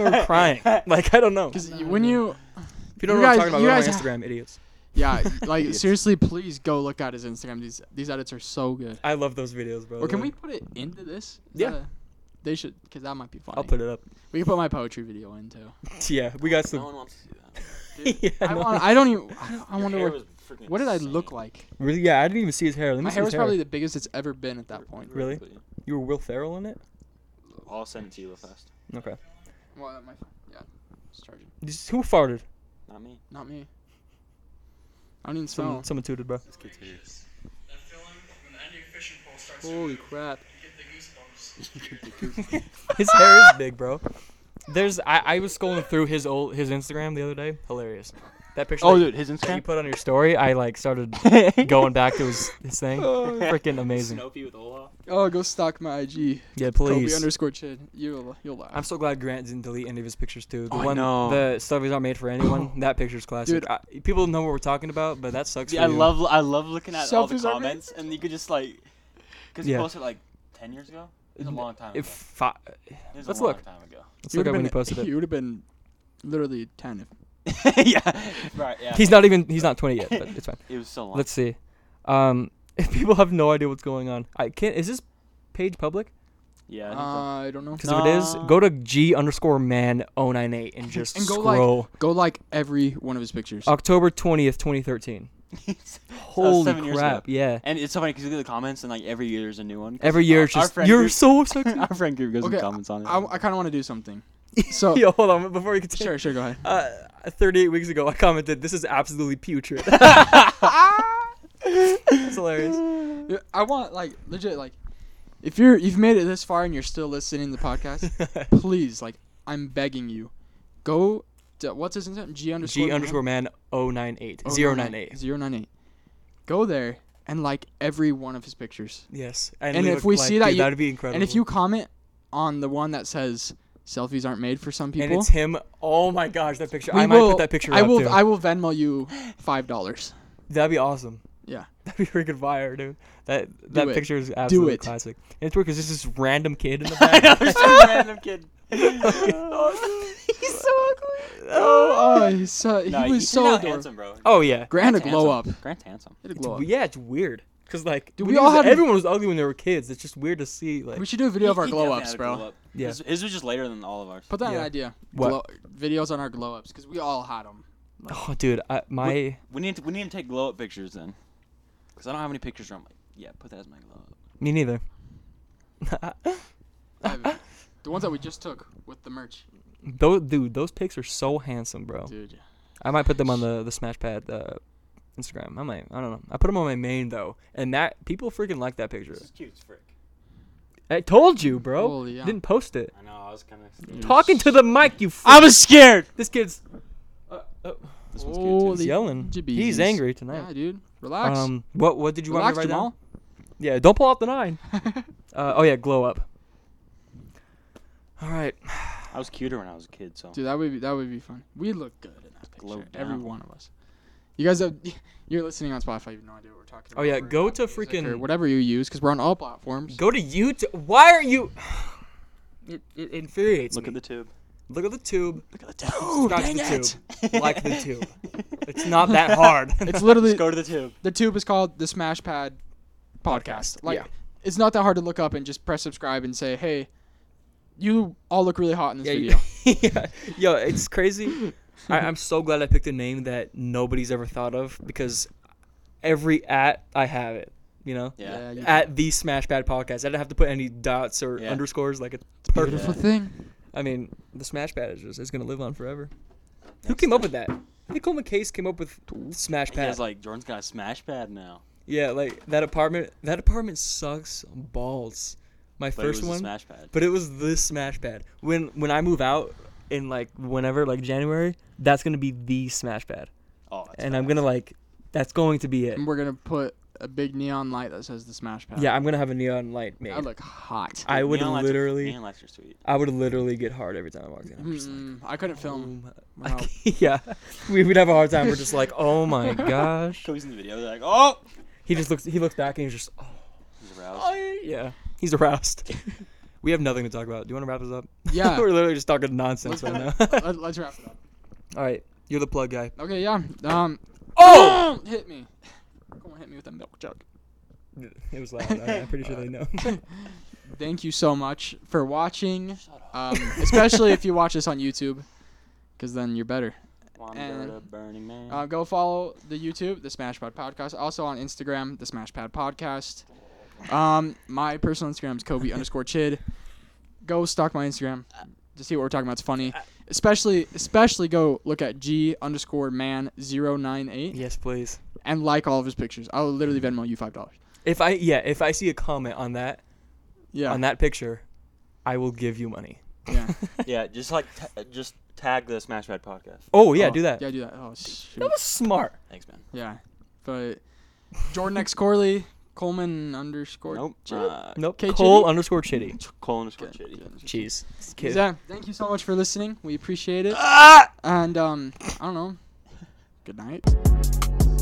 Speaker 2: or crying? like I don't know. If
Speaker 1: Because when you
Speaker 2: you don't
Speaker 1: you
Speaker 2: know
Speaker 1: guys-
Speaker 2: what I'm talking
Speaker 1: you
Speaker 2: about, go
Speaker 1: guys-
Speaker 2: on my Instagram, idiots.
Speaker 1: yeah like seriously, please go look at his Instagram. These these edits are so good.
Speaker 2: I love those videos, bro.
Speaker 1: Or can
Speaker 2: They're-
Speaker 1: we put it into this? Is
Speaker 2: Yeah.
Speaker 1: that a- they should, because that might be funny.
Speaker 2: I'll put it up.
Speaker 1: We can put my poetry video in too.
Speaker 2: Yeah, we got
Speaker 4: no
Speaker 2: some.
Speaker 4: one wants to do that.
Speaker 2: yeah,
Speaker 1: I,
Speaker 2: no.
Speaker 1: want, I don't even. I, don't, I
Speaker 4: Your
Speaker 1: wonder
Speaker 4: hair
Speaker 1: what.
Speaker 4: was freaking
Speaker 1: What did I
Speaker 4: insane.
Speaker 1: look like?
Speaker 2: Really? Yeah, I didn't even see his hair. Let me
Speaker 1: My
Speaker 2: see
Speaker 1: hair
Speaker 2: his
Speaker 1: was probably the biggest it's ever been at that point.
Speaker 2: Really? You were Will Ferrell in it?
Speaker 4: I'll send it to you real fast.
Speaker 2: Okay.
Speaker 1: Well, that might, yeah, it's charging.
Speaker 2: This, who farted?
Speaker 4: Not me.
Speaker 1: Not me. I don't even
Speaker 2: Someone,
Speaker 1: smell.
Speaker 2: someone tooted, bro.
Speaker 4: This kid's here.
Speaker 5: That feeling when the end of your fishing pole starts to
Speaker 1: Holy crap!
Speaker 5: get the goosebumps.
Speaker 2: His hair is big, bro. There's I, I was scrolling through his old his Instagram the other day. Hilarious. That picture
Speaker 4: Oh,
Speaker 2: that
Speaker 4: dude, his
Speaker 2: that you
Speaker 4: Instagram.
Speaker 2: put on your story, I like started going back to his, his thing. Freaking amazing.
Speaker 4: Snoopy with Olaf.
Speaker 1: Oh, go stalk my IG.
Speaker 2: Yeah,
Speaker 1: Kobe
Speaker 2: please.
Speaker 1: underscore chin. You'll you'll laugh.
Speaker 2: I'm so glad Grant didn't delete any of his pictures too. The
Speaker 4: Oh, I
Speaker 2: one,
Speaker 4: know.
Speaker 2: the stuff is not made for anyone. that picture's classic.
Speaker 1: Dude.
Speaker 2: I, people know what we're talking about, but that sucks.
Speaker 4: See,
Speaker 2: for
Speaker 4: I
Speaker 2: you.
Speaker 4: love I love looking at all the
Speaker 1: Selfies are great.
Speaker 4: comments, and you could just like, cause
Speaker 2: Yeah.
Speaker 4: you posted like ten years ago. It was a long time. ago.
Speaker 2: If I,
Speaker 4: It was
Speaker 2: let's
Speaker 4: a long
Speaker 2: look.
Speaker 4: time ago.
Speaker 2: let's look at when he posted it.
Speaker 1: You would have been literally ten. If,
Speaker 4: yeah. Right. Yeah.
Speaker 2: He's not even he's not 20 yet, but it's fine.
Speaker 4: it was so long.
Speaker 2: Let's see. Um, people have no idea what's going on. I can't. Is this page public?
Speaker 1: uh,
Speaker 4: yeah. I think so.
Speaker 1: I don't know.
Speaker 2: Because if it is,
Speaker 4: Nah.
Speaker 2: go to g underscore man 098 and just
Speaker 1: And go
Speaker 2: scroll.
Speaker 1: like go like every one of his pictures.
Speaker 2: October 20th, 2013.
Speaker 4: It's- that was
Speaker 2: Holy
Speaker 4: seven years ago.
Speaker 2: crap! Yeah.
Speaker 4: And it's so funny because you look at the comments, and like every year there's a new one. 'cause
Speaker 2: Every year,
Speaker 4: our-
Speaker 2: it's
Speaker 4: our
Speaker 2: just
Speaker 4: friend
Speaker 2: you're
Speaker 4: group-
Speaker 2: so sexy.
Speaker 4: our friend group goes
Speaker 1: Okay,
Speaker 4: and comments on it.
Speaker 1: I, I kind of want to do something. So
Speaker 2: Yo, hold on before you continue.
Speaker 1: sure, sure, go ahead.
Speaker 2: Uh, 38 weeks ago, I commented, "This is absolutely putrid." That's hilarious.
Speaker 1: Yeah, I want like legit like if you're you've made it this far and you're still listening to the podcast, please like I'm begging you, go. To, what's his Instagram? G underscore Oh,
Speaker 2: G underscore man 098
Speaker 4: Oh,
Speaker 2: 098.
Speaker 1: zero nine eight. Go there and like every one of his pictures.
Speaker 2: Yes.
Speaker 1: And
Speaker 2: leave
Speaker 1: if
Speaker 2: a
Speaker 1: we
Speaker 2: like,
Speaker 1: see that
Speaker 2: dude,
Speaker 1: you-
Speaker 2: that'd be incredible.
Speaker 1: And if you comment on the one that says selfies aren't made for some people,
Speaker 2: and it's him. Oh my gosh, that picture!
Speaker 1: we
Speaker 2: I
Speaker 1: will,
Speaker 2: might put that picture
Speaker 1: I
Speaker 2: up
Speaker 1: will.
Speaker 2: too.
Speaker 1: I will Venmo you five dollars.
Speaker 2: That'd be awesome.
Speaker 1: Yeah.
Speaker 2: That'd be freaking fire, dude. That that
Speaker 1: it.
Speaker 2: picture is absolutely
Speaker 1: it.
Speaker 2: classic. And it's weird because this is random kid in the
Speaker 4: I know,
Speaker 2: back.
Speaker 4: there's some random kid.
Speaker 2: he's so ugly.
Speaker 1: Oh, he's so, he
Speaker 4: No,
Speaker 1: was
Speaker 4: he's
Speaker 1: so
Speaker 4: not
Speaker 1: adorable.
Speaker 4: handsome, bro.
Speaker 2: Oh yeah.
Speaker 1: Grant a
Speaker 4: Grant's
Speaker 1: glow up.
Speaker 4: handsome. Grant's handsome.
Speaker 1: He had a
Speaker 2: It's,
Speaker 1: glow up.
Speaker 2: yeah, it's weird. Cause like
Speaker 1: Dude,
Speaker 2: when
Speaker 1: we
Speaker 2: he
Speaker 1: all
Speaker 2: was-
Speaker 1: had-
Speaker 2: everyone was ugly when they were kids. It's just weird to see like
Speaker 1: We should do a video of
Speaker 4: He-
Speaker 1: our
Speaker 4: he
Speaker 1: glow
Speaker 4: definitely
Speaker 1: ups,
Speaker 4: had a
Speaker 1: bro.
Speaker 4: glow up.
Speaker 2: Yeah.
Speaker 4: His, his was just later than all of ours.
Speaker 1: Put that in
Speaker 2: Yeah.
Speaker 1: an idea.
Speaker 2: What?
Speaker 1: Glow, videos on our glow ups because we all had them.
Speaker 2: oh dude I, my
Speaker 4: We need to, we need to take glow up pictures then, because I don't have any pictures. Where I'm like, yeah, put that as my glow up.
Speaker 2: me neither.
Speaker 1: the ones that we just took with the merch,
Speaker 2: those dude those pics are so handsome bro.
Speaker 1: dude.
Speaker 2: I might put them on the the Smashpad uh, Instagram. I might I don't know I put them on my main though and that people freaking like that picture.
Speaker 3: This is cute as frick.
Speaker 2: I told you bro.
Speaker 1: Holy, yeah.
Speaker 2: Didn't post it.
Speaker 3: I know, I was kind of.
Speaker 1: Dude,
Speaker 2: Talking to the mic you.
Speaker 4: I
Speaker 2: freak-
Speaker 4: was scared.
Speaker 2: this kid's. Uh, oh,
Speaker 4: This one's cute too.
Speaker 2: He's yelling.
Speaker 1: jeebies.
Speaker 2: He's angry tonight.
Speaker 1: Yeah, dude. Relax.
Speaker 2: Um, what what did you
Speaker 1: Relax,
Speaker 2: want me to write
Speaker 1: Jamal.
Speaker 2: down? Yeah, don't pull out the nine. Uh, oh yeah, glow up. All right.
Speaker 4: I was cuter when I was a kid, so
Speaker 1: Dude, that would be that would be fun. We look good in that picture.
Speaker 4: Glowed
Speaker 1: Every
Speaker 4: down.
Speaker 1: one of us. You guys have you're listening on Spotify. You have no idea what we're talking
Speaker 2: Oh,
Speaker 1: about.
Speaker 2: yeah,
Speaker 1: We're
Speaker 2: go
Speaker 1: on
Speaker 2: to
Speaker 1: music or
Speaker 2: freaking-
Speaker 1: whatever you use because we're on all platforms.
Speaker 2: Go to YouTube. Why are you? It, it infuriates
Speaker 4: look
Speaker 2: me.
Speaker 4: at the Oh, tube.
Speaker 2: look at the tube.
Speaker 4: Look at the tube.
Speaker 2: Subscribe to the tube. like the tube. It's not that hard.
Speaker 1: It's literally
Speaker 4: Just go to the tube.
Speaker 1: the tube is called the Smash Pad Podcast.
Speaker 2: Podcast,
Speaker 1: Like
Speaker 2: yeah.
Speaker 1: it's not that hard to look up and just press subscribe and say, hey, you all look really hot in this
Speaker 2: yeah,
Speaker 1: video.
Speaker 2: you- yeah. Yo, it's crazy. I, I'm so glad I picked a name that nobody's ever thought of because every at I have it. You know.
Speaker 4: Yeah.
Speaker 1: Yeah, you-
Speaker 2: At the Smash Pad Podcast, I didn't have to put any dots or
Speaker 4: Yeah.
Speaker 2: underscores. Like it's perfect.
Speaker 1: Beautiful thing.
Speaker 2: I mean, the Smash Pad is just is gonna live on forever. Who came up with that? I think Coleman Case came up with Smash
Speaker 4: He
Speaker 2: Pad.
Speaker 4: has like Jordan's got a smash pad now.
Speaker 2: yeah, like that apartment. That apartment sucks balls. My
Speaker 4: But
Speaker 2: first
Speaker 4: it was
Speaker 2: one,
Speaker 4: a smash pad.
Speaker 2: but it was the Smash Pad. When when I move out in like whenever like January, that's gonna be the Smash Pad,
Speaker 4: oh, that's
Speaker 2: and
Speaker 4: fat.
Speaker 2: I'm gonna like that's going to be it.
Speaker 1: And we're gonna put a big neon light that says the Smash Pad.
Speaker 2: Yeah, I'm gonna have a neon light made.
Speaker 1: I look hot.
Speaker 2: I would
Speaker 4: Neon lights are-
Speaker 2: literally,
Speaker 4: Neon lights are sweet.
Speaker 2: I would literally get hard every time I walked in. I'm just like,
Speaker 1: Mm, I couldn't film.
Speaker 2: oh my-
Speaker 1: Wow.
Speaker 2: yeah, we would have a hard time. We're just like, oh my gosh.
Speaker 4: Cody's in the video. They're like, oh,
Speaker 2: He just looks. He looks back and he's just. Oh,
Speaker 4: he's aroused.
Speaker 2: yeah. He's aroused. we have nothing to talk about. Do you want to wrap this up?
Speaker 1: Yeah.
Speaker 2: We're literally just talking nonsense right now.
Speaker 1: Let, let's wrap it up.
Speaker 2: All right. You're the plug guy.
Speaker 1: Okay, yeah. Um.
Speaker 2: Oh!
Speaker 1: hit me. Come on, hit me with a milk jug.
Speaker 2: It was loud. I, am pretty sure they know.
Speaker 1: Thank you so much for watching. Um, especially if you watch this on YouTube, because then you're better.
Speaker 4: Wanna
Speaker 1: and-
Speaker 4: go to Burning Man.
Speaker 1: Uh, go follow the YouTube, the Smashpad Podcast. Also on Instagram, the Smashpad Podcast. Um, my personal Instagram is Kobe underscore Chid. Go stalk my Instagram to see what we're talking about. It's funny. Especially, especially go look at G underscore man 098
Speaker 2: yes, please.
Speaker 1: and like all of his pictures. I'll literally Venmo you five dollars.
Speaker 2: If I yeah, if I see a comment on that
Speaker 1: Yeah.
Speaker 2: on that picture, I will give you money.
Speaker 1: Yeah.
Speaker 4: yeah, just like ta- just tag the Smash Pad podcast.
Speaker 2: Oh yeah,
Speaker 1: Oh,
Speaker 2: do that.
Speaker 1: Yeah, do that. Oh shoot.
Speaker 2: That was smart.
Speaker 4: Thanks, man.
Speaker 1: Yeah, but Jordan X Corley Coleman underscore.
Speaker 4: Nope.
Speaker 1: Chid.
Speaker 4: Uh,
Speaker 2: Nope.
Speaker 1: K
Speaker 2: Cole
Speaker 1: Chitty?
Speaker 2: underscore chitty.
Speaker 4: Colin is good.
Speaker 2: Cheese.
Speaker 1: Yeah. Thank you so much for listening. We appreciate it. And um, I don't know. Good night.